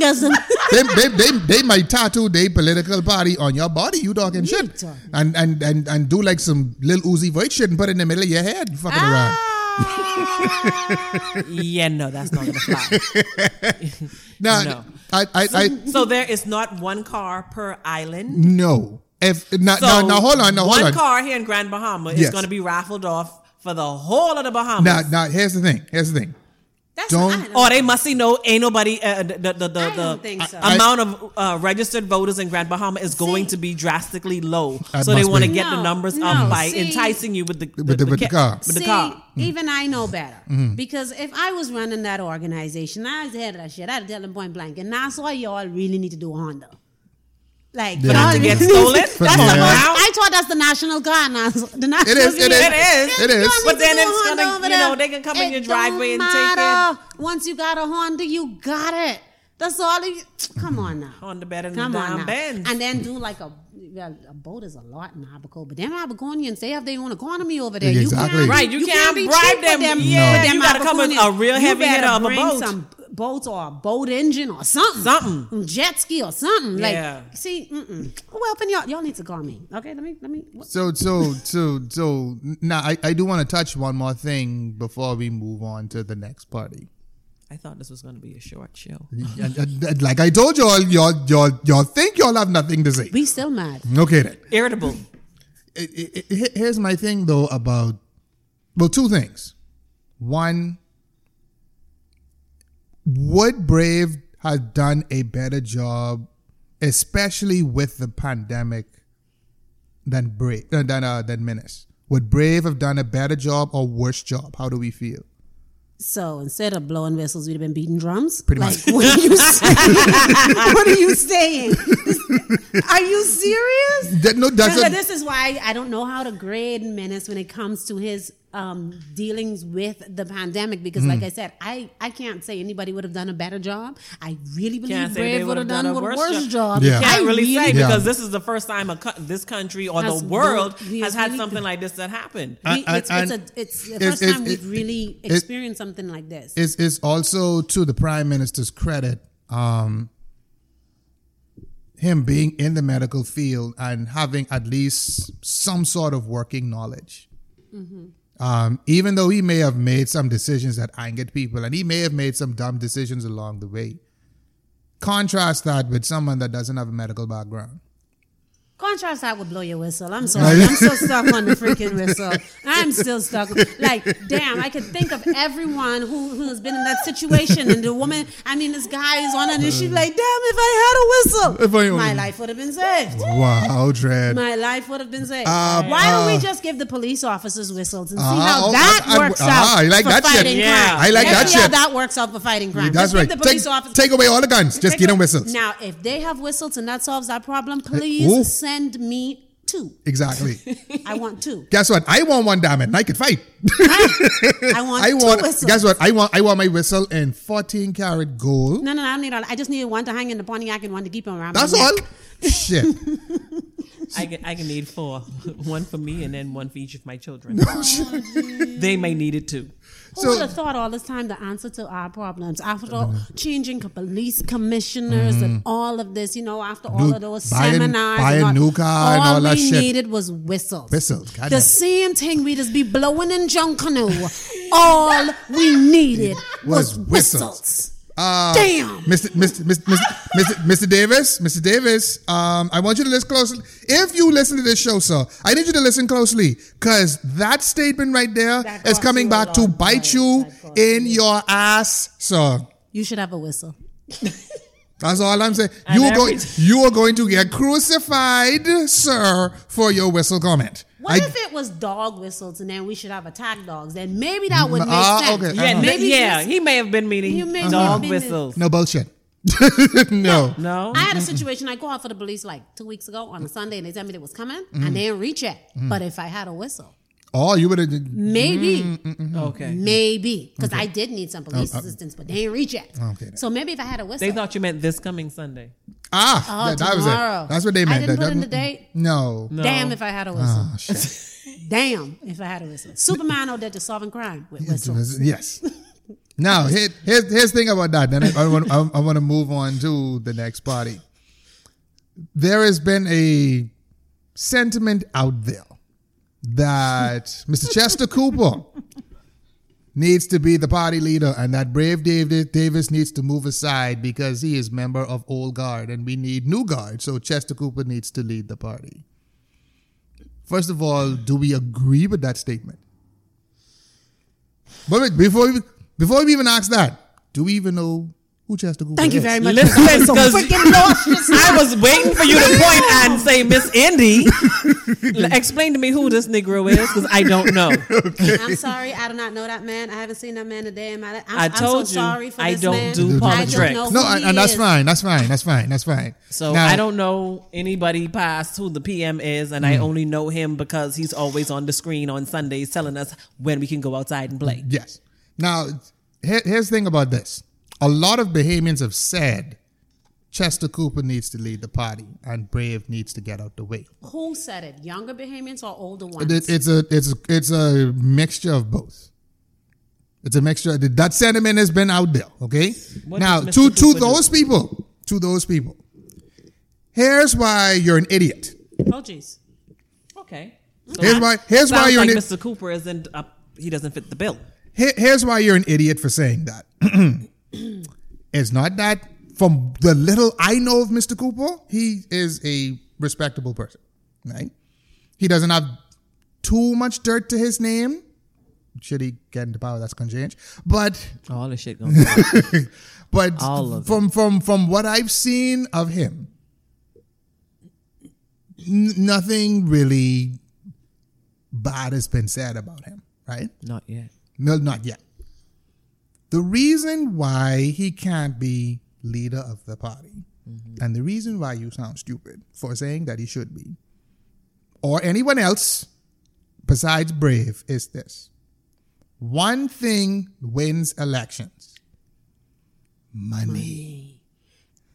[SPEAKER 3] Custom.
[SPEAKER 2] they, they, they, they might tattoo their political party on your body. You talking shit,
[SPEAKER 3] talking-
[SPEAKER 2] and and and and do like some little Uzi Vert shit and put it in the middle of your head. Fucking around.
[SPEAKER 3] Ah.
[SPEAKER 1] Yeah, no, that's not gonna fly.
[SPEAKER 2] Now,
[SPEAKER 1] No.
[SPEAKER 2] I, I, I,
[SPEAKER 1] so there is not one car per island.
[SPEAKER 2] no. If now,
[SPEAKER 1] So
[SPEAKER 2] now, now, hold on, now, hold
[SPEAKER 1] one
[SPEAKER 2] on.
[SPEAKER 1] car here in Grand Bahama
[SPEAKER 2] Yes.
[SPEAKER 1] is going to be raffled off for the whole of the Bahamas.
[SPEAKER 2] Now, now, here's the thing. Here's the thing.
[SPEAKER 3] That's
[SPEAKER 2] Don't-
[SPEAKER 3] I
[SPEAKER 1] or they must see no ain't nobody uh, the the the, the,
[SPEAKER 3] I don't think so.
[SPEAKER 2] I-
[SPEAKER 1] amount of uh, registered voters in Grand Bahama is going
[SPEAKER 3] See.
[SPEAKER 1] to be drastically low.
[SPEAKER 2] That
[SPEAKER 1] so they
[SPEAKER 2] must
[SPEAKER 1] want to
[SPEAKER 2] be.
[SPEAKER 1] get
[SPEAKER 3] No,
[SPEAKER 1] the numbers
[SPEAKER 3] no,
[SPEAKER 1] up by
[SPEAKER 3] see.
[SPEAKER 1] enticing you with the
[SPEAKER 2] With the- with the Mm-hmm.
[SPEAKER 1] ca-
[SPEAKER 2] car.
[SPEAKER 1] With the
[SPEAKER 3] See, Mm-hmm.
[SPEAKER 1] car.
[SPEAKER 3] even I know better. Because if I was running that organization, I was the head of that shit. I'd tell them point blank. And that's why y'all really need to do a Honda. Like,
[SPEAKER 2] For them
[SPEAKER 1] to get
[SPEAKER 3] y'all-
[SPEAKER 1] stolen?
[SPEAKER 3] that's the
[SPEAKER 2] Yeah.
[SPEAKER 3] most-
[SPEAKER 1] Yeah.
[SPEAKER 3] I thought that's the national car. Nas- The national
[SPEAKER 2] It is, it
[SPEAKER 3] vehicle.
[SPEAKER 1] is.
[SPEAKER 2] It is.
[SPEAKER 3] Y'all
[SPEAKER 1] But
[SPEAKER 3] need to
[SPEAKER 1] then
[SPEAKER 3] do a
[SPEAKER 1] it's
[SPEAKER 3] Honda
[SPEAKER 1] gonna-
[SPEAKER 3] over
[SPEAKER 1] you know,
[SPEAKER 3] there.
[SPEAKER 1] they can come in
[SPEAKER 3] It
[SPEAKER 1] your driveway
[SPEAKER 3] don't
[SPEAKER 1] and take it.
[SPEAKER 3] matter. Once you got a Honda, you got it. That's all. You, come on now.
[SPEAKER 1] On the bed and the
[SPEAKER 3] Come on
[SPEAKER 1] damn
[SPEAKER 3] now.
[SPEAKER 1] bend.
[SPEAKER 3] And then do like a well, a boat is a lot in Abaco, but them Abaconians, they have their own economy over there.
[SPEAKER 2] Exactly.
[SPEAKER 3] You can't,
[SPEAKER 1] Right, you can't
[SPEAKER 3] be
[SPEAKER 1] bribe
[SPEAKER 3] cheap with
[SPEAKER 1] them.
[SPEAKER 3] them
[SPEAKER 1] Yeah,
[SPEAKER 3] with
[SPEAKER 1] you
[SPEAKER 3] them
[SPEAKER 1] gotta come with
[SPEAKER 3] Abaconians.
[SPEAKER 1] a real
[SPEAKER 3] You
[SPEAKER 1] heavy hitter
[SPEAKER 3] better
[SPEAKER 1] of a
[SPEAKER 3] bring
[SPEAKER 1] boat.
[SPEAKER 3] Some boats or a boat engine or something. Mm,
[SPEAKER 1] Something.
[SPEAKER 3] Jet ski or something.
[SPEAKER 1] Yeah.
[SPEAKER 3] Like see, mm-mm. well, then y'all y'all need to call me. Okay, let me let me. What?
[SPEAKER 2] So, so, so, so, now I, I do want to touch one more thing before we move on to the next party.
[SPEAKER 1] I thought this was going to be a short show.
[SPEAKER 2] And- and- and like I told y'all, y'all, y'all, y'all think y'all have nothing to say.
[SPEAKER 3] We still mad.
[SPEAKER 2] Okay, then.
[SPEAKER 1] Irritable.
[SPEAKER 2] I- I- I- he- Here's my thing though about, well, two things. One, would Brave have done a better job, especially with the pandemic, than Brave uh, than uh, than Menace? Would Brave have done a better job or worse job? How do we feel?
[SPEAKER 3] So instead of blowing whistles, we'd have been beating drums.
[SPEAKER 2] Pretty
[SPEAKER 3] Like,
[SPEAKER 2] much.
[SPEAKER 3] What are you saying? what are you saying? Are you serious?
[SPEAKER 2] That- no, that's
[SPEAKER 3] But
[SPEAKER 2] a-
[SPEAKER 3] this is why I don't know how to grade Menace when it comes to his um, dealings with the pandemic because,
[SPEAKER 2] Mm-hmm.
[SPEAKER 3] like I said, I, I can't say anybody would have done a better job. I really believe
[SPEAKER 1] Can't say they
[SPEAKER 3] Brave would have done, a worse, job.
[SPEAKER 2] Yeah.
[SPEAKER 1] Can't
[SPEAKER 3] I
[SPEAKER 1] really, say
[SPEAKER 2] Yeah.
[SPEAKER 1] because this is the first time a co- this country or
[SPEAKER 3] Has
[SPEAKER 1] the world
[SPEAKER 3] been- we
[SPEAKER 1] has had
[SPEAKER 3] really-
[SPEAKER 1] something like this that happened.
[SPEAKER 3] we- it's,
[SPEAKER 2] And-
[SPEAKER 3] it's, a, it's the
[SPEAKER 2] and-
[SPEAKER 3] first
[SPEAKER 2] it-
[SPEAKER 3] time
[SPEAKER 2] it-
[SPEAKER 3] we've really
[SPEAKER 2] it-
[SPEAKER 3] experienced something like this.
[SPEAKER 2] It's it's also to the prime minister's credit, um, him being in the medical field and having at least some sort of working knowledge.
[SPEAKER 3] Mm-hmm.
[SPEAKER 2] Um, even though he may have made some decisions that angered people, and he may have made some dumb decisions along the way. Contrast that with someone that doesn't have a medical background.
[SPEAKER 3] Contrast that would blow your whistle. I'm sorry. I'm so stuck on the freaking whistle. I'm still stuck. Like, damn, I could think of everyone who, who has been in that situation. And the woman, I mean, this guy is on it, and she's like, damn, if I had a whistle,
[SPEAKER 2] If I only-
[SPEAKER 3] my life would have been saved.
[SPEAKER 2] Wow, dread.
[SPEAKER 3] My life would have been saved.
[SPEAKER 2] Uh,
[SPEAKER 3] Why don't
[SPEAKER 2] uh,
[SPEAKER 3] we just give the police officers whistles and see
[SPEAKER 2] Uh-huh.
[SPEAKER 3] how
[SPEAKER 2] Oh,
[SPEAKER 3] that
[SPEAKER 2] I- I-
[SPEAKER 3] works
[SPEAKER 2] uh-huh.
[SPEAKER 3] out
[SPEAKER 2] I like
[SPEAKER 3] for
[SPEAKER 2] that shit.
[SPEAKER 3] fighting
[SPEAKER 1] Yeah.
[SPEAKER 3] crime?
[SPEAKER 1] I
[SPEAKER 2] like
[SPEAKER 3] Let's
[SPEAKER 2] that
[SPEAKER 3] see how
[SPEAKER 2] shit.
[SPEAKER 3] that works out for fighting crime.
[SPEAKER 2] That's
[SPEAKER 3] Just give
[SPEAKER 2] right.
[SPEAKER 3] The police
[SPEAKER 2] Take,
[SPEAKER 3] officers-
[SPEAKER 2] take away all the guns. Just give them whistles.
[SPEAKER 3] now, if they have whistles and that solves that problem,
[SPEAKER 2] ooh.
[SPEAKER 3] please send me two.
[SPEAKER 2] Exactly.
[SPEAKER 3] I want two.
[SPEAKER 2] Guess what? I want one damn it, and I could fight.
[SPEAKER 3] I want
[SPEAKER 2] I
[SPEAKER 3] two
[SPEAKER 2] want.
[SPEAKER 3] whistles.
[SPEAKER 2] Guess what? I want. I want my whistle in 14 karat gold.
[SPEAKER 3] No, no, no, I don't need all. I just need one to hang in the Pontiac and one to keep him around. my
[SPEAKER 2] That's
[SPEAKER 3] neck.
[SPEAKER 2] all. Shit.
[SPEAKER 1] I can, I can need four, one for me and then one for each of my children. they may need it too.
[SPEAKER 3] Who
[SPEAKER 2] So- Mm-hmm.
[SPEAKER 3] would have thought all this time the answer to our problems? After all, changing co- police commissioners and all of this, you know, after all
[SPEAKER 2] New-
[SPEAKER 3] of those
[SPEAKER 2] buy a-
[SPEAKER 3] seminars,
[SPEAKER 2] buy a
[SPEAKER 3] and all,
[SPEAKER 2] new car and
[SPEAKER 3] all
[SPEAKER 2] all that
[SPEAKER 3] we
[SPEAKER 2] shit.
[SPEAKER 3] needed was whistles.
[SPEAKER 2] Whistles,
[SPEAKER 3] The
[SPEAKER 2] goddamn.
[SPEAKER 3] same thing we just be blowing in Junkanoo. all we needed
[SPEAKER 2] Was
[SPEAKER 3] was,
[SPEAKER 2] whistles.
[SPEAKER 3] whistles.
[SPEAKER 2] Uh,
[SPEAKER 3] Damn.
[SPEAKER 2] Mr. Mr. Mr. Mr. Mr. Mr. Davis, Mr. Davis, um, I want you to listen closely. If you listen to this show, sir, I need you to listen closely because that statement right there
[SPEAKER 3] That
[SPEAKER 2] is
[SPEAKER 3] costs
[SPEAKER 2] coming
[SPEAKER 3] you a
[SPEAKER 2] back to
[SPEAKER 3] lot.
[SPEAKER 2] bite
[SPEAKER 3] Right,
[SPEAKER 2] you
[SPEAKER 3] that costs
[SPEAKER 2] in your ass, sir.
[SPEAKER 3] You should have a whistle.
[SPEAKER 2] That's all I'm saying. You are
[SPEAKER 1] every-
[SPEAKER 2] going, you are going to get crucified, sir, for your whistle comment.
[SPEAKER 3] What
[SPEAKER 2] I-
[SPEAKER 3] if it was dog whistles and then we should have attack dogs? Then maybe that would make
[SPEAKER 2] ah,
[SPEAKER 3] sense.
[SPEAKER 2] okay.
[SPEAKER 1] Yeah,
[SPEAKER 2] Uh-huh.
[SPEAKER 1] maybe yeah,
[SPEAKER 3] just-
[SPEAKER 1] he may have been
[SPEAKER 3] You
[SPEAKER 1] meaning
[SPEAKER 3] may have
[SPEAKER 1] dog
[SPEAKER 3] been-
[SPEAKER 1] whistles.
[SPEAKER 2] no bullshit. no.
[SPEAKER 1] No,
[SPEAKER 3] I had a situation. I called for the police like two weeks ago on a Sunday, and they told me they was coming,
[SPEAKER 2] Mm-hmm.
[SPEAKER 3] and they didn't reach it. But if I had a whistle,
[SPEAKER 2] Oh, you would have.
[SPEAKER 3] maybe,
[SPEAKER 1] Mm-hmm. okay.
[SPEAKER 3] maybe, because I did need some police assistance, but they didn't reach it.
[SPEAKER 2] Oh, Okay, then.
[SPEAKER 3] So maybe if I had a whistle,
[SPEAKER 1] They thought you meant this coming Sunday.
[SPEAKER 2] Ah,
[SPEAKER 3] Oh,
[SPEAKER 2] that, that was
[SPEAKER 3] tomorrow.
[SPEAKER 2] it. That's what they
[SPEAKER 3] I
[SPEAKER 2] meant.
[SPEAKER 3] didn't
[SPEAKER 2] That-
[SPEAKER 3] put in
[SPEAKER 2] that-
[SPEAKER 3] the date.
[SPEAKER 2] No.
[SPEAKER 1] No.
[SPEAKER 3] damn if I had a whistle,
[SPEAKER 2] Oh, shit.
[SPEAKER 3] damn if I had a whistle. Superman out there just solving crime with whistles.
[SPEAKER 2] yes. Now, here, here's, here's the thing about that. Then I, I, want, I, I want to move on to the next party. There has been a sentiment out there that Mr. Chester Cooper needs to be the party leader and that brave Davis, Davis needs to move aside because he is member of old guard and we need new guard. So Chester Cooper needs to lead the party. First of all, do we agree with that statement? But wait, before we, before we even ask that, do we even know who Chester Cooper
[SPEAKER 3] Thank you
[SPEAKER 2] is?
[SPEAKER 3] very much.
[SPEAKER 1] Listen,
[SPEAKER 3] I'm so
[SPEAKER 1] because
[SPEAKER 3] freaking lost just now.
[SPEAKER 1] I was waiting for you to point and say, Miss Indy, l- explain to me who this Negro is, because I don't know.
[SPEAKER 3] I'm sorry, I do not know that man. I haven't seen that man today in my life. I'm,
[SPEAKER 1] I
[SPEAKER 3] I'm
[SPEAKER 1] told
[SPEAKER 3] so
[SPEAKER 1] you,
[SPEAKER 3] sorry for
[SPEAKER 1] I
[SPEAKER 3] this
[SPEAKER 1] don't
[SPEAKER 3] man.
[SPEAKER 1] do
[SPEAKER 3] I
[SPEAKER 1] politics.
[SPEAKER 3] don't know who
[SPEAKER 2] No,
[SPEAKER 3] he
[SPEAKER 2] and, and that's
[SPEAKER 3] is.
[SPEAKER 2] fine. That's fine. That's fine. That's fine.
[SPEAKER 1] So
[SPEAKER 2] Now-
[SPEAKER 1] I don't know anybody past who the PM is, and I
[SPEAKER 2] Hmm.
[SPEAKER 1] only know him because he's always on the screen on Sundays telling us when we can go outside and play.
[SPEAKER 2] Yes. Now, here- here's the thing about this. A lot of Bahamians have said Chester Cooper needs to lead the party and Brave needs to get out the way.
[SPEAKER 3] Who said it? Younger Bahamians or older ones?
[SPEAKER 2] It, it's a it's a, it's a mixture of both. It's a mixture. That sentiment has been out there. Okay.
[SPEAKER 1] What
[SPEAKER 2] now,
[SPEAKER 1] does
[SPEAKER 2] to
[SPEAKER 1] Mr.
[SPEAKER 2] to
[SPEAKER 1] Cooper do?
[SPEAKER 2] those people, to those people, here's why you're an idiot.
[SPEAKER 3] oh, jeez.
[SPEAKER 1] Okay.
[SPEAKER 2] Here's why- here's why you're
[SPEAKER 1] like
[SPEAKER 2] an-
[SPEAKER 1] Mr. Cooper isn't up. He doesn't fit the bill.
[SPEAKER 2] Here- here's why you're an idiot for saying that. it's not that from the little I know of Mr. Cooper, he is a respectable person, right? He doesn't have too much dirt to his name. Should he get into power, that's gonna change. But
[SPEAKER 1] All this shit going. on.
[SPEAKER 2] but
[SPEAKER 1] All of
[SPEAKER 2] from from from what I've seen of him, n- nothing really bad has been said about him, right?
[SPEAKER 1] Not yet.
[SPEAKER 2] No, not yet. The reason why he can't be leader of the party, and the reason why you sound stupid for saying that he should be, or anyone else besides Brave, is this. One thing wins elections money.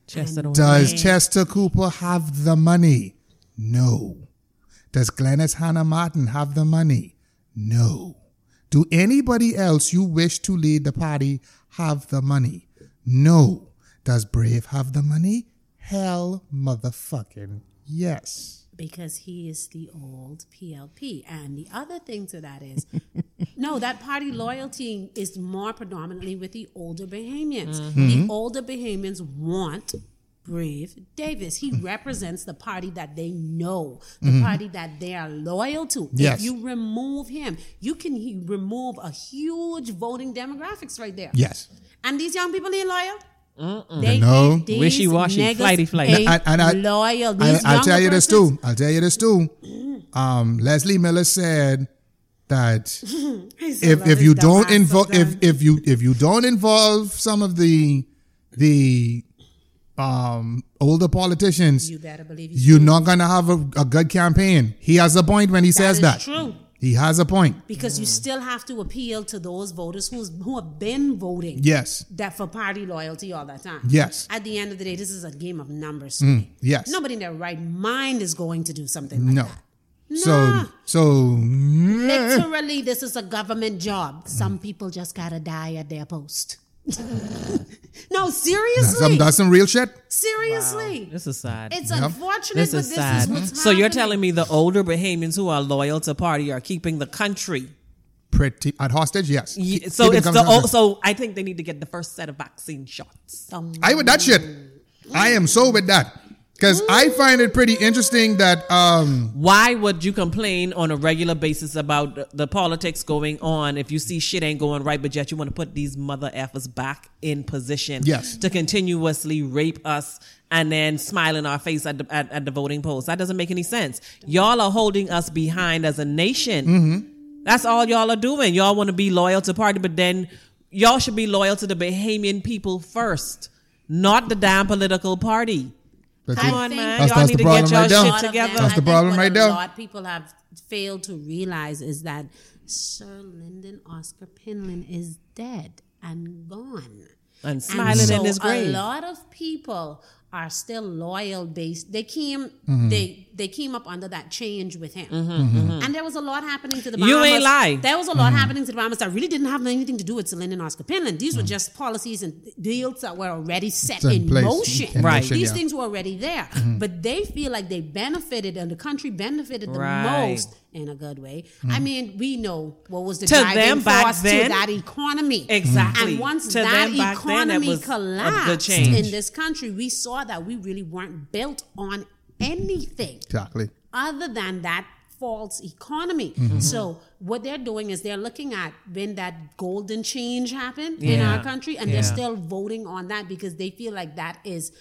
[SPEAKER 1] Chester don't.
[SPEAKER 2] Does Chester Cooper have the money? No. Does Glennis Hannah Martin have the money? No. Do anybody else you wish to lead the party have the money? No. Does Brave have the money? Hell motherfucking yes.
[SPEAKER 3] Because he is the old PLP. And the other thing to that is, no, that party loyalty is more predominantly with the older Bahamians.
[SPEAKER 2] Mm-hmm.
[SPEAKER 3] The older Bahamians want Brave Davis. He represents the party that they know, the party that they are loyal to.
[SPEAKER 2] Mm-hmm. Yes.
[SPEAKER 3] If you remove him, you can he- remove a huge voting demographics right there.
[SPEAKER 2] Yes.
[SPEAKER 3] And these young people ain't loyal. They
[SPEAKER 2] No.
[SPEAKER 3] ain't- these
[SPEAKER 1] Wishy-washy,
[SPEAKER 3] niggas
[SPEAKER 1] flighty-flighty.
[SPEAKER 3] ain't
[SPEAKER 2] And- and I-
[SPEAKER 3] loyal.
[SPEAKER 2] I,
[SPEAKER 3] These
[SPEAKER 2] I'll
[SPEAKER 3] younger
[SPEAKER 2] tell you this
[SPEAKER 3] persons-
[SPEAKER 2] too. I'll tell you this too. Um, Leslie Miller said that if if you don't involve if if you if you don't involve some of the the um older politicians,
[SPEAKER 3] you better believe he's
[SPEAKER 2] you're not gonna have a, a good campaign. He has a point when he says
[SPEAKER 3] is
[SPEAKER 2] that.
[SPEAKER 3] true.
[SPEAKER 2] He has a point.
[SPEAKER 3] because you still have to appeal to those voters who's who have been voting
[SPEAKER 2] Yes.
[SPEAKER 3] that for party loyalty all that time.
[SPEAKER 2] Yes. Mm.
[SPEAKER 3] At the end of the day, this is a game of numbers.
[SPEAKER 2] Yes.
[SPEAKER 3] Nobody in their right mind is going to do something like
[SPEAKER 2] No.
[SPEAKER 3] that.
[SPEAKER 2] So
[SPEAKER 3] Nah.
[SPEAKER 2] so
[SPEAKER 3] Literally, this is a government job. Some people just gotta die at their post. no,
[SPEAKER 2] that's
[SPEAKER 3] seriously.
[SPEAKER 2] some that's some real shit.
[SPEAKER 3] seriously.
[SPEAKER 1] This is sad.
[SPEAKER 3] It's
[SPEAKER 2] Yep.
[SPEAKER 3] unfortunate,
[SPEAKER 1] this
[SPEAKER 3] but
[SPEAKER 1] is
[SPEAKER 3] this
[SPEAKER 1] sad.
[SPEAKER 3] is what's
[SPEAKER 1] so you're
[SPEAKER 3] happening.
[SPEAKER 1] telling me the older Bahamians who are loyal to party are keeping the country
[SPEAKER 2] pretty at hostage. Yes.
[SPEAKER 1] Ye-
[SPEAKER 2] Keep-
[SPEAKER 1] so
[SPEAKER 2] keep it
[SPEAKER 1] it's
[SPEAKER 2] coming
[SPEAKER 1] the
[SPEAKER 2] down.
[SPEAKER 1] oh, so I think they need to get the first set of vaccine shots.
[SPEAKER 2] I with that shit. I am so with that because I find it pretty interesting that um
[SPEAKER 1] Why would you complain on a regular basis about the- the politics going on if you see shit ain't going right, but yet you want to put these mother effers back in position
[SPEAKER 2] Yes.
[SPEAKER 1] to continuously rape us and then smile in our face at the, at, at the voting polls? That doesn't make any sense. Y'all are holding us behind as a nation.
[SPEAKER 2] Mm-hmm.
[SPEAKER 1] That's all y'all are doing. Y'all want to be loyal to party, but then y'all should be loyal to the Bahamian people first, not the damn political party.
[SPEAKER 2] but
[SPEAKER 3] I
[SPEAKER 1] Come
[SPEAKER 2] you-
[SPEAKER 1] on,
[SPEAKER 3] think-
[SPEAKER 1] man.
[SPEAKER 3] That's-
[SPEAKER 1] y'all
[SPEAKER 2] that's
[SPEAKER 1] need
[SPEAKER 2] the
[SPEAKER 1] to get
[SPEAKER 2] problem
[SPEAKER 1] y'all
[SPEAKER 2] right there.
[SPEAKER 1] shit
[SPEAKER 2] Lot
[SPEAKER 3] lot of
[SPEAKER 1] together.
[SPEAKER 3] them-
[SPEAKER 2] That's
[SPEAKER 3] I
[SPEAKER 2] the
[SPEAKER 3] think
[SPEAKER 2] problem
[SPEAKER 3] what
[SPEAKER 2] right
[SPEAKER 3] a
[SPEAKER 2] there.
[SPEAKER 3] lot people have failed to realize is that Sir Lyndon Oscar Pinland is dead and gone.
[SPEAKER 1] And smiling in
[SPEAKER 3] so
[SPEAKER 1] his grave.
[SPEAKER 3] A lot of people are still loyal based. They came
[SPEAKER 2] Mm-hmm.
[SPEAKER 3] they they came up under that change with him. And there was a lot happening to the
[SPEAKER 1] Mm-hmm, You
[SPEAKER 3] Bahamas.
[SPEAKER 1] ain't lie.
[SPEAKER 3] There was a
[SPEAKER 2] Mm-hmm.
[SPEAKER 3] lot happening to the Bahamas that really didn't have anything to do with Sir Lyndon Oscar Pinland. These were just policies and deals that were already set
[SPEAKER 2] Set Mm. in
[SPEAKER 3] in
[SPEAKER 2] place.
[SPEAKER 3] motion.
[SPEAKER 2] In
[SPEAKER 1] Right.
[SPEAKER 2] motion, yeah.
[SPEAKER 3] These
[SPEAKER 2] Mm-hmm.
[SPEAKER 3] things were already there, but they feel like they benefited and the country benefited the
[SPEAKER 1] Right.
[SPEAKER 3] most in a good way.
[SPEAKER 2] Mm-hmm.
[SPEAKER 3] I mean, we know what was the
[SPEAKER 1] To
[SPEAKER 3] driving
[SPEAKER 1] them back
[SPEAKER 3] force
[SPEAKER 1] then-
[SPEAKER 3] to that economy.
[SPEAKER 1] Exactly.
[SPEAKER 3] And once
[SPEAKER 1] To
[SPEAKER 3] that
[SPEAKER 1] them back then, it
[SPEAKER 3] economy
[SPEAKER 1] was a good
[SPEAKER 3] collapsed
[SPEAKER 1] change.
[SPEAKER 3] in this country, we saw that we really weren't built on anything
[SPEAKER 2] exactly.
[SPEAKER 3] other than that false economy.
[SPEAKER 1] Mm-hmm.
[SPEAKER 3] So what they're doing is they're looking at when that golden change happened in
[SPEAKER 1] Yeah.
[SPEAKER 3] our country and they're
[SPEAKER 1] Yeah.
[SPEAKER 3] still voting on that because they feel like that is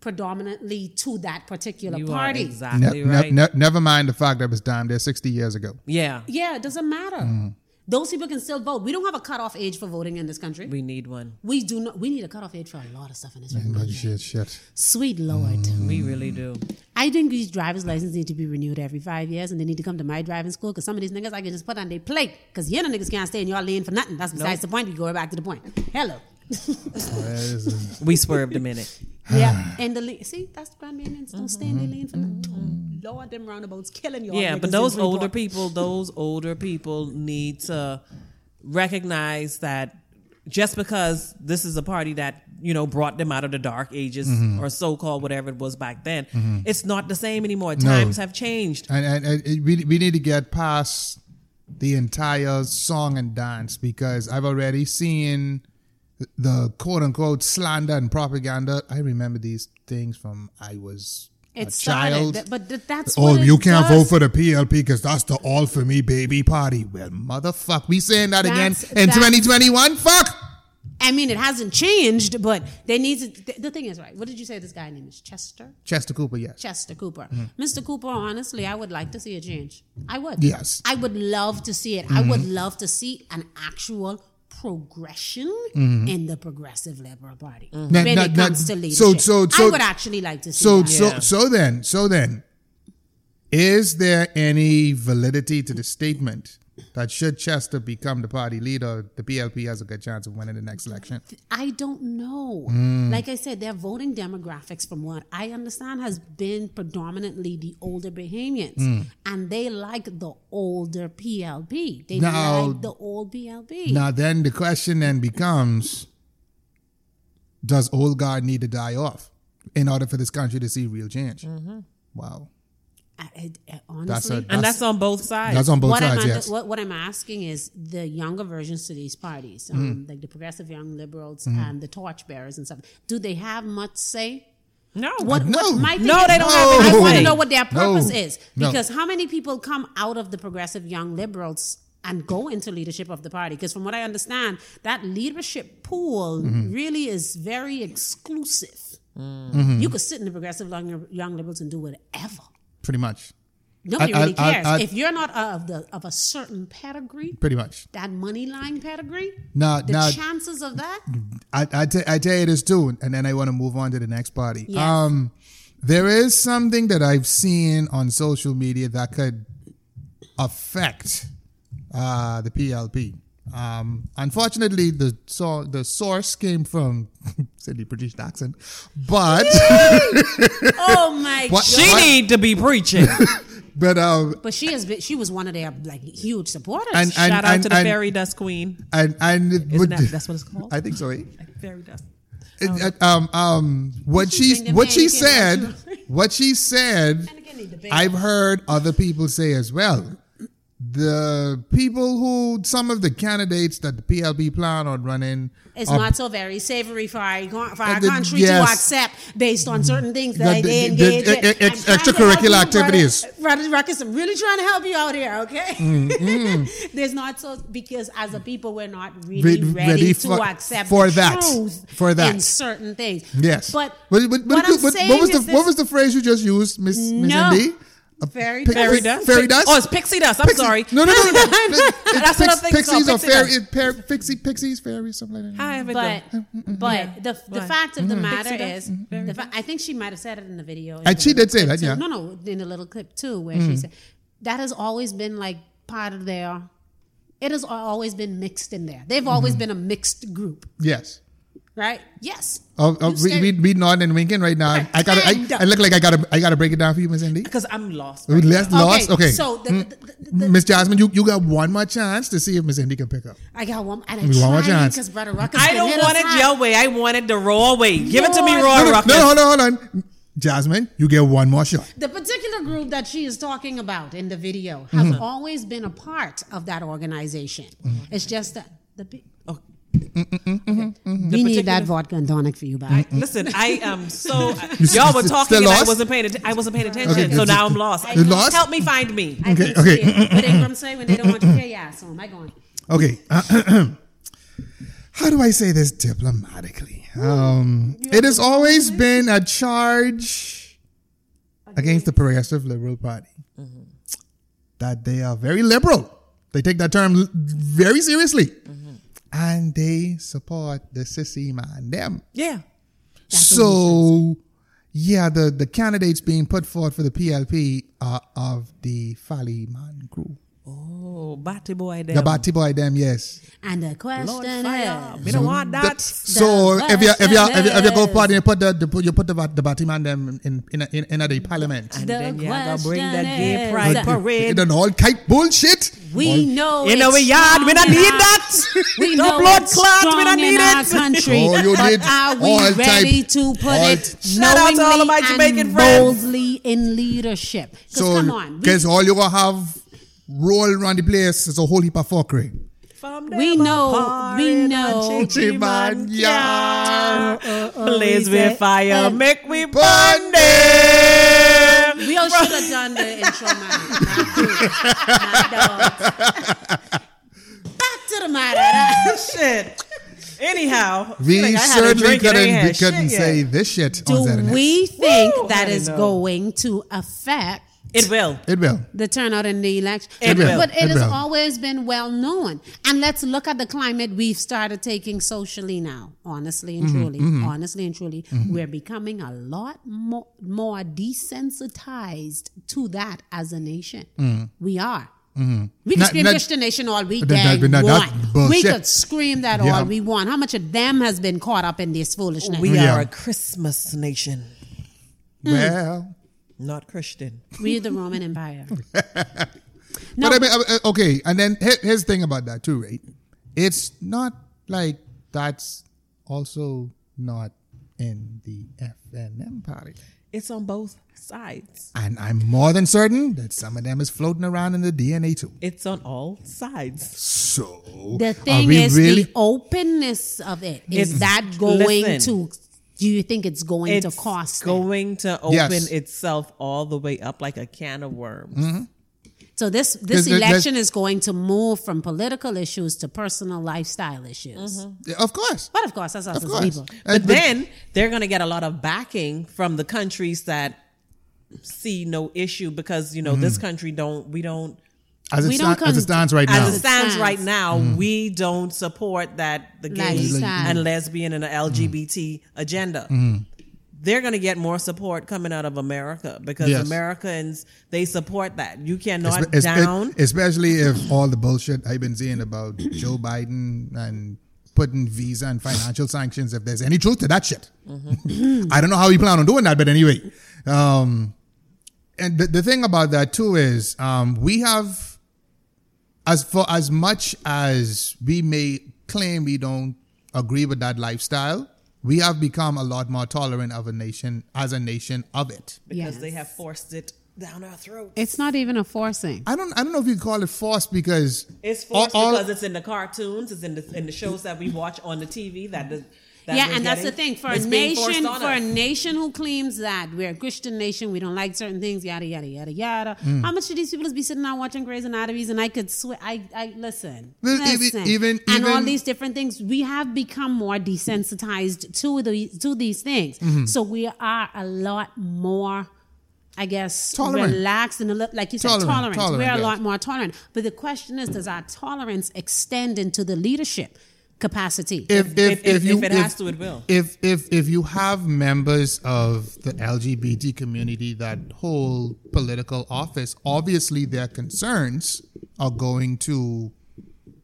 [SPEAKER 3] predominantly to that particular
[SPEAKER 1] You are
[SPEAKER 3] party.
[SPEAKER 2] Ne-
[SPEAKER 1] exactly
[SPEAKER 2] ne-
[SPEAKER 1] right.
[SPEAKER 2] ne- never mind the fact that it was time there 60 years ago.
[SPEAKER 1] Yeah,
[SPEAKER 3] Yeah, it doesn't matter.
[SPEAKER 1] Mm-hmm.
[SPEAKER 3] Those people can still vote. We don't have a cutoff age for voting in this country. We,
[SPEAKER 1] we need one.
[SPEAKER 3] do not we need a cutoff age for a lot of stuff in this
[SPEAKER 2] But
[SPEAKER 3] country.
[SPEAKER 2] shit, shit.
[SPEAKER 3] Sweet Lord.
[SPEAKER 1] We really do.
[SPEAKER 3] I think these driver's licenses need to be renewed every five years, and they need to come to my driving school because some of these niggas I can just put on their plate because you know niggas can't stay in your lane for nothing. That's besides the point. We go back to the point. Hello.
[SPEAKER 1] We swerved a minute.
[SPEAKER 3] yeah, and the lane. See, that's what I mean. It's Don't stay in their lane for nothing. Mm-hmm. Lord, them roundabouts killing y'all.
[SPEAKER 1] Mm-hmm. Yeah,
[SPEAKER 3] niggas
[SPEAKER 1] but
[SPEAKER 3] in
[SPEAKER 1] those
[SPEAKER 3] Freeport.
[SPEAKER 1] older people, those older people need to recognize that just because this is a party that you know brought them out of the dark ages
[SPEAKER 2] Mm-hmm.
[SPEAKER 1] or so-called whatever it was back then, it's not the same anymore. Times have changed.
[SPEAKER 2] And, and, and it- we, we need to get past the entire song and dance because I've already seen the quote unquote slander and propaganda. I remember these things from I was
[SPEAKER 3] It
[SPEAKER 2] a
[SPEAKER 3] started,
[SPEAKER 2] child.
[SPEAKER 3] th- but th- that's
[SPEAKER 2] Oh,
[SPEAKER 3] what
[SPEAKER 2] you
[SPEAKER 3] it
[SPEAKER 2] can't
[SPEAKER 3] does.
[SPEAKER 2] vote for the PLP because that's the all for me baby party. Well, motherfuck, we saying that
[SPEAKER 3] That's-
[SPEAKER 2] again in
[SPEAKER 3] that's-
[SPEAKER 2] 2021. Fuck.
[SPEAKER 3] I mean, it hasn't changed, but they need to. th- the thing is, right? What did you say? This guy name is Chester.
[SPEAKER 2] Chester Cooper, yes.
[SPEAKER 3] Chester Cooper.
[SPEAKER 2] Mm-hmm.
[SPEAKER 3] Mr. Cooper, honestly, I would like to see a change. I would.
[SPEAKER 2] Yes. Mm-hmm.
[SPEAKER 3] I would love to see it. I would love to see an actual progression in the Progressive Liberal Party
[SPEAKER 2] Now-
[SPEAKER 3] when
[SPEAKER 2] Mm-hmm. now-
[SPEAKER 3] it
[SPEAKER 2] now,
[SPEAKER 3] comes to
[SPEAKER 2] so-
[SPEAKER 3] leadership.
[SPEAKER 2] so- so-
[SPEAKER 3] I would actually like to see
[SPEAKER 2] So
[SPEAKER 3] that.
[SPEAKER 1] Yeah.
[SPEAKER 2] so so then so then, is there any validity to the statement that should Chester become the party leader, the PLP has a good chance of winning the next election?
[SPEAKER 3] I don't know.
[SPEAKER 2] Mm.
[SPEAKER 3] Like I said, their voting demographics, from what I understand, has been predominantly the older Bahamians,
[SPEAKER 2] Mm.
[SPEAKER 3] and they like the older PLP. They
[SPEAKER 2] Now-
[SPEAKER 3] like the old PLP.
[SPEAKER 2] Now then, the question then becomes: Does old guard need to die off in order for this country to see real change? Wow,
[SPEAKER 3] I, I- I- Mm-hmm. honestly,
[SPEAKER 1] and that's on both sides.
[SPEAKER 2] that's on both
[SPEAKER 3] what
[SPEAKER 2] sides.
[SPEAKER 3] I'm
[SPEAKER 2] Yes,
[SPEAKER 3] what, what I'm asking is the younger versions to these parties, um,
[SPEAKER 2] Mm-hmm.
[SPEAKER 3] like the progressive young liberals and the torchbearers and stuff. Do they have much say?
[SPEAKER 1] no,
[SPEAKER 3] What,
[SPEAKER 2] No.
[SPEAKER 3] what my thing
[SPEAKER 1] No,
[SPEAKER 3] is-
[SPEAKER 1] they don't
[SPEAKER 2] have any
[SPEAKER 3] I want
[SPEAKER 2] say.
[SPEAKER 3] to know what their purpose
[SPEAKER 2] Mm. No.
[SPEAKER 3] is
[SPEAKER 2] No.
[SPEAKER 3] because how many people come out of the progressive young liberals and go into leadership of the party? Because from what I understand, that leadership pool
[SPEAKER 2] Mm-hmm.
[SPEAKER 3] really is very exclusive.
[SPEAKER 1] Mm.
[SPEAKER 2] Mm-hmm.
[SPEAKER 3] You could sit in the progressive young, young liberals and do whatever.
[SPEAKER 2] pretty much,
[SPEAKER 3] Nobody
[SPEAKER 2] I- I-
[SPEAKER 3] really
[SPEAKER 2] I-
[SPEAKER 3] cares.
[SPEAKER 2] I-
[SPEAKER 3] if you're not uh, of the of a certain pedigree,
[SPEAKER 2] pretty much.
[SPEAKER 3] that money line pedigree,
[SPEAKER 2] Now,
[SPEAKER 3] the
[SPEAKER 2] now,
[SPEAKER 3] chances of that
[SPEAKER 2] I, I, t- I tell you this too, and then I want to move on to the next party.
[SPEAKER 3] Yes.
[SPEAKER 2] Um, there is something that I've seen on social media that could affect uh, the PLP. Um, unfortunately, the so- the source came from said the British accent, but
[SPEAKER 3] oh my
[SPEAKER 2] What-
[SPEAKER 3] god!
[SPEAKER 1] she need to be preaching.
[SPEAKER 2] but um,
[SPEAKER 3] But she has been, she was one of their like huge supporters.
[SPEAKER 2] and and
[SPEAKER 1] Shout out
[SPEAKER 2] and
[SPEAKER 1] to the
[SPEAKER 2] and,
[SPEAKER 1] fairy dust queen.
[SPEAKER 2] and, and it
[SPEAKER 1] Isn't
[SPEAKER 2] would-
[SPEAKER 1] that that's what it's called?
[SPEAKER 2] I think so. eh?
[SPEAKER 1] fairy dust.
[SPEAKER 2] It- uh, um, um, what she
[SPEAKER 3] Bring them
[SPEAKER 2] what she
[SPEAKER 3] back Oh. in,
[SPEAKER 2] said,
[SPEAKER 3] don't
[SPEAKER 2] what she said
[SPEAKER 3] And again, the debate.
[SPEAKER 2] I've heard other people say as well. the people who some of the candidates that the PLP plan on running
[SPEAKER 3] It's
[SPEAKER 2] are-
[SPEAKER 3] not so very savory for our, co- for our
[SPEAKER 2] uh, the-
[SPEAKER 3] country
[SPEAKER 2] yes.
[SPEAKER 3] to accept based on certain things
[SPEAKER 2] The- the-
[SPEAKER 3] that they
[SPEAKER 2] the- the-
[SPEAKER 3] engage in.
[SPEAKER 2] e- ex-
[SPEAKER 3] I'm trying to help
[SPEAKER 2] extracurricular
[SPEAKER 3] you,
[SPEAKER 2] activities. Mm,
[SPEAKER 3] Brother, brother Ruckus, I'm really trying to help you out here, okay? There's not so, because as a people, we're not really
[SPEAKER 2] Re-
[SPEAKER 3] ready,
[SPEAKER 2] ready
[SPEAKER 3] to
[SPEAKER 2] for-
[SPEAKER 3] accept
[SPEAKER 2] for
[SPEAKER 3] the
[SPEAKER 2] that.
[SPEAKER 3] truth
[SPEAKER 2] For that.
[SPEAKER 3] in certain things.
[SPEAKER 2] yes.
[SPEAKER 3] But,
[SPEAKER 2] But- but- but-
[SPEAKER 3] what, I'm
[SPEAKER 2] but-
[SPEAKER 3] saying
[SPEAKER 2] what was
[SPEAKER 3] is
[SPEAKER 2] the
[SPEAKER 3] this
[SPEAKER 2] what was the phrase you just used, Miss Miss
[SPEAKER 3] No.
[SPEAKER 2] Indy? A
[SPEAKER 3] Fairy
[SPEAKER 2] pic-
[SPEAKER 3] dust.
[SPEAKER 1] Fairy
[SPEAKER 2] pic-
[SPEAKER 1] dust.
[SPEAKER 2] Fairy dust.
[SPEAKER 1] Oh, it's pixie dust. I'm
[SPEAKER 2] Pixie-
[SPEAKER 1] sorry.
[SPEAKER 2] No, no, no. no.
[SPEAKER 1] That's what I think it's
[SPEAKER 2] Pixies
[SPEAKER 1] called,
[SPEAKER 2] or
[SPEAKER 1] pixie
[SPEAKER 2] fairy,
[SPEAKER 1] dust.
[SPEAKER 2] pair, pixie, pixies, fairies, something like that.
[SPEAKER 1] I haven't
[SPEAKER 3] but
[SPEAKER 2] Mm,
[SPEAKER 1] done-
[SPEAKER 3] but the, the
[SPEAKER 1] Why?
[SPEAKER 3] fact of the matter
[SPEAKER 1] Pixie
[SPEAKER 3] is, the fa- I think she might have said it in the video. in
[SPEAKER 2] Mm-hmm. I-
[SPEAKER 3] the
[SPEAKER 2] she
[SPEAKER 3] little
[SPEAKER 2] did say
[SPEAKER 3] clip
[SPEAKER 2] that,
[SPEAKER 3] too.
[SPEAKER 2] yeah. Mm-hmm.
[SPEAKER 3] No, no, in the little clip too, where she said that has always been like part of their. It has always been mixed in there. They've always
[SPEAKER 2] Mm-hmm.
[SPEAKER 3] been a mixed group,
[SPEAKER 2] Yes.
[SPEAKER 3] right? Yes.
[SPEAKER 2] Oh, oh,
[SPEAKER 3] You
[SPEAKER 2] we,
[SPEAKER 3] said-
[SPEAKER 2] we, we nodding and winking right now. I gotta, I, I look like I gotta, I gotta break it down for you, Miss Indy.
[SPEAKER 1] because I'm lost.
[SPEAKER 2] We
[SPEAKER 1] right
[SPEAKER 2] less
[SPEAKER 1] now.
[SPEAKER 2] lost. Okay. Mm.
[SPEAKER 3] So the, the, the, the,
[SPEAKER 2] Miss Jasmine, you, you got one more chance to see if Miss Indy can pick up.
[SPEAKER 3] I got one, and I
[SPEAKER 2] We want more
[SPEAKER 3] tried
[SPEAKER 2] chance.
[SPEAKER 3] because brother Ruckus.
[SPEAKER 1] I
[SPEAKER 3] can
[SPEAKER 1] don't
[SPEAKER 3] hit us
[SPEAKER 1] want it
[SPEAKER 3] hard.
[SPEAKER 1] your way. I wanted the raw way. Give it to me
[SPEAKER 3] Lord.
[SPEAKER 1] raw,
[SPEAKER 2] No, no,
[SPEAKER 1] Ruckus.
[SPEAKER 2] no, hold on, hold on. Jasmine, you get one more shot.
[SPEAKER 3] The particular group that she is talking about in the video have
[SPEAKER 1] Mm-hmm.
[SPEAKER 3] always been a part of that organization. It's just that the big.
[SPEAKER 1] Oh.
[SPEAKER 3] We
[SPEAKER 1] particular-
[SPEAKER 3] need that vodka and tonic for you, back.
[SPEAKER 1] Listen, I am so
[SPEAKER 2] s-
[SPEAKER 1] y'all were
[SPEAKER 2] s-
[SPEAKER 1] talking
[SPEAKER 2] still
[SPEAKER 1] and I
[SPEAKER 2] lost?
[SPEAKER 1] wasn't paying. atten- I wasn't paying attention,
[SPEAKER 2] Okay,
[SPEAKER 1] so
[SPEAKER 2] good.
[SPEAKER 1] now I'm lost.
[SPEAKER 2] You lost?
[SPEAKER 1] Help me find me.
[SPEAKER 3] I
[SPEAKER 2] Okay,
[SPEAKER 3] okay,
[SPEAKER 2] okay.
[SPEAKER 3] okay. But Ingram say when they don't want you to hear your ass home, I going.
[SPEAKER 2] Okay. How do I say this diplomatically? Um, it has always been a charge against the Progressive Liberal Party that they are very liberal. They take that term l- very seriously. And they support the sissy man, them.
[SPEAKER 1] Yeah.
[SPEAKER 2] so, yeah, the, the candidates being put forward for the PLP are of the Fali man group.
[SPEAKER 1] Oh, batty boy,
[SPEAKER 2] The
[SPEAKER 1] there.
[SPEAKER 2] Bati boy, them, yes.
[SPEAKER 3] And the question
[SPEAKER 1] Lord, fire.
[SPEAKER 3] is,
[SPEAKER 1] We don't want
[SPEAKER 2] That-
[SPEAKER 1] that.
[SPEAKER 2] so
[SPEAKER 3] the
[SPEAKER 2] if you if you if you, if you go
[SPEAKER 3] Westerners.
[SPEAKER 2] party, you put the, the put- you put the bat- the Batman them in in in, in, in the parliament.
[SPEAKER 1] And
[SPEAKER 3] The
[SPEAKER 1] then y'all gonna bring
[SPEAKER 3] question
[SPEAKER 1] that gay
[SPEAKER 3] is-
[SPEAKER 1] pride
[SPEAKER 3] But-
[SPEAKER 2] It
[SPEAKER 1] parade.
[SPEAKER 2] done all kite bullshit.
[SPEAKER 3] we know
[SPEAKER 1] You know,
[SPEAKER 3] it's
[SPEAKER 1] we yard, we
[SPEAKER 3] strong
[SPEAKER 1] don't
[SPEAKER 3] in
[SPEAKER 1] need
[SPEAKER 3] our-
[SPEAKER 1] that. Don't
[SPEAKER 3] We know
[SPEAKER 1] blood
[SPEAKER 3] it's
[SPEAKER 1] clot, we
[SPEAKER 3] strong
[SPEAKER 1] don't need
[SPEAKER 3] in our
[SPEAKER 1] it.
[SPEAKER 3] country,
[SPEAKER 2] Oh, you
[SPEAKER 3] but
[SPEAKER 2] need
[SPEAKER 3] are we
[SPEAKER 2] all
[SPEAKER 3] ready
[SPEAKER 2] type-
[SPEAKER 3] to put
[SPEAKER 2] all-
[SPEAKER 3] it
[SPEAKER 1] Shout out to all of my
[SPEAKER 3] knowingly
[SPEAKER 1] Jamaican
[SPEAKER 3] and
[SPEAKER 1] friends.
[SPEAKER 3] boldly in leadership? Because
[SPEAKER 2] So
[SPEAKER 3] come on, we,
[SPEAKER 2] because all you gonna have roll around the place is a whole heap of fuckery.
[SPEAKER 1] From
[SPEAKER 3] We
[SPEAKER 1] them
[SPEAKER 3] know-
[SPEAKER 1] afar
[SPEAKER 3] we
[SPEAKER 1] in a
[SPEAKER 3] know-
[SPEAKER 1] chichi man,
[SPEAKER 2] Chiman,
[SPEAKER 1] yeah.
[SPEAKER 3] oh,
[SPEAKER 1] Blaze
[SPEAKER 3] we
[SPEAKER 1] with
[SPEAKER 3] say,
[SPEAKER 1] fire,
[SPEAKER 3] uh,
[SPEAKER 1] make we burn
[SPEAKER 2] burn
[SPEAKER 1] them.
[SPEAKER 3] we all should have done the intro, man. My dogs. Back to the matter.
[SPEAKER 1] Shit. Anyhow, I
[SPEAKER 2] We
[SPEAKER 1] feel like I had a
[SPEAKER 2] certainly
[SPEAKER 1] drink and I ain't
[SPEAKER 2] couldn't we
[SPEAKER 1] had shit
[SPEAKER 2] couldn't
[SPEAKER 1] yet.
[SPEAKER 2] say this shit on
[SPEAKER 3] Do
[SPEAKER 2] Saturday.
[SPEAKER 3] we think
[SPEAKER 1] Woo!
[SPEAKER 3] that
[SPEAKER 1] I
[SPEAKER 3] is
[SPEAKER 1] know.
[SPEAKER 3] going to affect
[SPEAKER 1] it will.
[SPEAKER 2] It will.
[SPEAKER 3] the turnout in the election?
[SPEAKER 1] It will.
[SPEAKER 3] But it
[SPEAKER 2] It
[SPEAKER 3] has
[SPEAKER 2] will.
[SPEAKER 3] always been well known. And let's look at the climate we've started taking socially now, honestly and
[SPEAKER 2] Mm-hmm,
[SPEAKER 3] truly. Honestly and truly. We're becoming a lot more, more desensitized to that as a nation. We are. We can
[SPEAKER 2] Mm. Mm-hmm. Not-
[SPEAKER 3] scream
[SPEAKER 2] not-
[SPEAKER 3] Christian nation all we
[SPEAKER 2] But that-
[SPEAKER 3] gang
[SPEAKER 2] but that- that's
[SPEAKER 3] want. We
[SPEAKER 2] bullshit.
[SPEAKER 3] could scream that
[SPEAKER 2] Yeah.
[SPEAKER 3] all we want. How much of them has been caught up in this foolishness?
[SPEAKER 1] We
[SPEAKER 2] Yeah.
[SPEAKER 1] are a Christmas nation,
[SPEAKER 3] Mm.
[SPEAKER 2] Well.
[SPEAKER 1] not Christian.
[SPEAKER 3] We're the Roman Empire.
[SPEAKER 2] But I mean, uh, uh, okay, and then here- here's the thing about that too, right? It's not like that's also not in the FNM party.
[SPEAKER 1] It's on both sides.
[SPEAKER 2] And I'm more than certain that some of them is floating around in the DNA too.
[SPEAKER 1] It's on all sides.
[SPEAKER 2] So
[SPEAKER 3] The
[SPEAKER 2] are
[SPEAKER 3] thing
[SPEAKER 2] we
[SPEAKER 3] is
[SPEAKER 2] really?
[SPEAKER 3] the openness of it. Is
[SPEAKER 1] It's-
[SPEAKER 3] that going
[SPEAKER 1] listen.
[SPEAKER 3] to do you think it's going
[SPEAKER 1] It's
[SPEAKER 3] to cost them?
[SPEAKER 1] going to open
[SPEAKER 2] Yes. Mm-hmm.
[SPEAKER 1] itself all the way up like a can of worms.
[SPEAKER 3] So this
[SPEAKER 2] There's-
[SPEAKER 3] this
[SPEAKER 2] there's-
[SPEAKER 3] election is going to move from political issues to personal lifestyle issues.
[SPEAKER 2] of course,
[SPEAKER 3] But of course, that's us
[SPEAKER 2] of
[SPEAKER 3] as
[SPEAKER 2] course.
[SPEAKER 3] people.
[SPEAKER 2] Uh,
[SPEAKER 1] But then they're going to get a lot of backing from the countries that see no issue because you know this
[SPEAKER 2] Mm-hmm.
[SPEAKER 1] country don't we don't
[SPEAKER 2] as it,
[SPEAKER 3] we don't
[SPEAKER 2] sta- as it
[SPEAKER 3] con-
[SPEAKER 2] stands right
[SPEAKER 1] as
[SPEAKER 2] now,
[SPEAKER 1] it stands
[SPEAKER 3] Stands.
[SPEAKER 1] right now
[SPEAKER 2] Mm.
[SPEAKER 1] we don't support that the gay
[SPEAKER 3] Lifestyle.
[SPEAKER 1] and lesbian and the LGBT
[SPEAKER 2] Mm.
[SPEAKER 1] agenda. They're going to get more support coming out of America because
[SPEAKER 2] Yes.
[SPEAKER 1] Americans they support that. You cannot
[SPEAKER 2] Espe- espe-
[SPEAKER 1] down
[SPEAKER 2] especially if all the bullshit I've been seeing about Joe Biden and putting visa and financial sanctions, if there's any truth to that shit.
[SPEAKER 1] Mm-hmm.
[SPEAKER 2] I don't know how he plan on doing that, but anyway. Um, and the, the thing about that too is um, we have, as for as much as we may claim we don't agree with that lifestyle, we have become a lot more tolerant of a nation as a nation of it.
[SPEAKER 1] because
[SPEAKER 3] Yes.
[SPEAKER 1] they have forced it down our throat.
[SPEAKER 3] It's not even a forcing.
[SPEAKER 2] I don't. I don't know if you call it forced because
[SPEAKER 1] It's
[SPEAKER 2] all-
[SPEAKER 1] forced
[SPEAKER 2] all-
[SPEAKER 1] because it's in the cartoons, it's in the in the shows that we watch on the TV. That the, that
[SPEAKER 3] yeah,
[SPEAKER 1] we're
[SPEAKER 3] and that's the
[SPEAKER 1] getting.
[SPEAKER 3] thing for a
[SPEAKER 1] It's being forced
[SPEAKER 3] nation
[SPEAKER 1] on
[SPEAKER 3] for a
[SPEAKER 1] us.
[SPEAKER 3] nation who claims that we're a Christian nation, we don't like certain things, yada yada yada yada. How much of these people is be sitting out watching Grey's Anatomy? And I could swear, I I listen,
[SPEAKER 2] Well, even-
[SPEAKER 3] listen.
[SPEAKER 2] even-
[SPEAKER 3] and all
[SPEAKER 2] even-
[SPEAKER 3] these different things, we have become more desensitized to the to these things, so we are a lot more. I guess
[SPEAKER 2] Tolerant.
[SPEAKER 3] relaxed and a little, like you said,
[SPEAKER 2] Tolerant,
[SPEAKER 3] tolerant.
[SPEAKER 2] tolerant,
[SPEAKER 3] We're a
[SPEAKER 2] yes.
[SPEAKER 3] lot more tolerant. But the question is, does our tolerance extend into the leadership capacity?
[SPEAKER 2] if if
[SPEAKER 1] if-
[SPEAKER 2] if you
[SPEAKER 1] if it has to, it will.
[SPEAKER 2] If if if you have members of the LGBT community that hold political office, obviously their concerns are going to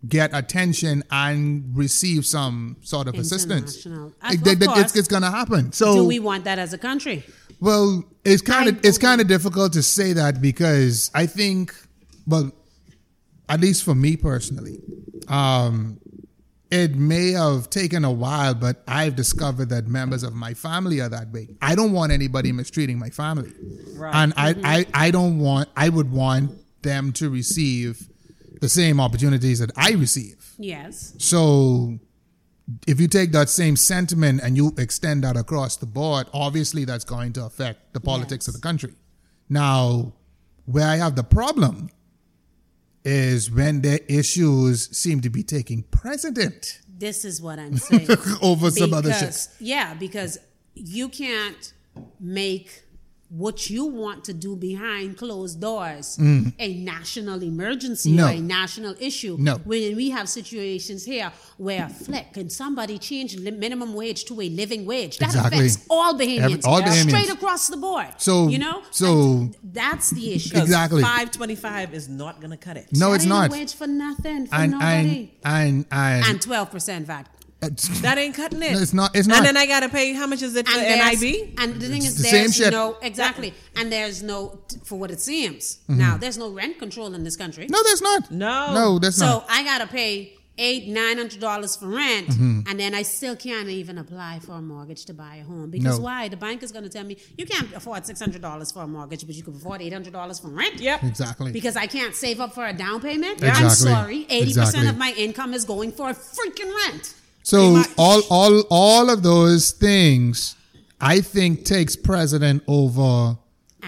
[SPEAKER 2] get attention and receive some sort of assistance.
[SPEAKER 3] International.
[SPEAKER 2] Like,
[SPEAKER 3] Of
[SPEAKER 2] that- that- it's,
[SPEAKER 3] course.
[SPEAKER 2] going to happen. So
[SPEAKER 3] Do we want that as a country?
[SPEAKER 2] Well, it's kind
[SPEAKER 3] I-
[SPEAKER 2] of it's kind of difficult to say that because I think, well, at least for me personally, um, it may have taken a while, but I've discovered that members of my family are that way. I don't want anybody mistreating my family,
[SPEAKER 1] Right.
[SPEAKER 2] and I, I I don't want I would want them to receive the same opportunities that I receive.
[SPEAKER 3] Yes.
[SPEAKER 2] So if you take that same sentiment and you extend that across the board, obviously that's going to affect the politics of the country. Now, where I have the problem is when their issues seem to be taking precedent
[SPEAKER 3] This is what I'm saying.
[SPEAKER 2] over some other shit.
[SPEAKER 3] because, yeah, because you can't make what you want to do behind closed doors a national emergency
[SPEAKER 2] Mm. No.
[SPEAKER 3] or a national issue.
[SPEAKER 2] No.
[SPEAKER 3] When we have situations here where flick and somebody change li- minimum wage to a living wage. That
[SPEAKER 2] Exactly.
[SPEAKER 3] affects all Bahamians.
[SPEAKER 2] Every- all
[SPEAKER 3] Straight
[SPEAKER 2] Bahamians.
[SPEAKER 3] across the board.
[SPEAKER 2] So-
[SPEAKER 3] you know?
[SPEAKER 2] so-
[SPEAKER 3] And that's the issue.
[SPEAKER 2] Exactly.
[SPEAKER 1] Five twenty-five is not going to cut it.
[SPEAKER 2] No,
[SPEAKER 3] That
[SPEAKER 2] it's
[SPEAKER 3] ain't a
[SPEAKER 2] not.
[SPEAKER 3] wage for nothing. For
[SPEAKER 2] And and
[SPEAKER 3] nobody.
[SPEAKER 2] and
[SPEAKER 3] and
[SPEAKER 2] and,
[SPEAKER 3] twelve percent VAT.
[SPEAKER 1] that ain't cutting it.
[SPEAKER 2] No, it's not- it's not.
[SPEAKER 1] And then I got to pay. How much is it for
[SPEAKER 3] there's-
[SPEAKER 1] NIB?
[SPEAKER 3] And the thing is,
[SPEAKER 2] the same
[SPEAKER 3] there's
[SPEAKER 2] shit.
[SPEAKER 3] no exactly, and there's no for what it seems now. There's no rent control in this country.
[SPEAKER 2] Mm-hmm. no, that's not.
[SPEAKER 1] No.
[SPEAKER 2] no, that's
[SPEAKER 3] so
[SPEAKER 2] not.
[SPEAKER 3] I gotta pay eight, nine hundred dollars for rent,
[SPEAKER 2] Mm-hmm.
[SPEAKER 3] and then I still can't even apply for a mortgage to buy a home because
[SPEAKER 2] No.
[SPEAKER 3] why? The bank is gonna tell me you can't afford six hundred dollars for a mortgage, but you can afford eight hundred dollars for rent.
[SPEAKER 1] Yep.
[SPEAKER 2] Exactly.
[SPEAKER 3] Because I can't save up for a down payment. I'm
[SPEAKER 2] Exactly.
[SPEAKER 3] sorry, eighty
[SPEAKER 2] Exactly.
[SPEAKER 3] percent of my income is going for freaking rent.
[SPEAKER 2] So
[SPEAKER 1] much.
[SPEAKER 2] all all all of those things I think takes precedent over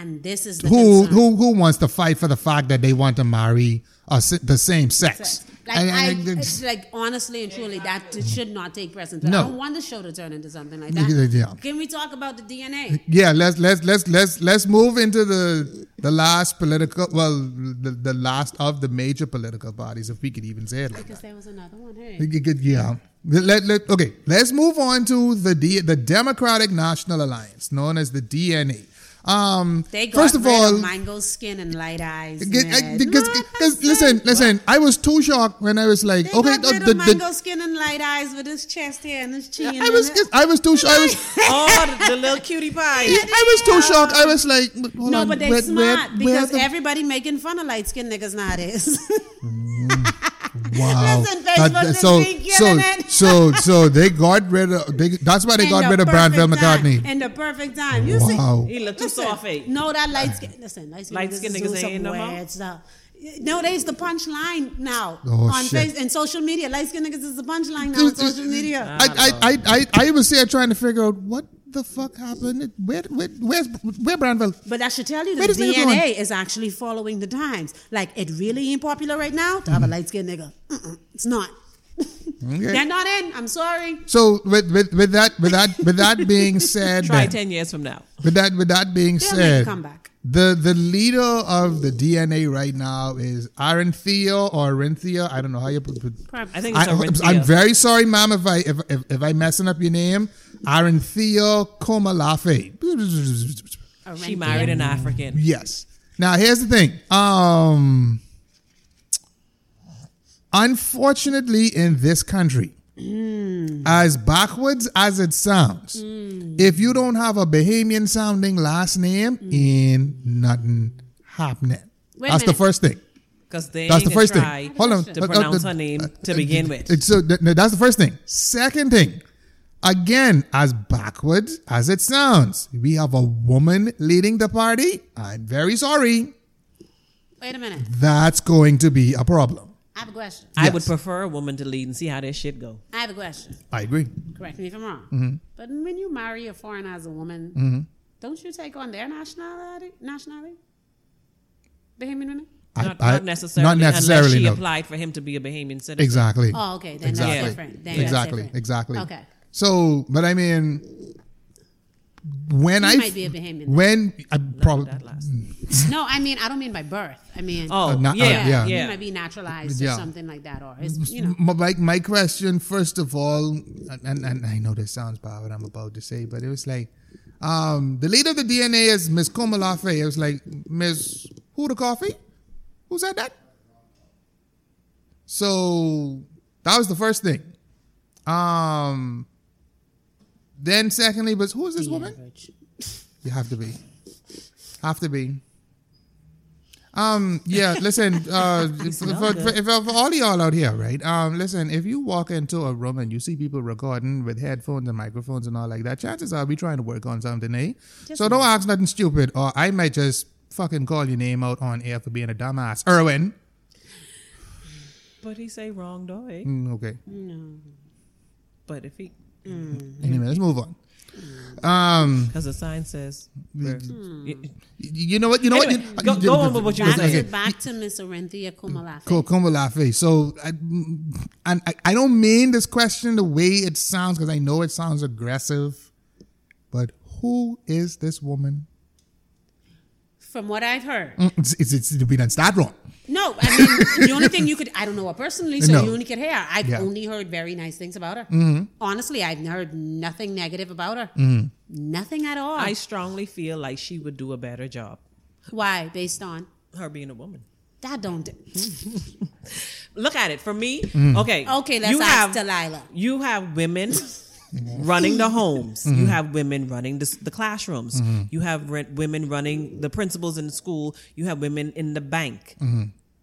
[SPEAKER 3] And this is the
[SPEAKER 2] who
[SPEAKER 3] concern.
[SPEAKER 2] who who wants to fight for the fact that they want to marry a, si- the same sex?
[SPEAKER 3] Like,
[SPEAKER 2] And-
[SPEAKER 3] I,
[SPEAKER 2] and- and-
[SPEAKER 3] it's like honestly and truly, that t- should not take precedence.
[SPEAKER 2] No.
[SPEAKER 3] I don't want the show to turn into something like
[SPEAKER 2] Yeah,
[SPEAKER 3] that.
[SPEAKER 2] yeah.
[SPEAKER 3] Can we talk about the DNA?
[SPEAKER 2] yeah, let's let's let's let's let's move into the the last political well the, the last of the major political bodies if we could even say it like
[SPEAKER 3] Because there was another one. Hey.
[SPEAKER 2] that. Yeah. Let, let, okay, let's move on to the D, the Democratic National Alliance, known as the DNA. Um,
[SPEAKER 3] They got
[SPEAKER 2] first of
[SPEAKER 3] rid
[SPEAKER 2] all,
[SPEAKER 3] of mango skin and light eyes.
[SPEAKER 2] Get- I-
[SPEAKER 3] man.
[SPEAKER 2] because- because- listen, listen. I was too shocked when I was like,
[SPEAKER 3] They
[SPEAKER 2] okay,
[SPEAKER 3] got
[SPEAKER 2] the,
[SPEAKER 3] rid
[SPEAKER 2] the-
[SPEAKER 3] of mango
[SPEAKER 2] the-
[SPEAKER 3] skin and light eyes with his chest hair and his chin.
[SPEAKER 2] I was,
[SPEAKER 3] and his-
[SPEAKER 2] I was too shocked. I was,
[SPEAKER 1] oh, the, the little cutie pie.
[SPEAKER 2] I was too shocked. I was like, hold
[SPEAKER 3] no,
[SPEAKER 2] on,
[SPEAKER 3] but they
[SPEAKER 2] where- where-
[SPEAKER 3] smart
[SPEAKER 2] where
[SPEAKER 3] because
[SPEAKER 2] the-
[SPEAKER 3] everybody making fun of light skinned niggas nowadays.
[SPEAKER 2] wow.
[SPEAKER 3] Listen, Facebook
[SPEAKER 2] That-
[SPEAKER 3] this
[SPEAKER 2] so,
[SPEAKER 3] week,
[SPEAKER 2] so,
[SPEAKER 3] getting it?
[SPEAKER 2] so, so they got rid of. They, that's why they
[SPEAKER 3] In
[SPEAKER 2] got
[SPEAKER 3] the
[SPEAKER 2] rid of Bradville
[SPEAKER 3] perfect time.
[SPEAKER 2] McCartney.
[SPEAKER 3] In the perfect time. You
[SPEAKER 2] Wow.
[SPEAKER 3] see,
[SPEAKER 1] He looked too eh?
[SPEAKER 3] Listen,
[SPEAKER 1] soft-faced.
[SPEAKER 3] No, that light skin. Listen, light skin,
[SPEAKER 1] Light skin niggas ain't no more?
[SPEAKER 3] no No, there's the punchline now
[SPEAKER 2] Oh,
[SPEAKER 3] on
[SPEAKER 2] shit.
[SPEAKER 3] face and social media. Light skin niggas is the punchline now on social media.
[SPEAKER 2] I, I, I, I, I was there trying to figure out what the fuck happened. Where, where, where's, where Bradville?
[SPEAKER 3] But I should tell you,
[SPEAKER 2] Where
[SPEAKER 3] the
[SPEAKER 2] this nigga going?
[SPEAKER 3] DNA is actually following the times. Like, it really ain't popular right now to have a light skinned nigga. Mm-mm, it's not. They're not in. I'm sorry.
[SPEAKER 2] So with, with, with that, with that, with that being said,
[SPEAKER 1] Try
[SPEAKER 2] then-
[SPEAKER 1] ten years from now.
[SPEAKER 2] With that, with that being
[SPEAKER 3] They'll make
[SPEAKER 2] said,
[SPEAKER 3] a comeback.
[SPEAKER 2] the the leader of the DNA right now is Arenthea or Arenthea. I don't know how you. put- put-
[SPEAKER 1] I think
[SPEAKER 2] I,
[SPEAKER 1] it's a Orinthia.
[SPEAKER 2] I'm very sorry, ma'am, if I if if, if I messing up your name. Arenthea Komalafe.
[SPEAKER 1] She married an African.
[SPEAKER 2] Yes. Now here's the thing. Um unfortunately in this country,
[SPEAKER 3] Hmm.
[SPEAKER 2] as backwards as it sounds, if you don't have a Bahamian sounding last name, ain't nothing happening.
[SPEAKER 3] Hmm. Wait a
[SPEAKER 2] That's the
[SPEAKER 3] minute.
[SPEAKER 2] first thing.
[SPEAKER 1] Because they
[SPEAKER 2] That's
[SPEAKER 1] ain't
[SPEAKER 2] the first
[SPEAKER 1] gonna try
[SPEAKER 2] thing. Hold on.
[SPEAKER 1] to
[SPEAKER 2] Uh, uh,
[SPEAKER 1] pronounce
[SPEAKER 2] the-
[SPEAKER 1] her name
[SPEAKER 2] uh,
[SPEAKER 1] to begin with.
[SPEAKER 2] it's- so th- no, that's the first thing. Second thing, Again, as backward as it sounds, we have a woman leading the party. I'm very sorry.
[SPEAKER 3] Wait a minute.
[SPEAKER 2] That's going to be a problem.
[SPEAKER 3] I have a question.
[SPEAKER 1] I would
[SPEAKER 2] Yes.
[SPEAKER 1] prefer a woman to lead and see how their shit go.
[SPEAKER 3] I have a question.
[SPEAKER 2] I agree.
[SPEAKER 3] Correct me if I'm wrong.
[SPEAKER 2] Mm-hmm.
[SPEAKER 3] But when you marry a foreigner as a woman, don't you take on their nationality? Nationality? Bahamian women?
[SPEAKER 2] I-
[SPEAKER 1] Not,
[SPEAKER 2] I-
[SPEAKER 1] not necessarily. unless
[SPEAKER 2] necessarily,
[SPEAKER 1] she
[SPEAKER 2] no.
[SPEAKER 1] applied for him to be a Bahamian citizen.
[SPEAKER 2] Exactly.
[SPEAKER 3] Oh, okay. Then
[SPEAKER 2] exactly.
[SPEAKER 3] that's different. Then
[SPEAKER 2] exactly.
[SPEAKER 3] That's different.
[SPEAKER 2] Exactly.
[SPEAKER 3] Okay.
[SPEAKER 2] So, but I mean, when I
[SPEAKER 3] might be a Bahamian.
[SPEAKER 2] When I probably
[SPEAKER 1] That last.
[SPEAKER 3] No, I mean, I don't mean by birth. I mean,
[SPEAKER 1] Oh,
[SPEAKER 2] not- Mm, uh,
[SPEAKER 1] yeah,
[SPEAKER 2] yeah.
[SPEAKER 1] yeah.
[SPEAKER 3] You might be naturalized
[SPEAKER 2] Yeah.
[SPEAKER 3] or something like that, or it's, you know.
[SPEAKER 2] my, my, my question first of all and, and, and i know this sounds bad what i'm about to say but it was like um, the leader of the dna is miss komalafe it was like miss who the coffee who said that so that was the first thing um, then secondly was who is this woman
[SPEAKER 3] Average.
[SPEAKER 2] you have to be. Have to be. Um, yeah, listen, uh, for, for, for, for- for all y'all out here, right? Um, listen, if you walk into a room and you see people recording with headphones and microphones and all like that, chances are we trying to work on something, eh? so don't ask nothing stupid, or I might just fucking call your name out on air for being a dumbass. Erwin.
[SPEAKER 1] But he say wrong dog.
[SPEAKER 2] Mm, okay.
[SPEAKER 1] But if he, Mm-hmm.
[SPEAKER 2] Anyway, let's move on. Um,
[SPEAKER 1] because the sign says,
[SPEAKER 2] Mm.
[SPEAKER 3] Hmm.
[SPEAKER 1] Y-
[SPEAKER 2] y- you know what? You know
[SPEAKER 1] Anyway,
[SPEAKER 2] what?
[SPEAKER 1] go- go on with what you were
[SPEAKER 3] Back,
[SPEAKER 2] Okay.
[SPEAKER 3] to, back to Miss Orinthia Kumalafe.
[SPEAKER 2] Cool, Kumalafe. So, I, and I, I don't mean this question the way it sounds because I know it sounds aggressive, but who is this woman?
[SPEAKER 3] From what I've heard.
[SPEAKER 2] It's, it's, it's we done start wrong.
[SPEAKER 3] No, I mean the only thing you could I don't know her personally, so
[SPEAKER 2] No.
[SPEAKER 3] you only could hear. I've
[SPEAKER 2] Yeah. Mm-hmm.
[SPEAKER 3] only heard very nice things about her. Honestly, I've heard nothing negative about her. Nothing at all.
[SPEAKER 1] I strongly feel like she would do a better job,
[SPEAKER 3] Why? Based on
[SPEAKER 1] her being a woman.
[SPEAKER 3] that don't
[SPEAKER 1] Hmm? Look at it. For me,
[SPEAKER 2] Mm.
[SPEAKER 1] okay.
[SPEAKER 3] Okay, let's
[SPEAKER 1] you
[SPEAKER 3] ask
[SPEAKER 1] have,
[SPEAKER 3] Delilah.
[SPEAKER 1] You have women running the homes. You have women running the, s- the classrooms. You have re- women running the principals in the school. You have women in the bank.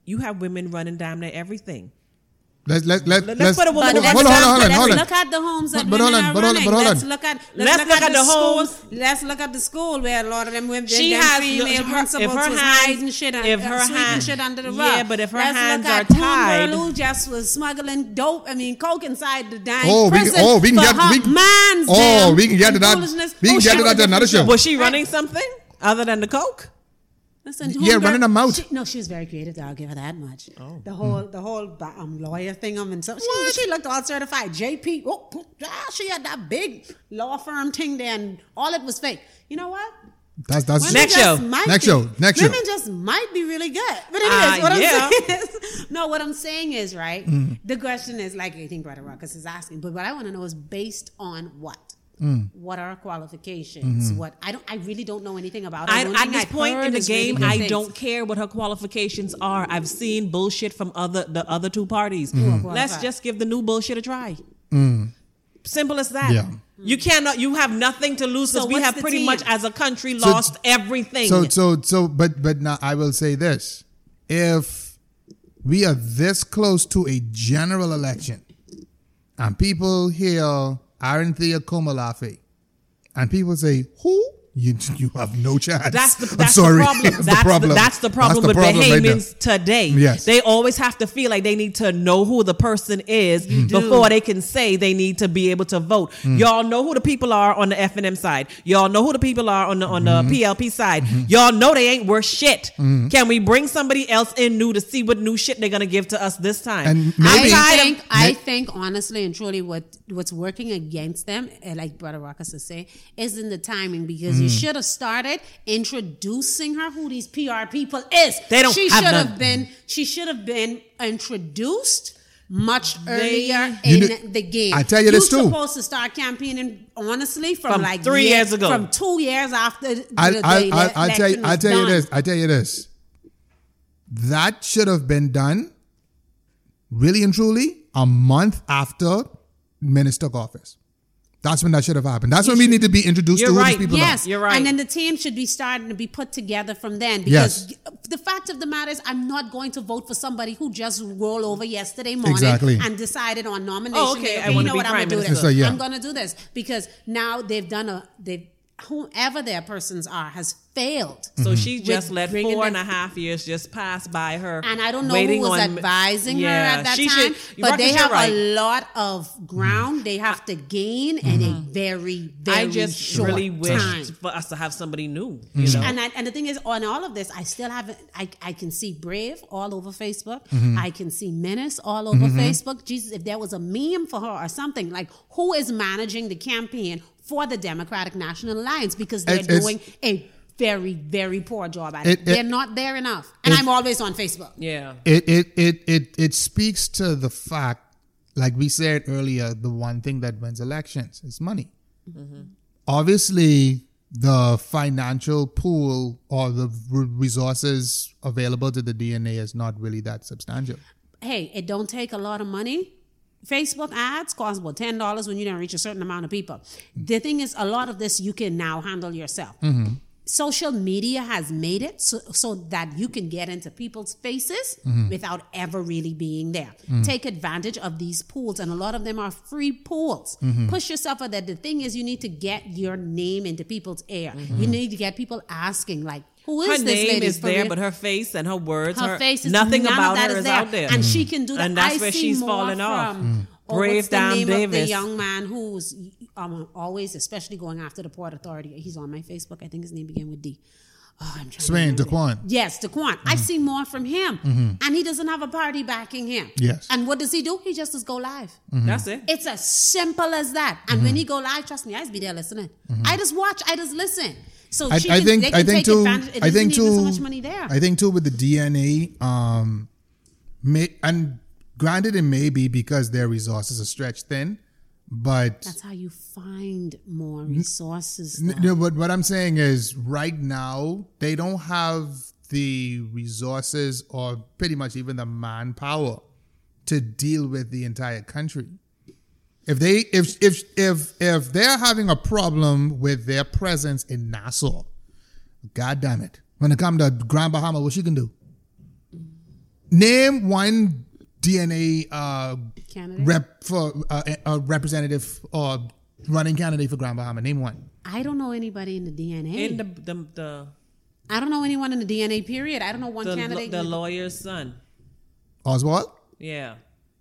[SPEAKER 1] You have women running damn near everything.
[SPEAKER 2] Let's let let
[SPEAKER 1] Let's put a woman
[SPEAKER 3] But
[SPEAKER 1] to
[SPEAKER 2] hold, on, hold on,
[SPEAKER 3] let's, not-
[SPEAKER 2] hold on,
[SPEAKER 3] let's
[SPEAKER 2] hold on.
[SPEAKER 3] look at the homes that
[SPEAKER 2] But- but
[SPEAKER 3] women
[SPEAKER 2] hold on,
[SPEAKER 3] are
[SPEAKER 2] but hold on,
[SPEAKER 3] running.
[SPEAKER 2] but hold
[SPEAKER 3] let's
[SPEAKER 2] on.
[SPEAKER 3] look at let's,
[SPEAKER 1] Let's
[SPEAKER 3] look,
[SPEAKER 1] look
[SPEAKER 3] at,
[SPEAKER 1] at
[SPEAKER 3] the,
[SPEAKER 1] the homes.
[SPEAKER 3] schools. Let's look at the school where a lot of them women
[SPEAKER 1] She
[SPEAKER 3] them
[SPEAKER 1] has-
[SPEAKER 3] female
[SPEAKER 1] if her-
[SPEAKER 3] principals
[SPEAKER 1] if her
[SPEAKER 3] was
[SPEAKER 1] hands-
[SPEAKER 3] hiding shit and
[SPEAKER 1] if
[SPEAKER 3] uh,
[SPEAKER 1] her
[SPEAKER 3] sweeping
[SPEAKER 1] hand-
[SPEAKER 3] shit under the rug.
[SPEAKER 1] Yeah, but if her
[SPEAKER 3] let's
[SPEAKER 1] hands
[SPEAKER 3] look at
[SPEAKER 1] are
[SPEAKER 3] Puma
[SPEAKER 1] tied-
[SPEAKER 3] Lou just was smuggling dope. I mean, coke inside the dime
[SPEAKER 2] Oh, we can-
[SPEAKER 3] prison.
[SPEAKER 2] oh, we can
[SPEAKER 3] for
[SPEAKER 2] get-
[SPEAKER 3] her
[SPEAKER 2] we can-
[SPEAKER 3] man's
[SPEAKER 2] oh,
[SPEAKER 3] them
[SPEAKER 2] we can get
[SPEAKER 3] and
[SPEAKER 2] to that-
[SPEAKER 3] foolishness.
[SPEAKER 2] we can
[SPEAKER 3] Oh,
[SPEAKER 2] get
[SPEAKER 3] she
[SPEAKER 2] to that
[SPEAKER 3] was a
[SPEAKER 2] another
[SPEAKER 3] different
[SPEAKER 2] show.
[SPEAKER 1] Was she
[SPEAKER 3] Right.
[SPEAKER 1] running something other than the coke?
[SPEAKER 3] Listen,
[SPEAKER 2] Yeah,
[SPEAKER 3] homegirl-
[SPEAKER 2] running Oh. 'em out.
[SPEAKER 3] She, no, she was very creative. Though, I'll give her that much. The whole, the whole ba- um, lawyer thing. Um, and so she, she looked all certified. JP. Oh, ah, she had that big law firm thing there, and all it was fake. You know what?
[SPEAKER 2] That's that's
[SPEAKER 3] Women
[SPEAKER 1] Next
[SPEAKER 3] just
[SPEAKER 1] show.
[SPEAKER 3] might
[SPEAKER 2] Next
[SPEAKER 3] be-
[SPEAKER 2] show. Next show.
[SPEAKER 3] Women just might be really good. But
[SPEAKER 1] Uh,
[SPEAKER 3] anyways, what I'm
[SPEAKER 1] yeah.
[SPEAKER 3] saying is, no, what I'm saying is right.
[SPEAKER 2] Mm.
[SPEAKER 3] The question is like I think Brother Ruckus is asking, but what I want to know is based on what.
[SPEAKER 2] Mm.
[SPEAKER 3] What are her qualifications?
[SPEAKER 2] Mm-hmm.
[SPEAKER 3] What I don't, I really don't know anything about. her.
[SPEAKER 1] I,
[SPEAKER 3] The only
[SPEAKER 1] at
[SPEAKER 3] thing
[SPEAKER 1] this
[SPEAKER 3] I've
[SPEAKER 1] point
[SPEAKER 3] heard
[SPEAKER 1] in the
[SPEAKER 3] is really
[SPEAKER 1] game,
[SPEAKER 3] good
[SPEAKER 1] I
[SPEAKER 3] things.
[SPEAKER 1] don't care what her qualifications are. I've seen bullshit from other the other two parties.
[SPEAKER 3] are
[SPEAKER 1] Let's
[SPEAKER 3] qualified.
[SPEAKER 1] just give the new bullshit a try. Simple as that.
[SPEAKER 2] Yeah.
[SPEAKER 1] You cannot. You have nothing to lose because
[SPEAKER 3] So
[SPEAKER 1] we
[SPEAKER 3] what's
[SPEAKER 1] have
[SPEAKER 3] the
[SPEAKER 1] pretty
[SPEAKER 3] team?
[SPEAKER 1] much, as a country, lost everything.
[SPEAKER 2] So so so but but now I will say this. If we are this close to a general election and people hear Arinthea Komalafe and people say, Who? You you have no chance.
[SPEAKER 1] That's the,
[SPEAKER 2] I'm
[SPEAKER 1] that's
[SPEAKER 2] sorry.
[SPEAKER 1] the problem. That's, the problem. that's the problem with
[SPEAKER 2] That's the problem right there.
[SPEAKER 1] Bahamians today.
[SPEAKER 2] Yes.
[SPEAKER 1] They always have to feel like they need to know who the person is
[SPEAKER 2] Mm.
[SPEAKER 1] before they can say they need to be able to vote. Y'all know who the people are on the F and M side. Y'all know who the people are on the on the
[SPEAKER 2] Mm-hmm.
[SPEAKER 1] PLP side. Y'all know they ain't worth shit.
[SPEAKER 2] Mm.
[SPEAKER 1] Can we bring somebody else in new to see what new shit they're gonna give to us this time?
[SPEAKER 2] And
[SPEAKER 1] I'm
[SPEAKER 2] maybe-
[SPEAKER 1] tired
[SPEAKER 3] I
[SPEAKER 1] of-
[SPEAKER 3] think, I think honestly and truly, what what's working against them, eh, like Brother Ruckus is saying, is in the timing because
[SPEAKER 2] Mm.
[SPEAKER 3] you should have started introducing her who these PR people is.
[SPEAKER 1] They don't
[SPEAKER 3] She
[SPEAKER 1] have
[SPEAKER 3] should
[SPEAKER 1] none.
[SPEAKER 3] have been. She should have been introduced. Much earlier
[SPEAKER 2] You
[SPEAKER 3] in
[SPEAKER 2] kn-
[SPEAKER 3] the game,
[SPEAKER 2] I tell you this too.
[SPEAKER 3] supposed to start campaigning honestly from,
[SPEAKER 1] From
[SPEAKER 3] like
[SPEAKER 1] three
[SPEAKER 3] year-
[SPEAKER 1] years ago.
[SPEAKER 3] from two years after. The,
[SPEAKER 2] I,
[SPEAKER 3] the,
[SPEAKER 2] I, I,
[SPEAKER 3] the
[SPEAKER 2] I tell you,
[SPEAKER 3] election
[SPEAKER 2] I
[SPEAKER 3] was
[SPEAKER 2] tell you
[SPEAKER 3] done.
[SPEAKER 2] this. I tell you this. That should have been done, really and truly, a month after Minutes took office. That's when that should have happened. That's when we need to be introduced
[SPEAKER 1] You're
[SPEAKER 2] to who
[SPEAKER 1] right.
[SPEAKER 2] these people are.
[SPEAKER 3] Yes,
[SPEAKER 1] You're right.
[SPEAKER 3] And then the team should be starting to be put together from then. Because
[SPEAKER 2] Yes.
[SPEAKER 3] the fact of the matter is, I'm not going to vote for somebody who just rolled over yesterday morning
[SPEAKER 2] Exactly.
[SPEAKER 3] and decided on nomination.
[SPEAKER 1] Oh, okay,
[SPEAKER 3] day,
[SPEAKER 1] I
[SPEAKER 3] you
[SPEAKER 1] wanna
[SPEAKER 3] know
[SPEAKER 1] be
[SPEAKER 3] what? I'm
[SPEAKER 1] prime
[SPEAKER 3] gonna do
[SPEAKER 1] minister.
[SPEAKER 3] this.
[SPEAKER 2] So, yeah.
[SPEAKER 3] I'm gonna do this because now they've done a they whomever their persons are has failed.
[SPEAKER 1] So
[SPEAKER 2] Mm-hmm.
[SPEAKER 1] she just let
[SPEAKER 3] bringing
[SPEAKER 1] four and a
[SPEAKER 3] them-
[SPEAKER 1] half years just pass by her,
[SPEAKER 3] And I don't know
[SPEAKER 1] waiting
[SPEAKER 3] who was
[SPEAKER 1] on-
[SPEAKER 3] advising her
[SPEAKER 1] Yeah,
[SPEAKER 3] at that
[SPEAKER 1] she
[SPEAKER 3] time,
[SPEAKER 1] should- you're
[SPEAKER 3] but they
[SPEAKER 1] right, you're
[SPEAKER 3] have
[SPEAKER 1] right. Mm.
[SPEAKER 3] a lot of ground they have to gain in a very, very
[SPEAKER 1] Mm-hmm. I just
[SPEAKER 3] short
[SPEAKER 1] really wished
[SPEAKER 3] time. Mm-hmm.
[SPEAKER 1] for us to have somebody new. You
[SPEAKER 2] Mm-hmm.
[SPEAKER 1] know,
[SPEAKER 3] And I, and the thing is, on all of this, I still haven't. I, I can see Brave all over Facebook.
[SPEAKER 2] Mm-hmm.
[SPEAKER 3] I can see Menace all over Facebook. Jesus, if there was a meme for her or something, like who is managing the campaign for the Democratic National Alliance because they're
[SPEAKER 2] It- it's-
[SPEAKER 3] doing a very very poor job at
[SPEAKER 2] It-
[SPEAKER 3] it.
[SPEAKER 2] it-
[SPEAKER 3] they're not there enough, and
[SPEAKER 2] it-
[SPEAKER 3] I'm always on Facebook.
[SPEAKER 1] yeah,
[SPEAKER 2] it it it it it speaks to the fact, like we said earlier, the one thing that wins elections is money.
[SPEAKER 3] Mm-hmm.
[SPEAKER 2] Obviously, the financial pool or the re- resources available to the DNA is not really that substantial.
[SPEAKER 3] Hey, it don't take a lot of money. Facebook ads cost about ten dollars when you don't reach a certain amount of people. The thing is, a lot of this you can now handle yourself.
[SPEAKER 1] Mm-hmm.
[SPEAKER 3] social media has made it so, so that you can get into people's faces
[SPEAKER 1] Mm-hmm.
[SPEAKER 3] without ever really being there. Take advantage of these pools, and a lot of them are free pools.
[SPEAKER 1] Mm-hmm.
[SPEAKER 3] Push yourself out there. The thing is, you need to get your name into people's ear. You need to get people asking, like, who is
[SPEAKER 1] Mm-hmm. her
[SPEAKER 3] this
[SPEAKER 1] name
[SPEAKER 3] lady
[SPEAKER 1] is
[SPEAKER 3] for
[SPEAKER 1] there,
[SPEAKER 3] real?
[SPEAKER 1] but her face and her words,
[SPEAKER 3] her face is
[SPEAKER 1] nothing
[SPEAKER 3] none
[SPEAKER 1] about
[SPEAKER 3] of that
[SPEAKER 1] her
[SPEAKER 3] is
[SPEAKER 1] is
[SPEAKER 3] there.
[SPEAKER 1] out there,
[SPEAKER 3] and she can do that.
[SPEAKER 1] And that's
[SPEAKER 3] I
[SPEAKER 1] where
[SPEAKER 3] see
[SPEAKER 1] she's
[SPEAKER 3] more
[SPEAKER 1] falling off. Mm.
[SPEAKER 3] from- Oh,
[SPEAKER 1] Brave
[SPEAKER 3] what's the
[SPEAKER 1] Don
[SPEAKER 3] name of the
[SPEAKER 1] Davis.
[SPEAKER 3] young man who's um, always, especially going after the Port Authority. He's on my Facebook. I think his name began with D. Oh, I'm trying to
[SPEAKER 2] Swain, Mm-hmm. Daquan.
[SPEAKER 3] remember. Yes, Daquan. I see more from him, and he doesn't have a party backing him.
[SPEAKER 2] Yes. Mm.
[SPEAKER 3] And what does he do? He just does go live.
[SPEAKER 1] Mm. That's it.
[SPEAKER 3] It's as simple as that. And
[SPEAKER 2] Mm-hmm.
[SPEAKER 3] when he go live, trust me, I just be there listening. I just watch. I just listen. So
[SPEAKER 2] I,
[SPEAKER 3] she
[SPEAKER 2] I
[SPEAKER 3] can,
[SPEAKER 2] think
[SPEAKER 3] they can
[SPEAKER 2] I think
[SPEAKER 3] take
[SPEAKER 2] too.
[SPEAKER 3] advantage. It
[SPEAKER 2] I think
[SPEAKER 3] doesn't
[SPEAKER 2] too.
[SPEAKER 3] even so much money there.
[SPEAKER 2] I think too with the DNA. Um, may, and granted, it may be because their resources are stretched thin, but
[SPEAKER 3] That's how you find more resources.
[SPEAKER 2] N-
[SPEAKER 3] though.
[SPEAKER 2] No, but what I'm saying is right now they don't have the resources or pretty much even the manpower to deal with the entire country. If they if if if if they're having a problem with their presence in Nassau, god damn it. When it comes to Grand Bahama, what she can do? Name one DNA uh
[SPEAKER 3] Candidate?
[SPEAKER 2] rep for uh, a representative or running candidate for Grand Bahama. Name one.
[SPEAKER 3] I don't know anybody in the DNA.
[SPEAKER 1] And the the the,
[SPEAKER 3] I don't know anyone in the DNA. Period. I don't know one
[SPEAKER 1] the,
[SPEAKER 3] candidate.
[SPEAKER 1] the
[SPEAKER 3] in the-
[SPEAKER 1] lawyer's son.
[SPEAKER 2] Oswald.
[SPEAKER 1] Yeah,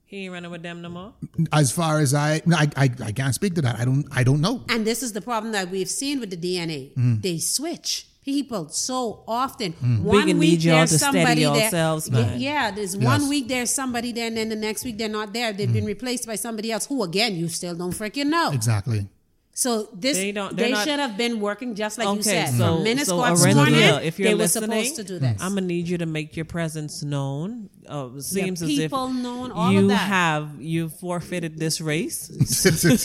[SPEAKER 1] he ain't running with them no more.
[SPEAKER 2] As far as I, no, I, I, I can't speak to that. I don't, I don't know.
[SPEAKER 3] and this is the problem that we've seen with the DNA.
[SPEAKER 2] Mm.
[SPEAKER 3] They switch people so often. One
[SPEAKER 1] We can
[SPEAKER 3] week
[SPEAKER 1] need y'all
[SPEAKER 3] there's
[SPEAKER 1] to steady
[SPEAKER 3] somebody
[SPEAKER 1] yourselves,
[SPEAKER 3] there.
[SPEAKER 1] man.
[SPEAKER 3] Yeah, yeah, there's one
[SPEAKER 2] Yes. Mm.
[SPEAKER 3] week there's somebody there, and then the next week they're not there. They've been replaced by somebody else who, again, you still don't freaking know.
[SPEAKER 2] Exactly.
[SPEAKER 3] So this
[SPEAKER 1] They
[SPEAKER 3] they,
[SPEAKER 1] don't- they're not-
[SPEAKER 3] should have been working just like you
[SPEAKER 1] Okay,
[SPEAKER 3] said.
[SPEAKER 1] so,
[SPEAKER 3] From
[SPEAKER 1] so
[SPEAKER 3] Minnesota
[SPEAKER 1] Arendia,
[SPEAKER 2] morning,
[SPEAKER 1] if you're
[SPEAKER 3] they were
[SPEAKER 1] listening,
[SPEAKER 3] supposed to do this.
[SPEAKER 1] I'm gonna need you to make your presence known. Uh, it seems as if
[SPEAKER 3] people known, all of
[SPEAKER 1] you
[SPEAKER 3] that.
[SPEAKER 1] have you forfeited this race.
[SPEAKER 2] so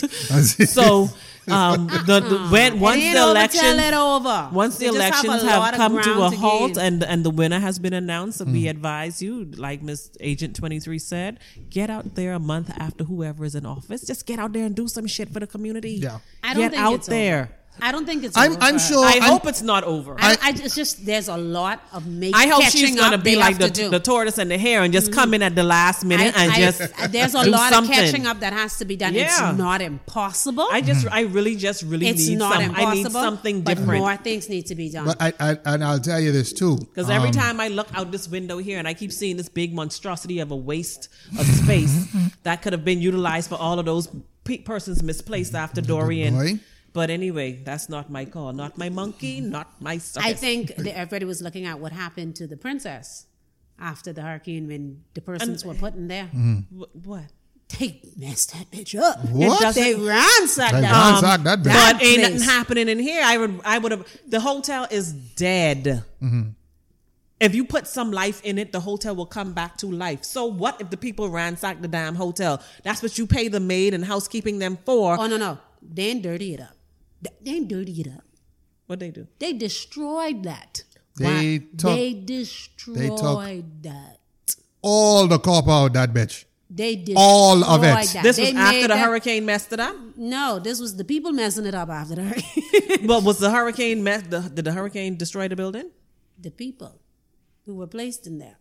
[SPEAKER 1] So um, the, the when once
[SPEAKER 3] it ain't
[SPEAKER 1] the
[SPEAKER 3] over till
[SPEAKER 1] election
[SPEAKER 3] it over.
[SPEAKER 1] once the
[SPEAKER 3] They just have a
[SPEAKER 1] elections have
[SPEAKER 3] lot of
[SPEAKER 1] come to
[SPEAKER 3] ground
[SPEAKER 1] a halt
[SPEAKER 3] gain.
[SPEAKER 1] and and the winner has been announced, we advise you, like Miss Agent Twenty Three said, get out there a month after whoever is in office. Just get out there and do some shit for the community.
[SPEAKER 2] Yeah.
[SPEAKER 3] I don't
[SPEAKER 1] get
[SPEAKER 3] think
[SPEAKER 1] out
[SPEAKER 3] it's over.
[SPEAKER 1] there.
[SPEAKER 3] I don't think it's.
[SPEAKER 2] I'm,
[SPEAKER 3] over
[SPEAKER 2] I'm
[SPEAKER 3] for
[SPEAKER 2] sure.
[SPEAKER 1] I
[SPEAKER 2] I'm-
[SPEAKER 1] hope it's not over.
[SPEAKER 3] Her. I, I just, just there's a lot of making.
[SPEAKER 1] I hope she's gonna be like the,
[SPEAKER 3] do. Mm-hmm.
[SPEAKER 1] the tortoise and the hare and just come in at the last minute
[SPEAKER 3] I-
[SPEAKER 1] and
[SPEAKER 3] I-
[SPEAKER 1] just
[SPEAKER 3] there's a
[SPEAKER 1] do
[SPEAKER 3] lot
[SPEAKER 1] something.
[SPEAKER 3] of catching up that has to be done.
[SPEAKER 1] Yeah.
[SPEAKER 3] It's not impossible.
[SPEAKER 1] I just I really just really
[SPEAKER 3] it's
[SPEAKER 1] need
[SPEAKER 3] not
[SPEAKER 1] some
[SPEAKER 3] impossible.
[SPEAKER 1] I need something
[SPEAKER 3] but More
[SPEAKER 1] different
[SPEAKER 3] things need to be done.
[SPEAKER 2] But I, I, and I'll tell you this too. Um,
[SPEAKER 1] because every time I look out this window here and I keep seeing this big monstrosity of a waste of space that could have been utilized for all of those pe- persons misplaced after Dorian.
[SPEAKER 2] boy.
[SPEAKER 1] But anyway, that's not my call. Not my monkey. Not my circus.
[SPEAKER 3] I think that everybody was looking at what happened to the princess after the hurricane when the persons were put in there.
[SPEAKER 2] Mm-hmm.
[SPEAKER 1] Wh- what.
[SPEAKER 3] They messed that bitch up.
[SPEAKER 2] What?
[SPEAKER 1] doesn't-
[SPEAKER 3] They ransacked um,
[SPEAKER 2] They
[SPEAKER 3] that.
[SPEAKER 2] ransacked that bitch.
[SPEAKER 1] But ain't
[SPEAKER 3] place.
[SPEAKER 1] nothing happening in here. I would, I would have. The hotel is dead.
[SPEAKER 3] Mm-hmm.
[SPEAKER 1] If you put some life in it, the hotel will come back to life. So what if the people ransack the damn hotel? That's what you pay the maid and housekeeping them for.
[SPEAKER 3] Oh no no, they didn't dirty it up. They didn't dirty it up.
[SPEAKER 1] What they do?
[SPEAKER 3] They destroyed that.
[SPEAKER 2] They
[SPEAKER 3] Why-
[SPEAKER 2] took-
[SPEAKER 3] they destroyed that.
[SPEAKER 2] all the cop out that bitch.
[SPEAKER 3] They destroyed
[SPEAKER 2] All of it.
[SPEAKER 3] That.
[SPEAKER 1] This
[SPEAKER 3] They
[SPEAKER 1] was after
[SPEAKER 3] made
[SPEAKER 1] the
[SPEAKER 3] that-
[SPEAKER 1] hurricane messed it up.
[SPEAKER 3] No, this was the people messing it up after the hurricane.
[SPEAKER 1] But was the hurricane mess? The, did the hurricane destroy the building?
[SPEAKER 3] the people who were placed in there.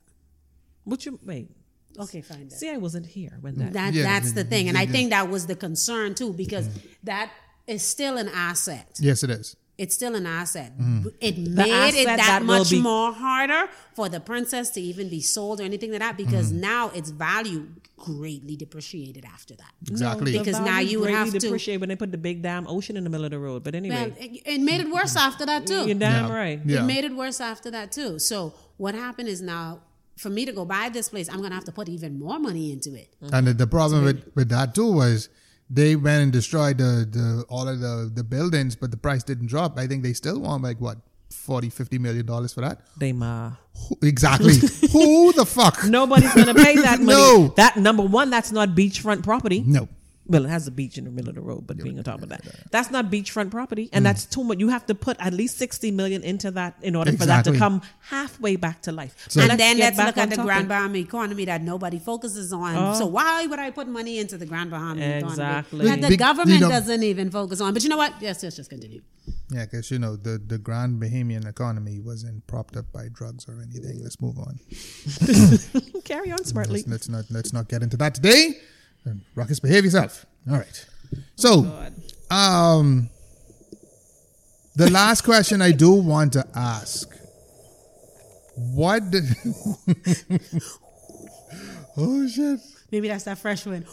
[SPEAKER 1] What you wait?
[SPEAKER 3] Okay, fine. Then.
[SPEAKER 1] See, I wasn't here when that.
[SPEAKER 3] That
[SPEAKER 2] Yeah,
[SPEAKER 3] that's the
[SPEAKER 2] yeah,
[SPEAKER 3] thing, and
[SPEAKER 2] yeah,
[SPEAKER 3] I
[SPEAKER 2] yeah.
[SPEAKER 3] think that was the concern too, because that is still an asset.
[SPEAKER 2] Yes, it is.
[SPEAKER 3] It's still an asset.
[SPEAKER 2] Mm.
[SPEAKER 3] It made it
[SPEAKER 1] asset
[SPEAKER 3] that,
[SPEAKER 1] that will
[SPEAKER 3] much
[SPEAKER 1] be-
[SPEAKER 3] more harder for the princess to even be sold or anything like that, because
[SPEAKER 2] Mm.
[SPEAKER 3] now its value greatly depreciated after that.
[SPEAKER 2] Exactly.
[SPEAKER 1] The
[SPEAKER 3] because now
[SPEAKER 1] value
[SPEAKER 3] you would have
[SPEAKER 1] greatly
[SPEAKER 3] to-
[SPEAKER 1] depreciate when they put the big damn ocean in the middle of the road. But
[SPEAKER 3] Well,
[SPEAKER 1] anyway,
[SPEAKER 3] it, it made it worse after that too.
[SPEAKER 1] you're damn right.
[SPEAKER 2] Yeah.
[SPEAKER 3] It made it worse after that too. So what happened is now for me to go buy this place, I'm gonna have to put even more money into it.
[SPEAKER 2] And the, the problem with, with that too was they went and destroyed the, the all of the, the buildings, but the price didn't drop. I think they still want like what 40, 50 million dollars for that.
[SPEAKER 1] They ma.
[SPEAKER 2] Who- exactly. Who the fuck?
[SPEAKER 1] Nobody's gonna pay that money.
[SPEAKER 2] No.
[SPEAKER 1] That number one, that's not beachfront property.
[SPEAKER 2] No.
[SPEAKER 1] Well, it has a beach in the middle of the road, but being on top of that, that's not beachfront property,
[SPEAKER 2] Mm.
[SPEAKER 1] and that's too much. You have to put at least sixty million into that in order for that
[SPEAKER 2] Exactly.
[SPEAKER 1] to come halfway back to life.
[SPEAKER 2] So-
[SPEAKER 3] and then
[SPEAKER 1] get
[SPEAKER 3] let's
[SPEAKER 1] back
[SPEAKER 3] look
[SPEAKER 1] on
[SPEAKER 3] at the
[SPEAKER 1] topic. Oh.
[SPEAKER 3] Grand Bahama economy that nobody focuses on. So why would I put money into the Grand Bahama
[SPEAKER 1] Exactly.
[SPEAKER 3] economy that the
[SPEAKER 2] Big- you
[SPEAKER 3] government
[SPEAKER 2] know-
[SPEAKER 3] doesn't even focus on? But you know what? Yes, yes, just continue.
[SPEAKER 2] Yeah, because you know the the grand Bahamian economy wasn't propped up by drugs or anything. Let's move on.
[SPEAKER 1] Carry on smartly.
[SPEAKER 2] Let's, let's not let's not get into that today. And Ruckus, behave yourself. All right. So, um, the last question I do want to ask: What? Did, oh shit!
[SPEAKER 3] Maybe that's that fresh one.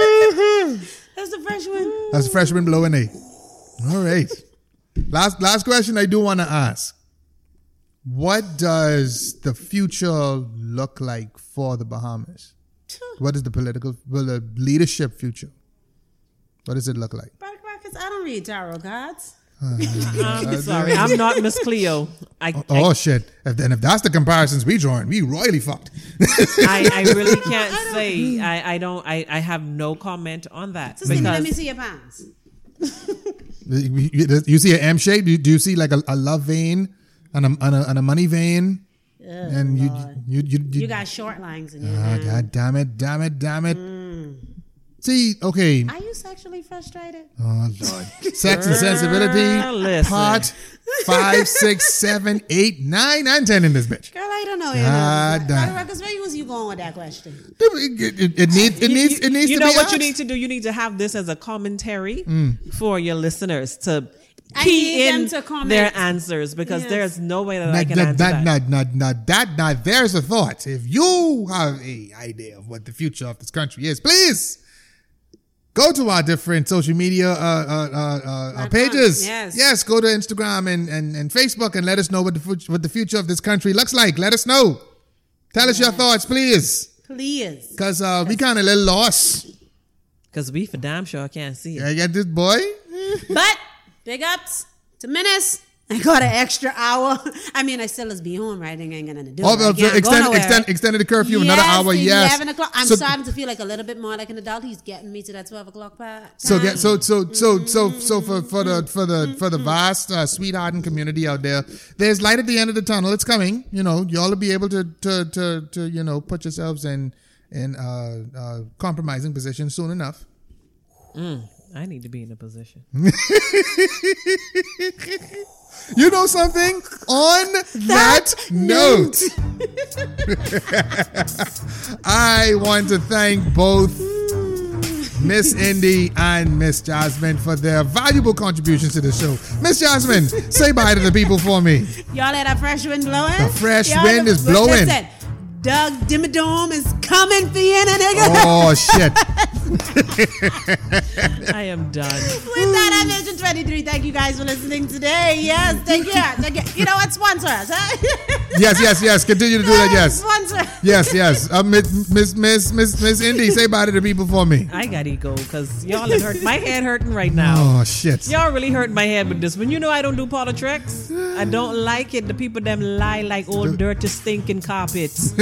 [SPEAKER 3] that's the fresh one.
[SPEAKER 2] That's freshman blowing A. All right. Last last question I do want to ask. What does the future look like for the Bahamas? What is the political well, the leadership future? What does it look like?
[SPEAKER 3] Back, back, 'cause I don't read tarot cards.
[SPEAKER 1] I'm sorry, Um, I'm not Miss Cleo. I, I,
[SPEAKER 2] Oh shit. If then if that's the comparisons we drawing, we royally fucked.
[SPEAKER 1] I, I really can't say. I, I don't. I, I have no comment on that
[SPEAKER 3] Just even let me
[SPEAKER 1] because-
[SPEAKER 3] see your pants.
[SPEAKER 2] you see an M shape? Do you, do you see like a, a love vein and a, and a, and a money vein? and you, you, you, you,
[SPEAKER 3] Oh, You got short lines in your
[SPEAKER 2] Ah,
[SPEAKER 1] Mm.
[SPEAKER 3] hand.
[SPEAKER 2] God damn it, damn it, damn it. See, okay.
[SPEAKER 3] Are you sexually frustrated?
[SPEAKER 2] Oh, Lord. Sex and sensibility.
[SPEAKER 1] Girl, listen.
[SPEAKER 2] Part five, six, seven, eight, nine, and ten in this bitch.
[SPEAKER 3] Girl, I don't know. You
[SPEAKER 2] Ah,
[SPEAKER 3] know.
[SPEAKER 2] damn.
[SPEAKER 3] Tarot records, where was you going with that question?
[SPEAKER 2] It, it- it needs, it
[SPEAKER 1] You-
[SPEAKER 2] needs,
[SPEAKER 1] you,
[SPEAKER 2] it needs
[SPEAKER 1] you
[SPEAKER 2] to
[SPEAKER 1] know
[SPEAKER 2] be
[SPEAKER 1] what
[SPEAKER 2] asked. Mm.
[SPEAKER 1] you need to do. You need to have this as a commentary for your listeners to
[SPEAKER 3] I
[SPEAKER 1] key
[SPEAKER 3] need them
[SPEAKER 1] in
[SPEAKER 3] to comment.
[SPEAKER 1] their answers because
[SPEAKER 3] Yes.
[SPEAKER 1] there's no way that I
[SPEAKER 2] Now,
[SPEAKER 1] can
[SPEAKER 2] now,
[SPEAKER 1] answer
[SPEAKER 2] now,
[SPEAKER 1] that.
[SPEAKER 2] now, now, now, that, now, there's a thought. If you have a idea of what the future of this country is, please go to our different social media uh, uh, uh, uh, uh, pages.
[SPEAKER 3] Yes.
[SPEAKER 2] yes, go to Instagram and, and, and Facebook and let us know what the fut- what the future of this country looks like. Let us know. Tell us your thoughts, please,
[SPEAKER 3] Please.
[SPEAKER 2] because uh, we kind of little lost.
[SPEAKER 1] Because we for damn sure can't see it.
[SPEAKER 2] I got this boy.
[SPEAKER 3] But big ups to Menace. I got an extra hour. I mean, I still is be home, right? I ain't gonna do
[SPEAKER 2] Oh,
[SPEAKER 3] it. I
[SPEAKER 2] but
[SPEAKER 3] can't go
[SPEAKER 2] extend,
[SPEAKER 3] nowhere.
[SPEAKER 2] extend, extended the curfew another hour.
[SPEAKER 3] the
[SPEAKER 2] Yes,
[SPEAKER 3] 11 o'clock. I'm
[SPEAKER 2] So-
[SPEAKER 3] starting to feel like a little bit more like an adult. He's getting me to that 12 o'clock part.
[SPEAKER 2] So get so so so so so for for the for the for the vast uh, sweethearting community out there, there's light at the end of the tunnel. It's coming. You know, y'all will be able to to to, to you know put yourselves in in uh, uh, compromising positions soon enough.
[SPEAKER 1] I need to be in a position.
[SPEAKER 2] You know something? On that, note, I want to thank both Miss Indy and Miss Jasmine for their valuable contributions to the show. Miss Jasmine, say bye to the people for me.
[SPEAKER 3] Y'all had a fresh wind blowing?
[SPEAKER 2] The fresh
[SPEAKER 3] Y'all-
[SPEAKER 2] wind is blowing.
[SPEAKER 3] Listen, Doug Dimmadome is coming for you, nigga.
[SPEAKER 2] Oh shit.
[SPEAKER 1] I am done.
[SPEAKER 2] Oh.
[SPEAKER 3] With that, I'm Mission 23. Thank you guys for listening today. Yes, thank you. Thank you. you know what? Sponsor us, huh?
[SPEAKER 2] Yes, yes, yes. Continue to do that. Yes.
[SPEAKER 3] Sponsor.
[SPEAKER 2] Yes, yes. Uh, Miss Miss Miss Miss Miss Indy, say bye to the people for me.
[SPEAKER 1] I got ego because y'all are hurt. My head hurting right now.
[SPEAKER 2] Oh shit.
[SPEAKER 1] Y'all really hurt my head with this one. You know I don't do politics. I don't like it. The people them lie like old dirty stinking carpets.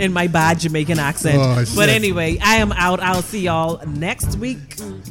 [SPEAKER 1] In my bad Jamaican accent.
[SPEAKER 2] Oh, shit.
[SPEAKER 1] but anyway, I am out. I'll see y'all next week.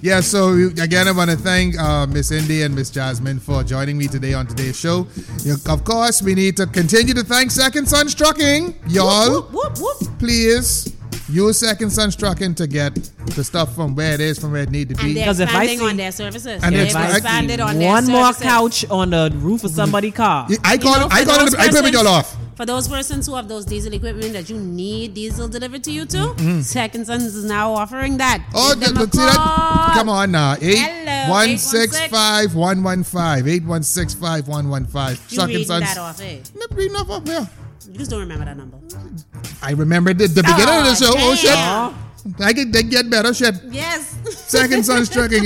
[SPEAKER 2] Yeah, so we- again, I want to thank uh, Miss Indy and Miss Jasmine for joining me today on today's show. You- Of course, we need to continue to thank Second Sun Trucking, y'all.
[SPEAKER 1] Whoop, whoop, whoop.
[SPEAKER 2] Please use Second Sun Trucking to get the stuff from where it is, from where it need to
[SPEAKER 3] And
[SPEAKER 2] be.
[SPEAKER 3] they're
[SPEAKER 1] 'Cause if I
[SPEAKER 3] expanding
[SPEAKER 1] see-
[SPEAKER 3] on their services.
[SPEAKER 2] And
[SPEAKER 3] they've
[SPEAKER 2] if I see
[SPEAKER 3] expanded on their
[SPEAKER 1] One more
[SPEAKER 3] services.
[SPEAKER 1] couch on the roof of somebody's car.
[SPEAKER 2] I
[SPEAKER 3] You
[SPEAKER 2] call
[SPEAKER 3] know,
[SPEAKER 2] it, I
[SPEAKER 3] for
[SPEAKER 2] call
[SPEAKER 3] those
[SPEAKER 2] it, I pay
[SPEAKER 3] persons-
[SPEAKER 2] y'all off.
[SPEAKER 3] For those persons who have those diesel equipment that you need diesel delivered to you too, Second Sons is now offering that.
[SPEAKER 2] Mm-hmm. Oh,
[SPEAKER 3] Give them
[SPEAKER 2] but see
[SPEAKER 3] a
[SPEAKER 2] that?
[SPEAKER 3] call.
[SPEAKER 2] Come on now.
[SPEAKER 3] Hello,
[SPEAKER 2] 8165 115. 8165
[SPEAKER 3] You
[SPEAKER 2] 115.
[SPEAKER 3] reading that off, eh? You just don't remember that number.
[SPEAKER 2] I remember the, the beginning of the show. Oh, shit.
[SPEAKER 3] damn.
[SPEAKER 2] I could they get better shit.
[SPEAKER 3] Yes.
[SPEAKER 2] Second Son's Trucking,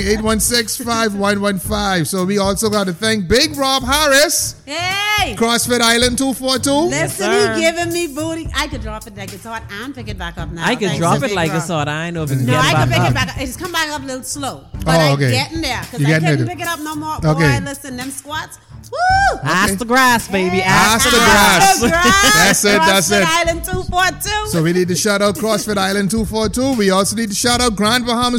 [SPEAKER 2] 816-5115. So we also got to thank Big Rob Harris,
[SPEAKER 3] hey.
[SPEAKER 2] CrossFit Island 242.
[SPEAKER 3] Listen,
[SPEAKER 1] sir.
[SPEAKER 3] he giving me booty. I could drop it like it's hot and pick it back up now.
[SPEAKER 1] I can
[SPEAKER 3] Thanks
[SPEAKER 1] drop
[SPEAKER 3] to
[SPEAKER 1] it
[SPEAKER 3] Big
[SPEAKER 1] like
[SPEAKER 3] Rock.
[SPEAKER 1] it's hot. I ain't know if it can
[SPEAKER 3] No,
[SPEAKER 1] get
[SPEAKER 3] I
[SPEAKER 1] back
[SPEAKER 3] can pick
[SPEAKER 1] up.
[SPEAKER 3] it back up. It's come back up a little slow. But
[SPEAKER 2] Oh, okay.
[SPEAKER 3] I'm getting there because
[SPEAKER 2] You
[SPEAKER 3] I
[SPEAKER 2] getting
[SPEAKER 3] couldn't
[SPEAKER 2] there.
[SPEAKER 3] pick it up no more.
[SPEAKER 2] Okay.
[SPEAKER 3] Boy, listen, them squats. Woo!
[SPEAKER 1] Ask the grass, baby.
[SPEAKER 2] Ask the grass. That's
[SPEAKER 3] Ah, That's
[SPEAKER 2] it, that's it.
[SPEAKER 3] Island 242.
[SPEAKER 2] So we need to shout out CrossFit Island 242. We also need to shout out Grand Bahama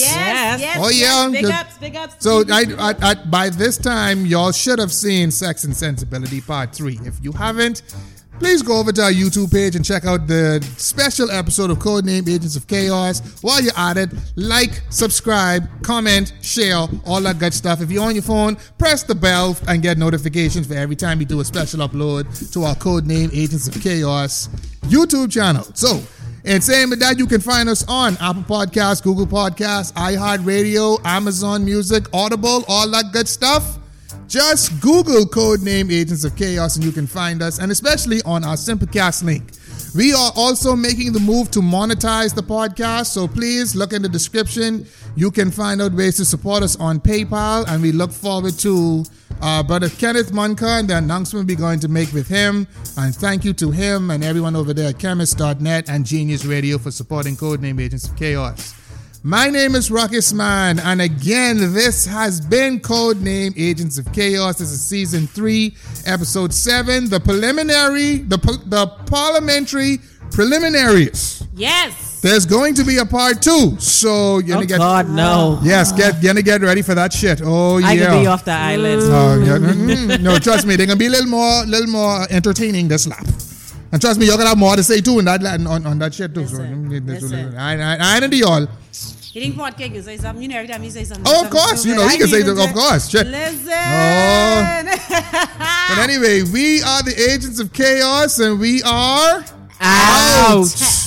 [SPEAKER 1] Yes.
[SPEAKER 3] yes, yes.
[SPEAKER 2] Oh, yeah.
[SPEAKER 3] Yes. Big
[SPEAKER 2] Good.
[SPEAKER 3] ups, big ups.
[SPEAKER 2] So I, I, I, by this time, y'all should have seen Sex and Sensibility Part 3. If you haven't, please go over to our YouTube page and check out the special episode of Codename Agents of Chaos. While you're at it, like, subscribe, comment, share, all that good stuff. If you're on your phone, press the bell and get notifications for every time we do a special upload to our Codename Agents of Chaos YouTube channel. So, and saying with that, you can find us on Apple Podcasts, Google Podcasts, iHeartRadio, Amazon Music, Audible, all that good stuff. Just Google codename Agents of Chaos and you can find us, and especially on our Simplecast link. We are also making the move to monetize the podcast, so please look in the description. You can find out ways to support us on PayPal, and we look forward to uh, Brother Kenneth Munker and the announcement we're going to make with him. And thank you to him and everyone over there at Chemist.net and Genius Radio for supporting Codename Agents of Chaos. My name is Ruckus Man, and again, this has been Codename Agents of Chaos. This is season three, episode seven, the preliminary, the, pol- the parliamentary preliminaries.
[SPEAKER 3] yes.
[SPEAKER 2] There's going to be a part two, so you're
[SPEAKER 1] Oh,
[SPEAKER 2] gonna get
[SPEAKER 1] God, no.
[SPEAKER 2] yes, get gonna get ready for that shit. Oh yeah,
[SPEAKER 1] I can be off the island.
[SPEAKER 2] Oh, yeah, mm, mm. no, trust me, they're gonna be a little more, little more entertaining this lap. And trust me, you're gonna have more to say too in that la- on, on that shit too. So,
[SPEAKER 3] Listen,
[SPEAKER 2] mm, mm,
[SPEAKER 3] listen.
[SPEAKER 2] I, I, I know y'all.
[SPEAKER 3] He didn't pot cake and say something. You know, every time he says something.
[SPEAKER 2] Oh, of
[SPEAKER 3] something
[SPEAKER 2] course, you
[SPEAKER 3] stupid.
[SPEAKER 2] know, he
[SPEAKER 3] I
[SPEAKER 2] can say
[SPEAKER 3] even
[SPEAKER 2] that, of
[SPEAKER 3] said,
[SPEAKER 2] course, Oh. shit.
[SPEAKER 3] Listen.
[SPEAKER 2] But anyway, we are the agents of chaos, and we are
[SPEAKER 1] Ouch.